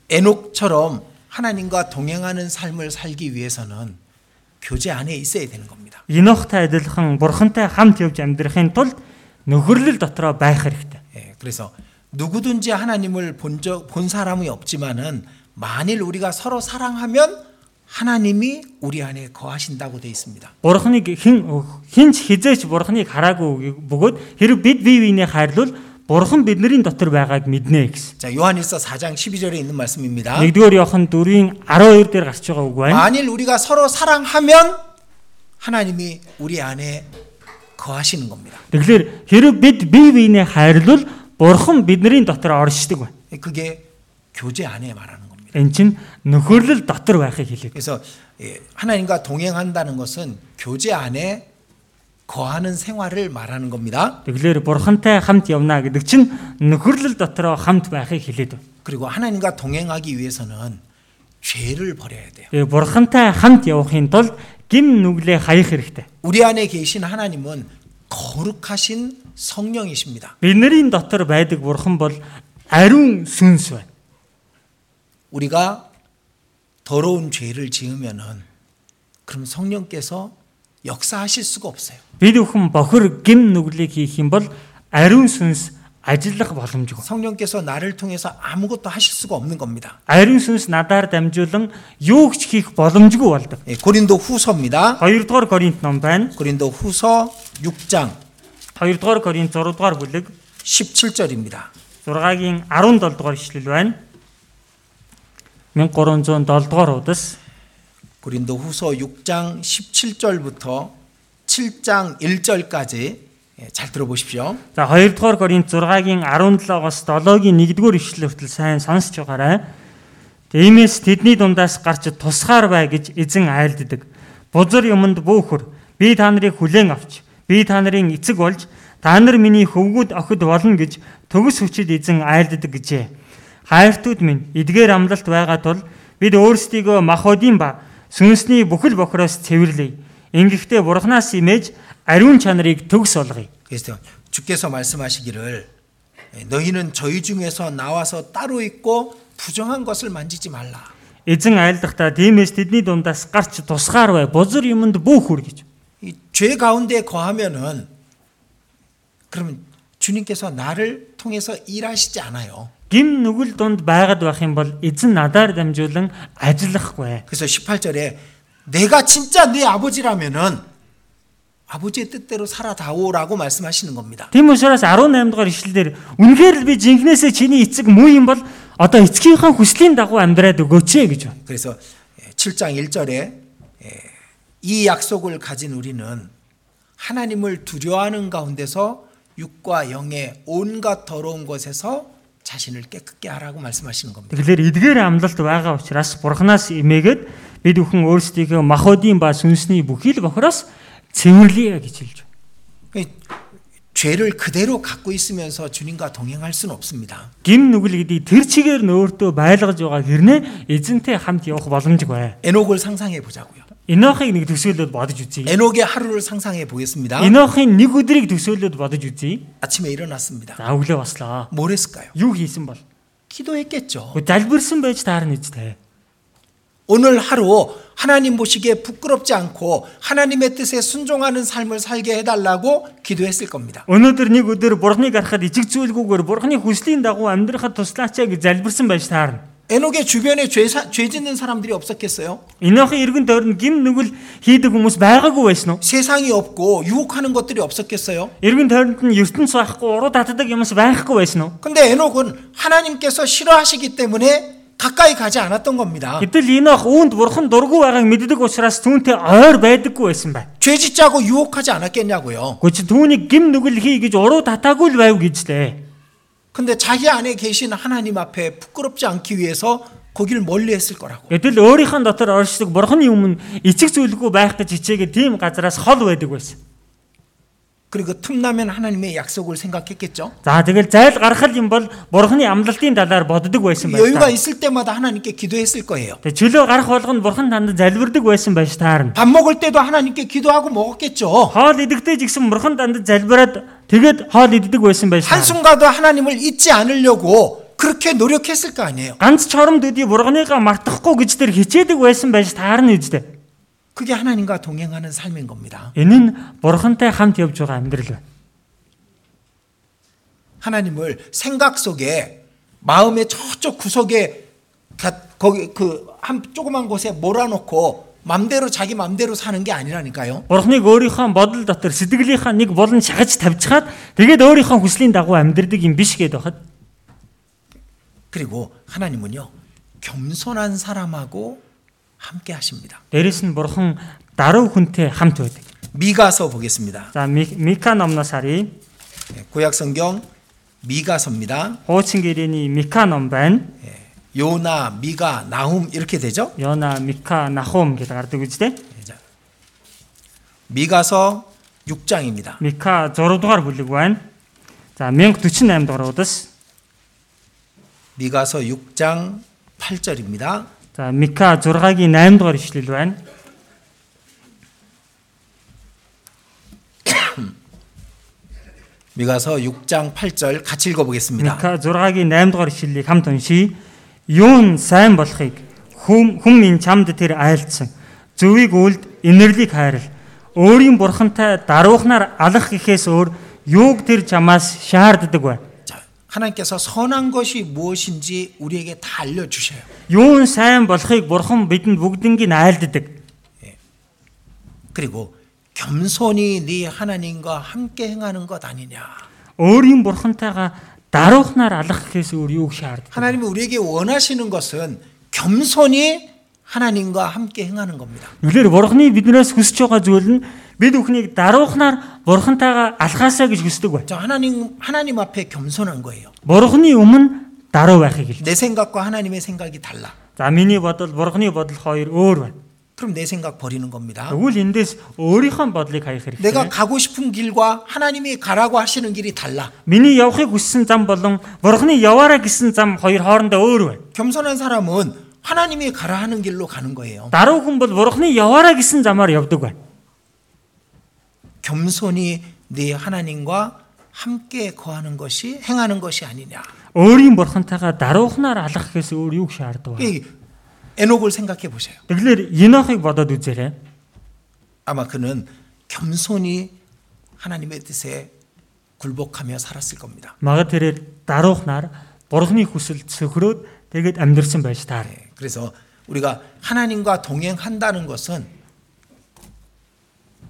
A: 에녹처럼 하나님과 동행하는 삶을 살기 위해서는 교제 안에 있어야 되는 겁니다.
B: Инохтой адилхан бурхантай хамт явж амьдрахын тулд нөхөрлөл дотроо байх хэрэгтэй.
A: 예, 그래서 누구든지 하나님을 본, 적, 본 사람이 없지만은 만일 우리가 서로 사랑하면 하나님이 우리 안에 거하신다고 돼 있습니다.
B: Бурхныг хэн хинч хизээч бурхныг хараагүй бөгөөд хэрэг бид бие биенээ хайрлуул бурхан биднэрийн дотор байгааг мэднэ гэсэн.
A: 자, 요한일서 4장 12절에 있는 말씀입니다.
B: 1-р Иохан 4-ийн 12 дээр гарч байгаа үг байна.
A: 만일 우리가 서로 사랑하면 하나님이 우리 안에 거하시는 겁니다.
B: Тэгэхээр хэрэг бид бие биенээ хайрлуул бурхан биднэрийн дотор оршдог байна.
A: 그게 교제 안에 말하는 겁니다.
B: Энэ чинь нөхөрлөл дотор байхыг хэлээд.
A: 그래서 예, 하나님과 동행한다는 것은 교제 안에 거하는 생활을 말하는 겁니다.
B: Тэгэлэр бурхантай хамт явна гэдэг чинь нөхөрлөл дотроо хамт байхыг хэлээд байна.
A: 그리고 하나님과 동행하기 위해서는 죄를 버려야 돼요.
B: Тэгээ Э, бурхантай хамт явахын тулд гим нүглээ хаях хэрэгтэй.
A: 우리 안에 계신 하나님은 거룩하신 성령이십니다.
B: Бид нарын дотор байдаг бурхан бол ариун сүнс байна.
A: 우리가 더러운 죄를 지으면은 그럼 성령께서 역사하실 수가 없어요.
B: Бид бүхэн бохор гим нүглийг хийх юм бол ариун сүнс ажиллах боломжгүй.
A: 성령께서 나를 통해서 아무것도 하실 수가 없는 겁니다.
B: Ариун сүнс надаар дамжуулан юу ч хийх боломжгүй болдог.
A: 예, 고린도 후서입니다.
B: 2 дугаар Коринт ном байна.
A: 고린도 후서 6장
B: 2 дугаар Коринт 6 дугаар бүлэг
A: 17절입니다.
B: 6-гийн 17 дугаар ишлэл байна. 1307 дугаар удас.
A: 고린도 후서 6장 17절부터 7장 1절까지 예, 잘 들어보십시오.
B: За 2 дугаар Коринт 6-гийн 17-оос 7-гийн 1-р ишлэл хүртэл сайн сонсч байгаарай. Тиймээс тэдний дундаас гарч тусгаар бай гэж эзэн айлддаг. Бузар юмнд бөөхөр би та нарыг хүлээн авч, би та нарын эцэг болж, та нар миний хөвгүүд охид болно гэж төгс хүчит эзэн айлддаг гэжээ. Хайртууд минь эдгээр амлалт байгаа тул бид өөрсдийгөө махуудын ба сүнсний бүхэл бохроос цэвэрлэе. Ингэхдээ бурхнаас имэж ариун чанарыг төгс олгоё.
A: 그래서 주께서 말씀하시기를 예, 너희는 저희 중에서 나와서 따로 있고 부정한 것을 만지지 말라.
B: Эзэн айлдахдаа тиймээс тэдний дундаас гарч тусгаар бай. Бузар юмнд бүх үр гэж.
A: 이 죄 가운데 거하면은 그러면 주님께서 나를 통해서 일하시지 않아요.
B: Гим нүгэл дунд байгаад байх юм бол эзэн надаар дамжуулан ажиллахгүй.
A: 그래서 18절에 내가 진짜 네 아버지라면은 아버지의 뜻대로 살아다오라고 말씀하시는 겁니다.
B: Тийм учраас 18 дугаар ишлэлээр үнэхээр л би жинхнээсээ чиний эцэг муу юм бол одоо эцгийнхаа хүслийн дагуу амьдраад өгөөч ээ гэж байна.
A: 그래서 예, 7장 1절에 예, 이 약속을 가진 우리는 하나님을 두려워하는 가운데서 육과 영의 온갖 더러운 것에서 자신을 깨끗게 하라고 말씀하시는 겁니다.
B: Тэгэхээр эдгээр амлалт байгаа учраас бурхнаас имээгээд бид бүхэн өөрсдийнхөө махуудын ба сүнсний бүхий л бохороос цэвэрлэе гэж хэлж байна.
A: 죄를 그대로 갖고 있으면서 주님과 동행할 수는 없습니다.
B: Гим нүгэл гэдэг тэр чигээр нөөртөө байлгаж байгаа хэрнээ эзэнтэй хамт явах боломжгүй.
A: 에녹을 상상해 보자고요.
B: Энохыг нэг төсөөлөд бодож үзье.
A: 에녹의 하루를 상상해 보겠습니다.
B: Энохын нэг өдрийг төсөөлөд бодож үзье.
A: 아침에 일어났습니다.
B: За өглөө баслаа.
A: 뭘 했을까요?
B: Юу хийсэн бол?
A: 기도했겠죠.
B: Гэхдээ залбирсан байж таарна үстэй.
A: 오늘 하루 하나님 보시기에 부끄럽지 않고 하나님의 뜻에 순종하는 삶을 살게 해달라고 기도했을 겁니다.
B: Өнөөдөр нэг өдөр бурхныг арахад ижиг зүйлгүйгээр бурхны хүслийн дагуу амьдрахад туслаач ээ гэж залбирсан байж таарна.
A: 에녹의 주변에 죄, 사- 죄 짓는 사람들이 없었겠어요?
B: Энохын эргэн тойрон гим нүгэл хийдэг хүмүүс байгаагүй байсан уу?
A: 세상이 없고 유혹하는 것들이 없었겠어요?
B: Эргэн тойронд нь ертөнц байхгүй, уруу татдаг юмс байхгүй байсан уу?
A: 근데 에녹은 하나님께서 싫어하시기 때문에 가까이 가지 않았던 겁니다.
B: Гэтэл Энох үүнд бурхан дургүй байгааг мэддэг учраас түүнтэй ойр байдаггүй байсан байна.
A: 죄 짓자고 유혹하지 않았겠냐고요.
B: Гэвч түүнийг гим нүгэл хий гэж уруу татаагүй л байв гэж лээ.
A: 근데 자기 안에 계신 하나님 앞에 부끄럽지 않기 위해서 거기를 멀리 했을 거라고.
B: Гэтэл өөрийнхөө дотор оршдог бурхны өмнө эцэг зүйлгүй байх гэж хичээгээ тийм газраас хол байдаг байсан.
A: 그리고 틈나면 하나님의 약속을 생각했겠죠.
B: За тэгэл зайл гаргах юм бол бурхны амлалтын талаар боддог байсан байж
A: 여유가
B: таарна.
A: 있을 때마다 하나님께 기도했을 거예요.
B: Тэг чөлөө гарах болгонд бурхан танд залбирдаг байсан байж таарна.
A: 밥 먹을 때도 하나님께 기도하고 먹었겠죠.
B: Хоол идэхдээ ч гэсэн бурхан танд залбираад тэгээд хоол иддэг байсан байж таарна.
A: 한순간도 하나님을 잊지 않으려고 그렇게 노력했을 거 아니에요.
B: Ганц чоромд өдий бурхныгаа мартахгүй гэж тэр хичээдэг байсан байж таарна үздэ.
A: 그게 하나님과 동행하는 삶인 겁니다.
B: Энэ нь бурхантай хамт явж байгаа амьдрал байна.
A: 하나님을 생각 속에 마음의 저쪽 구석에 가- 거기 그 한 조그만 곳에 몰아놓고 맘대로 자기 맘대로 사는 게 아니라니까요.
B: Бурхныг өөрийнхөө бодол дотор сэтгэлийнхаа нэг болон шахаж тавьчихаад тэгээд өөрийнхөө хүслийн дагуу амьдрдаг юм биш гэдээ хад.
A: 그리고 하나님은요 겸손한 사람하고 함께 하십니다.
B: Дээрэс нь бурхан даруй хүнтэй хамт байдаг.
A: 미가서 보겠습니다.
B: За Ми- Мика номноос харъя.
A: 예, 구약 성경 미가서입니다.
B: Хуучин гэрээний Мика ном байна.
A: 예, 요나, 미가, 나훔 이렇게 되죠?
B: Йона, Мика, Нахум гэдэг гардаг үстэй.
A: 예, 자, 미가서 6장입니다.
B: Мика 6 дугаар бүлэг байна. За 1048 дугаар удас.
A: 미가서 6장 8절입니다.
B: За Мика 6-гийн 8 дугаар ишлэл байна.
A: 미가서 6장 8절 같이 읽어보겠습니다.
B: Мика 6-гийн 8 дугаар ишлэлийг хамт уншийе. Юун сайн болохыг хүм хүм ин чамд тэр айлцсан. Зөвийг үлд инэрлийг хайрал. Өөрийн бурхантай даруухнаар алах гэхээс өөр юуг тэр чамаас шаарддаг вэ?
A: 자, 하나님께서 선한 것이 무엇인지 우리에게 다 알려주셔요.
B: Юун сайн болохыг бурхан бидэнд бүгднийг айлддаг.
A: 그리고 겸손히 네 하나님과 함께 행하는 것 아니냐.
B: Өөрийн бурхантайгаа даруухнаар алах гэхээс өөр юуг шаарддаг?
A: 하나님이 우리에게 원하시는 것은 겸손히 하나님과 함께 행하는 겁니다.
B: Үлээр бурханы биднээс хүсэж байгаа зүйл нь бид бүхнийг даруухнаар бурхантайгаа алхаасаа гэж хүсдэг бай.
A: 저 하나님 하나님 앞에 겸손한 거예요.
B: Бурханы өмнө даруй байхыг хэл.
A: 내 생각과 하나님의 생각이 달라.
B: За миний бодол бурхны бодол хоёр өөр байна.
A: 그럼 내 생각 버리는 겁니다.
B: Тэгвэл эндээс өөрийнхөө бодлыг хаях
A: 내가
B: хэрэгтэй.
A: 가고 싶은 길과 하나님이 가라고 하시는 길이 달라.
B: Миний явахыг хүссэн зам болон бурхны яваараа гэсэн зам хоёр хоорондоо өөр байна.
A: 겸손한 사람은 하나님이 가라 하는 길로 가는 거예요.
B: Даруй хүн бол бурхны яваараа гэсэн замаар явдаг байна.
A: 겸손히 네 하나님과 함께 거하는 것이 행하는 것이 아니냐.
B: Өөрийн бурхантайгаа даруухнаар алах гэхээс өөр юу шаарддаг вэ?
A: 이 에녹을 생각해 보세요.
B: Тэгэлэр Енохыг бодоод үзээрэй.
A: 아마 그는 겸손히 하나님의 뜻에 굴복하며 살았을 겁니다.
B: Магад тэрээр даруухнаар бурхны хүсэл цөхрөөд тэгээд амьдрсан байж таар.
A: 예, 그래서 우리가 하나님과 동행한다는 것은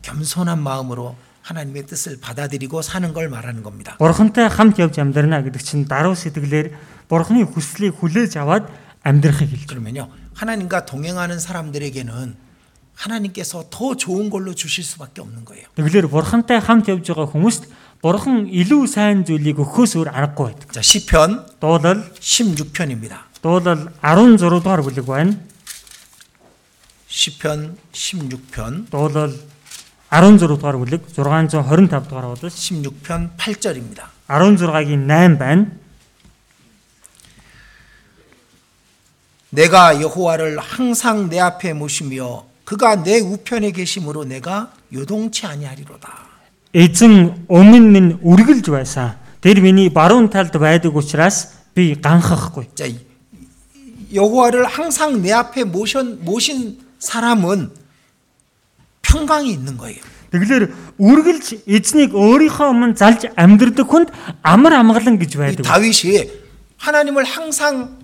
A: 겸손한 마음으로 하나님의 뜻을 받아들이고 사는 걸 말하는 겁니다.
B: Бурхантай хамт явж амьдрна гэдэг чинь даруй сэтгэлээр бурхны хүслийг хүлээж аваад амьдрахыг хэлж.
A: 그러면요 하나님과 동행하는 사람들에게는 하나님께서 더 좋은 걸로 주실 수밖에 없는 거예요.
B: Тэгэлэр бурхантай хамт явж байгаа хүмүүст бурхан илүү сайн зүйлийг өгөхөөс өөр аргагүй байдаг.
A: 자 시편
B: Дуулал
A: 16편입니다.
B: дуулал 16 дугаар бүлэг байна.
A: 시편 16편
B: Дуулал 16 дугаар бүлэг 625 дугаар удал
A: 16편 8절입니다.
B: 16-гийн 8 байна.
A: 내가 여호와를 항상 내 앞에 모시며 그가 내 우편에 계심으로 내가 요동치 아니하리로다.
B: Эзэн өмнө минь үргэлж байсан. Тэр миний баруун талд байдаг учраас би ганхахгүй.
A: 자, 이- 이- 여호와를 항상 내 앞에 모션, 모신 사람은 평강이 있는 거예요.
B: Тэгэлэр үргэлж эзнийг өөрийнхөө өмнө залж амьдрдаг хүнд амар амгалан гэж
A: 이
B: байдаг.
A: 다윗이 하나님을 항상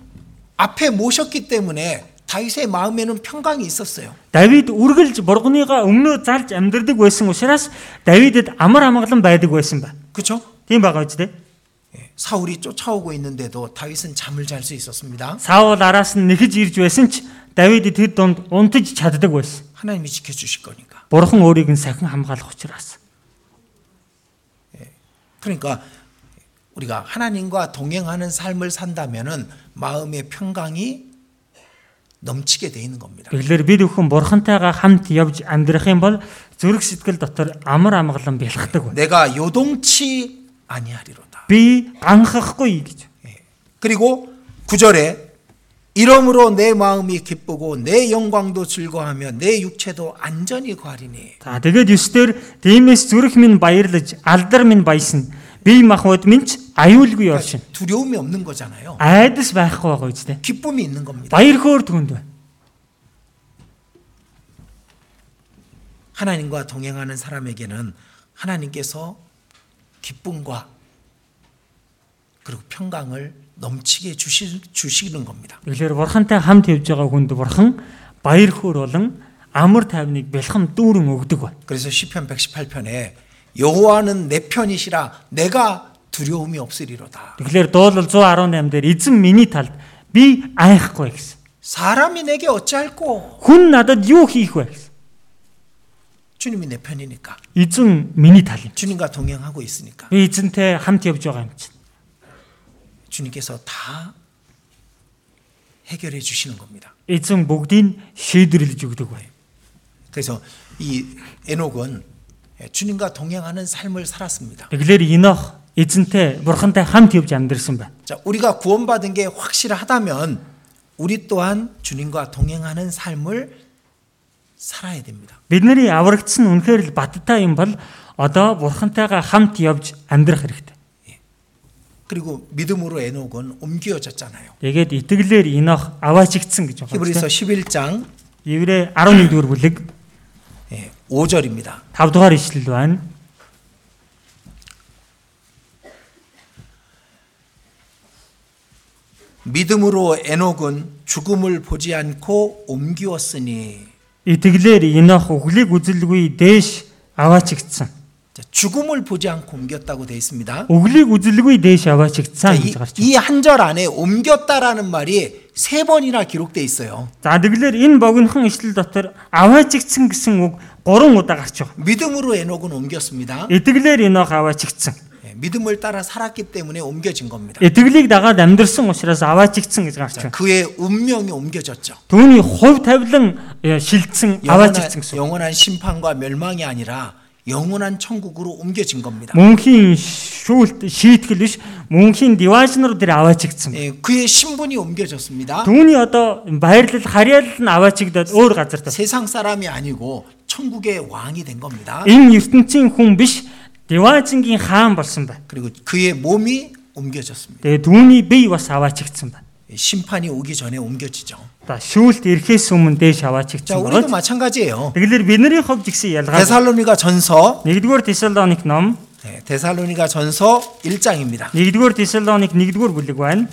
A: 앞에 모셨기 때문에 다윗의 마음에는 평강이 있었어요.
B: Давид үргэлж бурганыгаа өмнөө залж амьдрдаг байсан учраас Давидэд амар амгалан байдаг байсан ба.
A: 그렇죠?
B: Тийм байгаа биз дээ.
A: 예, 사울이 쫓아오고 있는데도 다윗은 잠을 잘 수 있었습니다.
B: Саул араас нь нэхэж ирж байсан ч Давид тэр дунд унтаж чаддаг байсан.
A: 하나님이 지켜 주실 거니까.
B: Бурхан өөрийг нь сахин хамгаалах учраас.
A: 그러니까 우리가 하나님과 동행하는 삶을 산다면은 마음의 평강이 넘치게 돼 있는 겁니다.
B: Тэгэлэр бид бүхэн бурхантайгаа хамт явж амьдрах юм бол зүрх сэтгэл дотор амар амгалан бэлхдэг байна.
A: 내가 요동치 아니하리로다.
B: Би ганхахгүй гэж.
A: 그리고 구절에 이러므로 내 마음이 기쁘고 내 영광도 즐거하며 내 육체도 안전히 거하리니
B: За тэгээд юстээр тиймээс зүрх минь баярлаж, алдар минь баясна. Би махбод минь ч аюулгүй оршин.
A: 두려움이 없는 거잖아요.
B: Айдас байхгүй байгаа үст дээ.
A: 기쁨이 있는 겁니다.
B: Баяр хөөр түнд байна.
A: 하나님과 동행하는 사람에게는 하나님께서 기쁨과 그리고 평강을 넘치게 주시, 주시는 겁니다.
B: Тэгэлэр бурхантай хамт явж байгаа хүнд бурхан баяр хөөр болон амар тайвныг бэлхэм дүүрэн өгдөг байна.
A: 그래서 시편 118편에 여호와는 내 편이시라 내가 두려움이 없으리로다.
B: Тэгэлэр дуулал 118 дээр эзэн миний талд би айхгүй гэсэн.
A: 사람이 내게 어찌할꼬?
B: Хүн надад юу хийх вэ гэсэн.
A: 주님이 내 편이니까.
B: Эзэн миний тал юм.
A: 주님과 동행하고 있으니까.
B: Би эзэнтэй хамт явж байгаа юм чинь.
A: 주님께서 다 해결해 주시는 겁니다.
B: Эзэн бүгдийг шийдвэрлэж өгдөг байна.
A: 그래서 이 에녹은 주님과 동행하는 삶을 살았습니다.
B: Тэгэлэр Енох эзэнтэй бурхантай хамт явж амьдэрсэн байна.
A: 자, 우리가 구원받은 게 확실하다면 우리 또한 주님과 동행하는 삶을 살아야 됩니다.
B: Бидний аврагдсан үнэхээр л баттай юм бол одоо бурхантайгаа хамт явж амьдрах хэрэгтэй.
A: 그리고 믿음으로 에녹은 옮겨졌잖아요.
B: Тэгээд итгэлээр Енох аваачигдсан гэж
A: 히브리서
B: байна.
A: 11장
B: Еврэ 11 дугаар бүлэг
A: 예, 5절입니다.
B: 5 дугаар ишлэл байна.
A: 믿음으로 에녹은 죽음을 보지 않고 옮기었으니
B: Итгэлээр Енох үхлийг үзэлгүй дээш аваачигдсан.
A: 자, 죽음을 보지 않고 옮겼다고 되어 있습니다.
B: Өглийг үзэлгүй дээш аваачигдсан гэж гарч байна.
A: 이 한 절 안에 옮겼다라는 말이 세 번이나 기록돼 있어요.
B: За тэгэлэр энэ богинохон ишлэл дотор аваачигдсан гэсэн үг 3 удаа гарч байгаа.
A: 믿음으로 에녹은 옮겼습니다.
B: Итгэлээр Енох аваачигдсан.
A: 예, 믿음을 따라 살았기 때문에 옮겨진 겁니다.
B: Итгэлийг дагаад амьдрсан учраас аваачигдсан гэж гарч
A: 자,
B: байна.
A: 그의 운명이 옮겨졌죠.
B: Түүний хувь тавилан э,
A: 영원한,
B: шилжсэн аваачигдсан гэсэн. үг.
A: 영원한 심판과 멸망이 아니라 영원한 천국으로 옮겨진 겁니다.
B: 뭐? Мөнхийн шүүлт шийтгэл биш мөнхийн диважнер дээр аваачигдсан.
A: 예, 그의 신분이 ом겨졌습니다.
B: Түүний одоо баярлал харьяалал нь аваачигдаад өөр газар тав.
A: 세상 사람이 아니고 천국의 왕이 된 겁니다.
B: Энэ ертөнцийн хүн биш диважингийн хаан болсон байна.
A: 그리고 그의 몸이 옮겨졌습니다.
B: Тэгээ түүний бие бас аваачигдсан байна.
A: 심판이 오기 전에 옮겨지죠.
B: За шүүлт ирэхээс өмнө дээш
A: 자,
B: аваачигдсан
A: 우리도
B: бөгөөд
A: 마찬가지예요.
B: тэгэлэр бидний хувьд гэсэн ялгаа.
A: 데살로니가 전서
B: 1-р Тесалоник ном
A: 네, 데살로니가 전서 1장입니다.
B: 1-р Тесалоник 1-р бүлэг байна.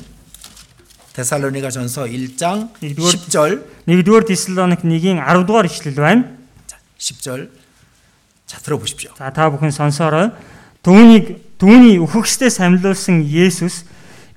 A: 데살로니가 전서 1장
B: 이거-
A: 10절
B: 1-р Тесалоник 1-ийн 10-р ишлэл байна.
A: 자, 10절 자 들어보십시오.
B: За та бүхэн сонсоорой. Түүнийг түүний үхэгчдээ самлуулсан Есүс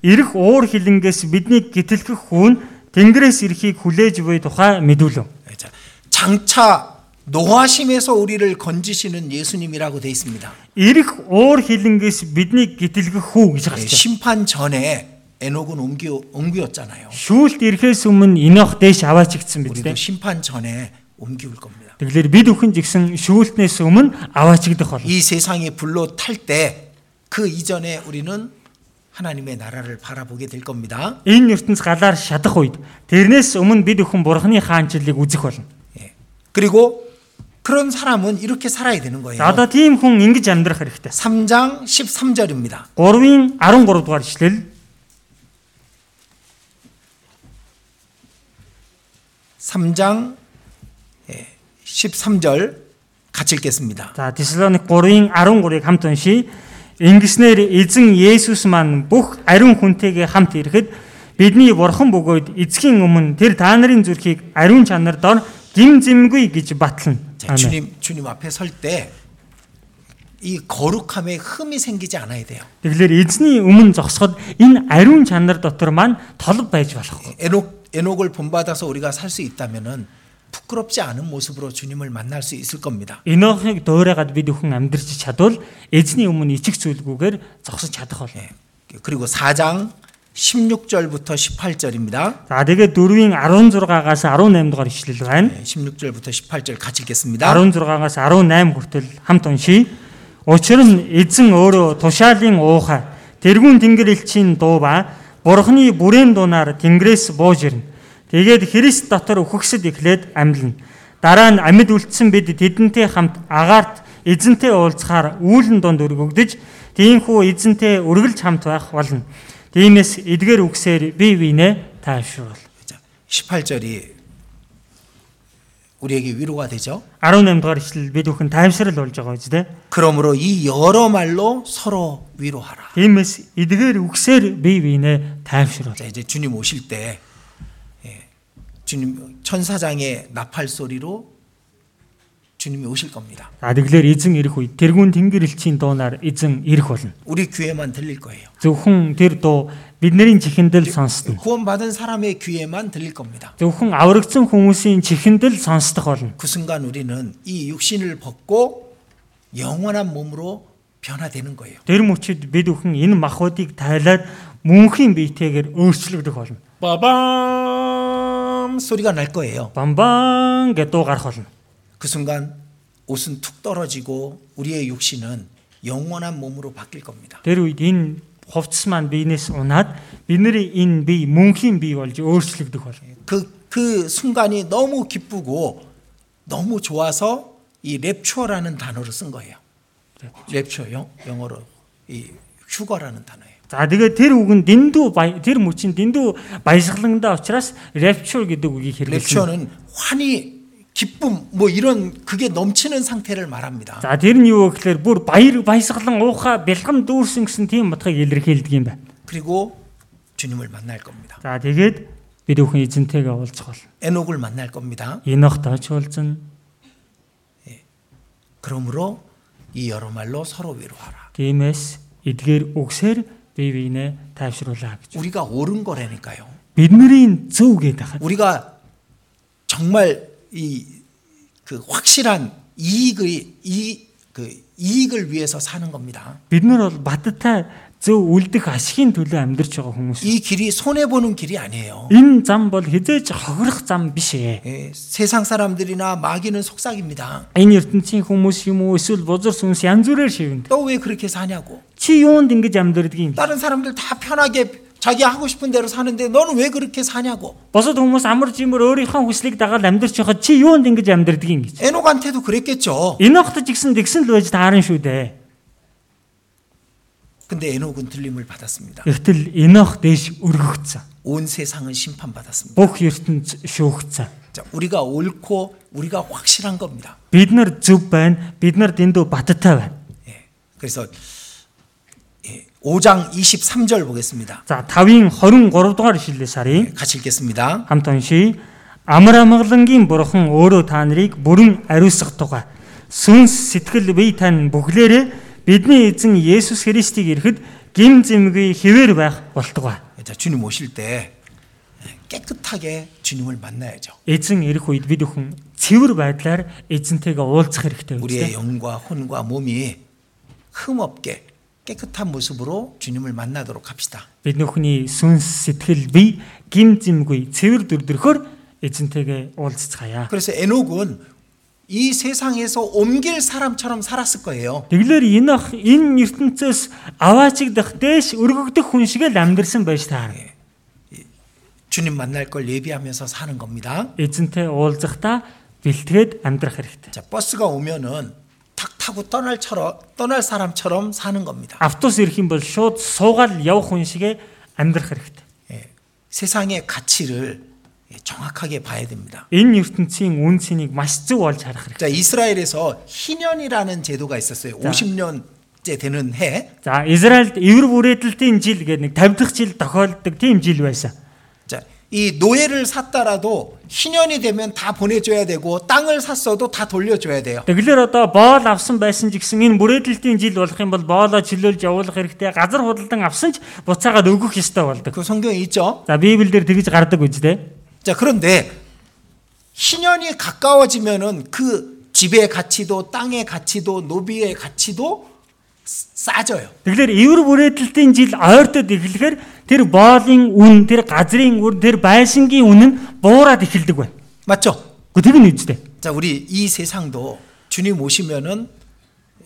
B: ирэх уур хилэнгээс биднийг гитэлхэх хүн Тэнгэрээс ирэхийг хүлээж буй тухай мэдүүлв.
A: 네, 자, 장차 노화심에서 우리를 건지시는 예수님이라고 돼 있습니다.
B: Ирэх уур хилэнгээс биднийг гитэлгэх хүү
A: 네,
B: гэж гарч байна.
A: 심판 전에 에녹은 옮겨 옮겼잖아요.
B: Шүүлт ирэхээс өмнө Инох дэш аваачигдсан биз
A: 우리도
B: дээ.
A: 심판 전에 옮기울 겁니다.
B: Тэгэлэр бид өхөн жигсэн шүүлтнээс өмнө аваачигдах болно.
A: 이 세상의 불로 탈 때 그 이전에 우리는 하나님의 나라를 바라보게 될 겁니다.
B: Энэ ертөнц галаар шадах үед тэрнээс өмнө бид өхөн бурхны хаанчлалыг үзэх болно.
A: 예. 그리고 그런 사람은 이렇게 살아야 되는 거예요.
B: За одоо тийм хүн ингэж амьдрах хэрэгтэй.
A: 3장 13절입니다.
B: 3-ын 13 дугаар ишлэл
A: 3장 13절 같이 읽겠습니다.
B: За Тесалоник 3-ын 13-ыг хамт уншийе. Ингэснээр эзэн Есүс маань бүх ариун хүнтэйгээ хамт ирэхэд бидний бурхан бөгөөд эцгийн өмнө тэр та нарын зүрхийг ариун чанар дор гим зэмгүй гэж батлна.
A: 자,
B: Амен.
A: 주님 주님 앞에 설 때 이 거룩함에 흠이 생기지 않아야 돼요.
B: Тэгэлэр эзний өмнө зогсоход энэ ариун чанар дотор маань толб байж болохгүй.
A: 에녹 에녹을 본받아서 우리가 살 수 있다면은 부끄럽지 않은 모습으로 주님을 만날 수 있을 겁니다.
B: Энохыг дуурайгаад бид өхөн амьдрч чадвал эзний өмнө ичих зүйлгүйгээр зогсож чадах болно.
A: 예. 그리고 4장 16절부터 18절입니다.
B: За тэгээд 4-ийн 16-аас 18 дугаар ишлэл байна.
A: 예, 16절부터 18절 같이 읽겠습니다.
B: 16-аас 18 хүртэл хамт уншийе. Учир нь эзэн өөрөө тушаалын уухай, тэрүүн тэнгэр элчийн дуу ба бурхны бүрээн дуунаар тэнгэрээс бууж ирнэ. Тэгээд Христ дотор үхгсэд эхлээд амьлна. Дараа нь амьд үлдсэн бид тэдэнтэй хамт агаарт эзэнтэй уулзахаар үүлэн донд өргөгдөж тиймхүү эзэнтэй үргэлж хамт байх болно. Тиймээс эдгээр үгсээр бие биенээ таашруул.
A: 18절이 우리에게 위로가 되죠.
B: 18 дугаар ишлэл бид бүхэн таймшрал болж байгаа биз дээ.
A: 그러므로 이 여러 말로 서로 위로하라.
B: Тиймээс эдгээр үгсээр бие биенээ тайвшруулж.
A: 자, 이제 주님 오실 때 예, 주님 천사장의 나팔 소리로 주님이 오실 겁니다.
B: За тэгэлэр эзэн ирэх үед тэрүүн тэнгэр элчийн дуунаар эзэн ирэх болно.
A: 우리 귀에만 들릴 거예요.
B: Зөвхөн тэр дуу бидний чихэндэл сонстно.
A: 구원받은 사람의 귀에만 들릴 겁니다.
B: Зөвхөн аврагдсан хүмүүсийн чихэндэл сонсдох болно.
A: 그 순간 우리는 이 육신을 벗고 영원한 몸으로 변화되는 거예요.
B: Тэр мөчид бид бүхэн энэ махуудыг тайлаад мөнхийн биетэйгээр өөрчлөгдөх болно.
A: 빠밤 소리가 날 거예요.
B: Бамбан гэдээ дуу гарах болно.
A: 그 순간 옷은 툭 떨어지고 우리의 육신은 영원한 몸으로 바뀔 겁니다.
B: Тэр үед энэ хувцас маань биенээс унаад бидний энэ бие мөнхийн бие болж өөрчлөгдөх болно.
A: 그, 그 순간이 너무 기쁘고 너무 좋아서 이 랩처라는 단어를 쓴 거예요. 랩처 영, 영어로 이 휴거라는 단어예요.
B: За тэгээ тэр үгэн дэндүү бай- тэр мөчийн дэндүү баясгаланда учраас rapture гэдэг үгийг хэрэглэсэн.
A: 랩처는 환희, 기쁨 뭐 이런 그게 넘치는 상태를 말합니다.
B: За тэр нь юу гэхээр бүр баяр баясгалан ууха бэлгам дүүрсэн гэсэн тийм утгыг илэрхийлдэг юм байна.
A: 그리고 주님을 만날 겁니다.
B: За тэгээд бид бүхэн эзэнтэйгээ уулзах бол.
A: 에녹을 만날 겁니다.
B: Энох дооч уулзна.
A: 그러므로 이 여러 말로 서로 위로하라.
B: Тиймээс эдгээр үгсээр бие биенээ тайвшруулаа гэж.
A: 우리가 옳은 거라니까요.
B: Бидний зөв гэдэг хаа.
A: 우리가 정말 이 그 확실한 이익의 이그 이익을 위해서 사는 겁니다.
B: Бид нар бол баттай зөв үлдэх ашигын төлөө амьдарч байгаа хүмүүс.
A: 이 길이 손해 보는 길이 아니에요.
B: Энэ зам бол хизээж хохирох зам биш ээ.
A: 예, 세상 사람들이나 마귀는 속삭입니다.
B: Энэ ертөнцийн хүмүүс юм уу эсвэл бузар сүнс янз бүрээр шивэнд.
A: 너 왜 그렇게 사냐고.
B: Чи юунд ингэж амьдэрдэг юм?
A: 다른 사람들 다 편하게 자기 하고 싶은 대로 사는데 너는 왜 그렇게 사냐고.
B: Босод хүмүүс амар жимээр өөрийнхөө хүслийг дагаад амьдэрч байхад чи юунд ингэж амьдэрдэг юм гэж.
A: 에녹한테도 그랬겠죠.
B: Энохт ч гэсэн тэгсэн л байж таарна шүү дээ.
A: 근데 에녹은 들림을 받았습니다.
B: 음. Гэвтэл Энох дээш өргөгдсөн.
A: 온 세상은 심판받았습니다.
B: бүх ертөнд шүүгцэн.
A: 자, 우리가 옳고 우리가 확실한 겁니다.
B: Бид нар зөв байна. Бид нар дэндүү баттай байна.
A: 예. 그래서 예, 5장 23절 보겠습니다. 예,
B: За 5-ын 23 дугаар ишлэлээс харъя.
A: 같이 읽겠습니다.
B: Хамт уншийе. Амар амгалангийн бурхан өөрөө та нарыг бүрэн ариусгах тугай. Сүнс сэтгэл бие тань бүхлээрээ бидний эзэн Есүс Христийг ирэхэд гим зэмгүй хിവэр байх болтугай.
A: 자, 주님 오실 때 예, 깨끗하게 주님을 만나야죠.
B: Эзэн ирэх үед бид бүхэн цэвэр байдлаар эзэнтэйгээ уулзах хэрэгтэй юм
A: 우리의
B: чинь.
A: 영과 혼과 몸이 흠없게 깨끗한 모습으로 주님을 만나도록 합시다.
B: Бид нөхний сүнс сэтгэл бие гим зэмгүй цэвэр дүрдөрхөөр эзэнтэйгээ уулзцгаая.
A: 그래서 에녹은 이 세상에서 옮길 사람처럼 살았을 거예요.
B: Тэглэр энэ ах энэ ертөнцөөс аваачигдах дээш өргөгдөх хүн шиг л амьдрсан байж таарна.
A: 주님 만날 걸 예비하면서 사는 겁니다.
B: Эзэнтэй уулзахдаа бэлтгээд амьдрах хэрэгтэй.
A: 자, 버스가 오면은 탁 타고 떠날 처럼 떠날 사람처럼 사는 겁니다.
B: Автобус ирэх юм бол шууд суугаад явах хүн шигэ амьдрах хэрэгтэй.
A: 예, 세상의 가치를 예, 정확하게 봐야 됩니다.
B: Энэ ертөнцийн үн цэнийг маш зөв олж харах
A: 자,
B: хэрэгтэй.
A: 이스라엘에서 희년이라는 제도가 있었어요. 50년째 되는 해.
B: За Израильд эвэр бүрээдэлтийн жил гэдэг нэг 50 дахь жил тохиолддог тийм жил байсан.
A: 자, 이 노예를 샀다라도 희년이 되면 다 보내줘야 되고 땅을 샀어도 다 돌려줘야 돼요.
B: Тэгэлэр одоо боол авсан байсан ч гэсэн энэ бүрээдэлтийн жил болох юм бол боолоо чөлөөлж явуулах хэрэгтэй. Газар худалдан авсан ч буцаагаад өгөх ёстой болдог.
A: 그 성경에 있죠.
B: За Библиэлд тэгж гардаг үз дээ.
A: 자, 그런데 신년이 가까워지면은 그 집의 가치도 땅의 가치도 노비의 가치도 싸져요.
B: Тэгэлэр эвэр бүрээдэлтийн жил ойртод эхлэхээр тэр боолын үн, тэр газрын үр, тэр байшингийн үн нь буураад эхэлдэг байна.
A: 맞죠?
B: Гэхдээ тэг нь үз дээ.
A: 자, 우리 이 세상도 주님 오시면은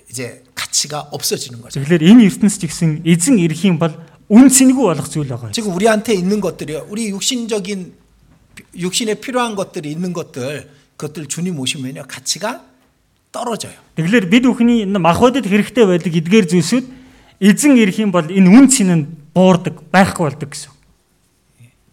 A: 이제 가치가 없어지는 거죠.
B: Тэгэлэр энэ ертөнцийн ч гэсэн эзэн ирэх юм бол үн цэнгүү болох зүйл байгаа. юм.
A: 지금 우리한테 있는 것들이 우리 육신적인 육신에 필요한 것들이 있는 것들 그것들 주님 오시면요 가치가 떨어져요.
B: Тэгэлэр бид бүхний энэ махбодод хэрэгтэй байдаг эдгээр зүйлсүүд эзэн ирэх юм бол энэ үн цэн нь буурдаг, байхгүй болдог гэсэн.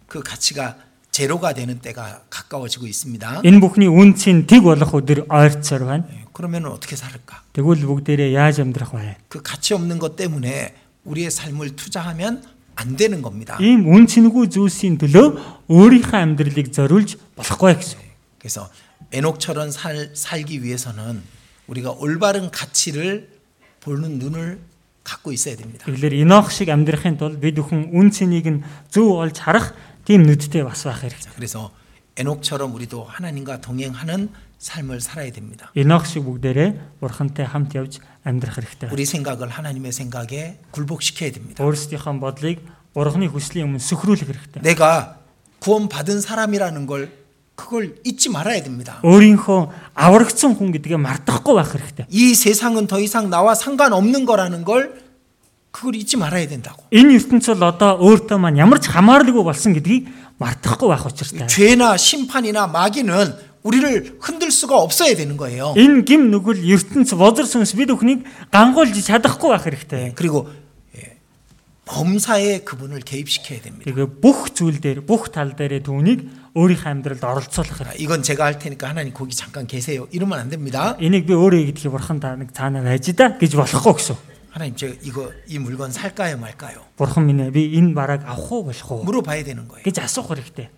A: 그 가치가 제로가 되는 때가 가까워지고 있습니다. 예,
B: Энэ бүхний үн цэн тэг болох өдөр ойрцоор байна.
A: 그러면 어떻게 살까?
B: Тэгвэл бүгдээрээ яаж амьдрах вэ?
A: 그 가치 없는 것 때문에 우리의 삶을 투자하면 안 되는 겁니다.
B: Ийм үн цэнгүй зүйлсийн төлөө өөрийнхөө амьдралыг зориулж болохгүй гэсэн.
A: 그래서 에녹처럼 살, 살기 위해서는 우리가 올바른 가치를 보는 눈을 갖고 있어야 됩니다.
B: Тэгэлэр Инох шиг амьдрахын тулд бид бүхэн үн цэнийг нь зөв олж харах тийм нүдтэй бас
A: 자,
B: байх хэрэгтэй.
A: 그래서 에녹처럼 우리도 하나님과 동행하는 삶을 살아야 됩니다.
B: Инох шиг бүгдээрээ бурхантай хамт явж амьдрах хэрэгтэй.
A: 우리 생각을 하나님의 생각에 굴복시켜야 됩니다.
B: Өөрсдийнхөө бодлыг бурхны хүслийн өмнө сөхрүүлэх хэрэгтэй.
A: 내가 구원받은 사람이라는 걸 그걸 잊지 말아야 됩니다.
B: Өөрийнхөө аврагдсан хүн гэдгээ мартахгүй байх хэрэгтэй.
A: 이 세상은 더 이상 나와 상관없는 거라는 걸 그걸 잊지 말아야 된다고.
B: Энэ ертөнцийн л одоо өөртөө маань ямар ч хамааралгүй болсон гэдгийг мартахгүй байх учиртай.
A: 죄나 심판이나 마귀는 우리를 흔들 수가 없어야 되는 거예요.
B: Энэ гим нүгэл ертөнц бозор сүнс бид бүхнийг гангуулж чадахгүй байх хэрэгтэй.
A: 그리고 예, 범사에 그분을 개입시켜야 됩니다.
B: Тэгээ бүх зүйл дээр бүх тал дээрээ түүнийг өөрийнхөө амьдралд оролцуулах
A: 아,
B: хэрэгтэй.
A: 이건 제가 할 테니까 하나님 거기 잠깐 계세요. 이러면 안 됩니다.
B: Энийг би өөрөө гэдгийг бурхан та нэг цаанаа байж да гэж болохгүй гэсэн.
A: 하나님 제가 이거 이 물건 살까요 말까요?
B: Бурхан минь ээ, би энэ бараг авах уу болох уу
A: 물어봐야 되는 거예요.
B: гэж асуух хэрэгтэй.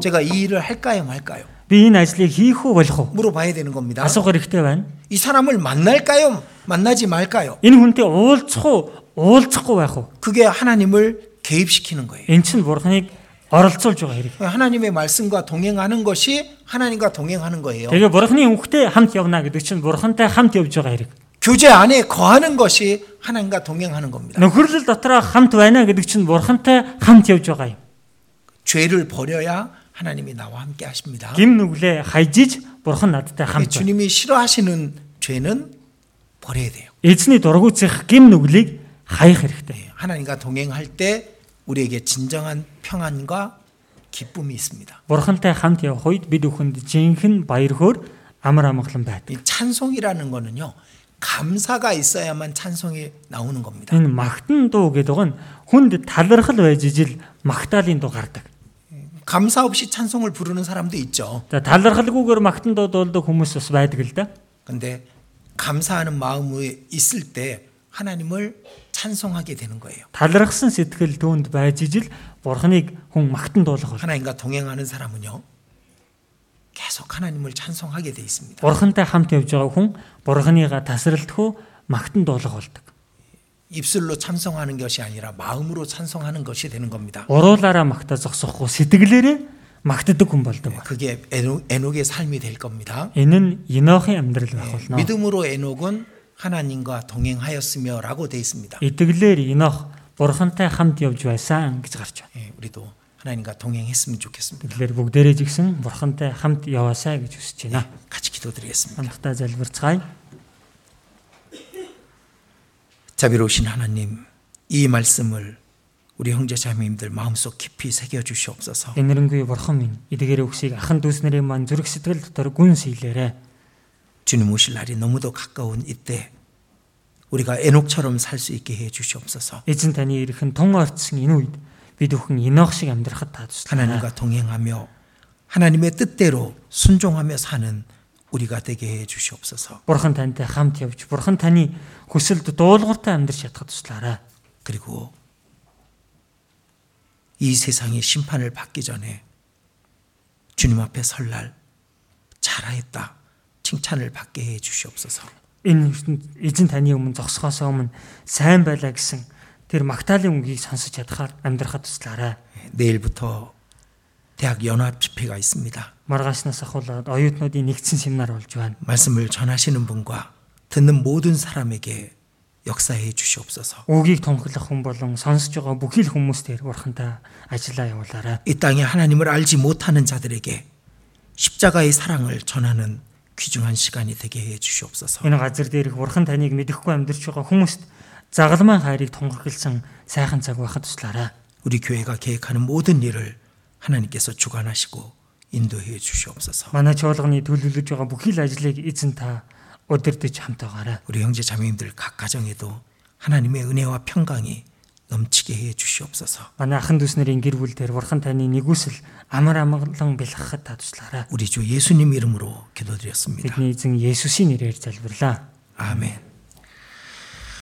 A: 제가 이 일을 할까요 말까요?
B: Би энэ ажлыг хийх үү болох уу
A: 물어봐야 되는 겁니다.
B: асуух хэрэгтэй байна.
A: 이 사람을 만날까요? 만나지 말까요?
B: Энэ хүнтэй уулзах уу уулзахгүй байх уу?
A: 그게 하나님을 개입시키는 거예요.
B: Эн чинь бурханыг оролцуулж байгаа хэрэг.
A: 하나님의 말씀과 동행하는 것이 하나님과 동행하는 거예요.
B: Тэгээ бурханы үнхтэй хамт явна гэдэг чинь бурхантай хамт явж байгаа хэрэг.
A: 교제 안에 거하는 것이 하나님과 동행하는 겁니다.
B: Нөхөрлөл дотроо хамт байна гэдэг чинь бурхантай хамт явж байгаа юм.
A: 죄를 버려야 하나님이 나와 함께 하십니다.
B: Гим нүглээ хайжиж бурхан надтай хамт байна.
A: 주님이 싫어하시는 죄는 버려야 돼요.
B: Эзний дургуутсах гим нүглийг хаях хэрэгтэй.
A: 하나님과 동행할 때 우리에게 진정한 평안과 기쁨이 있습니다.
B: Бурхантай хамт явах үед бид бүхэнд жинхэнэ баяр хөөр амар амгалан байдаг.
A: 이 찬송이라는 거는요. 감사가 있어야만 찬송이 나오는 겁니다.
B: Энэ магтан дуу гэдэг нь хүнд талархал байж ижил магтаалын дуу гардаг.
A: 감사 없이 찬송을 부르는 사람도 있죠.
B: За талархалгүйгээр магтан дууд болдог хүмүүс бас байдаг л да.
A: 근데 감사하는 마음이 있을 때 하나님을 찬송하게 되는 거예요.
B: Талархсан сэтгэл түүнд байж ижил бурхныг хүн магтан дуулах болно.
A: 하나님과 동행하는 사람은요. 계속 하나님을 찬송하게 돼 있습니다.
B: Бурхантай хамт явж байгаа хүн бурхныгаа тасралтгүй магтан дуулах болдог.
A: 입술로 찬송하는 것이 아니라 마음으로 찬송하는 것이 되는 겁니다.
B: 어. Уруулаараа магтаа зогсохгүй сэтгэлээрээ магтдаг хүн болдог. байна.
A: 그게 에녹, 에녹의 삶이 될 겁니다.
B: Энэ нь Енохи амьдрал байх болно.
A: 믿음으로 에녹은 하나님과 동행하였으며라고 돼 있습니다.
B: 음. Итгэлээр Енох бурхантай хамт явж байсан гэж гарч байна.
A: 예, 우리도 하나님과 동행했으면 좋겠습니다.
B: Итгэлээр бүгдээрээ жигсэн бурхантай хамт яваасаа гэж хүсэж байна.
A: 같이 기도드리겠습니다.
B: Хамтдаа залбирцгаая.
A: 자비로우신 하나님, 이 말씀을 우리 형제 자매님들 마음속 깊이 새겨 주시옵소서.
B: Энэрэнгүй бурхан минь эдгээр үгсийг ахан дүүснэрийн маань зүрх сэтгэл дотор гүн сийлээрэ.
A: 주님 오실 날이 너무도 가까운 이때 우리가 에녹처럼 살 수 있게 해 주시옵소서.
B: Эзэн таны ирэхэн тун ойртсон энэ үед бид бүхэн Енох шиг амьдрахад та туслаарай.
A: 하나님과 동행하며 하나님의 뜻대로 순종하며 사는 우리가 되게 해 주시옵소서.
B: Бурхан тантай хамт явж бурхан таны хүсэлд дуулууртай амьдрч чадахад туслаарай.
A: 그리고 이 세상의 심판을 받기 전에 주님 앞에 설날 잘하였다 칭찬을 받게 해 주시옵소서.
B: Энэ ертөнд эзэн таны өмнө зогсохоос өмнө сайн байлаа гэсэн тэр магтаалын үгийг сонсож чадахаар амьдрахад туслаарай.
A: 예, 내일부터 대학 연합 집회가 있습니다.
B: Маргааснаас ахуулаад оюутнуудын нэгдсэн семинар болж байна.
A: 말씀을 전하시는 분과 듣는 모든 사람에게 역사해 주시옵소서.
B: Үгийг тунхлах хүн болон сонсож байгаа бүхий л хүмүүстээр бурхантай ажиллаа явуулаарай.
A: 이 땅에 하나님을 알지 못하는 자들에게 십자가의 사랑을 전하는 귀중한 시간이 되게 해 주시옵소서.
B: Энэ газар дээрх бурхан таныг мэдэхгүй амьдарч байгаа хүмүүст загалмай хайрыг тунхагласан сайхан цаг байхад туслаарай.
A: 우리 교회가 계획하는 모든 일을 하나님께서 주관하시고 인도해 주시옵소서.
B: Манай чуулганы төлөвлөж байгаа бүхий л ажлыг эзэн та өдөрдөж хамт байгаарай.
A: 우리 형제 자매님들 각 가정에도 하나님의 은혜와 평강이 넘치게 해 주시옵소서.
B: Манай ахын дүүс нарын гэр бүл дээр бурхан таны нэгүсэл амар амгалан бэлхахад та туслаарай.
A: 우리 주 예수님 이름으로 기도드렸습니다.
B: Бидний эзэн Есүсийн нэрээр залбирлаа.
A: 아멘.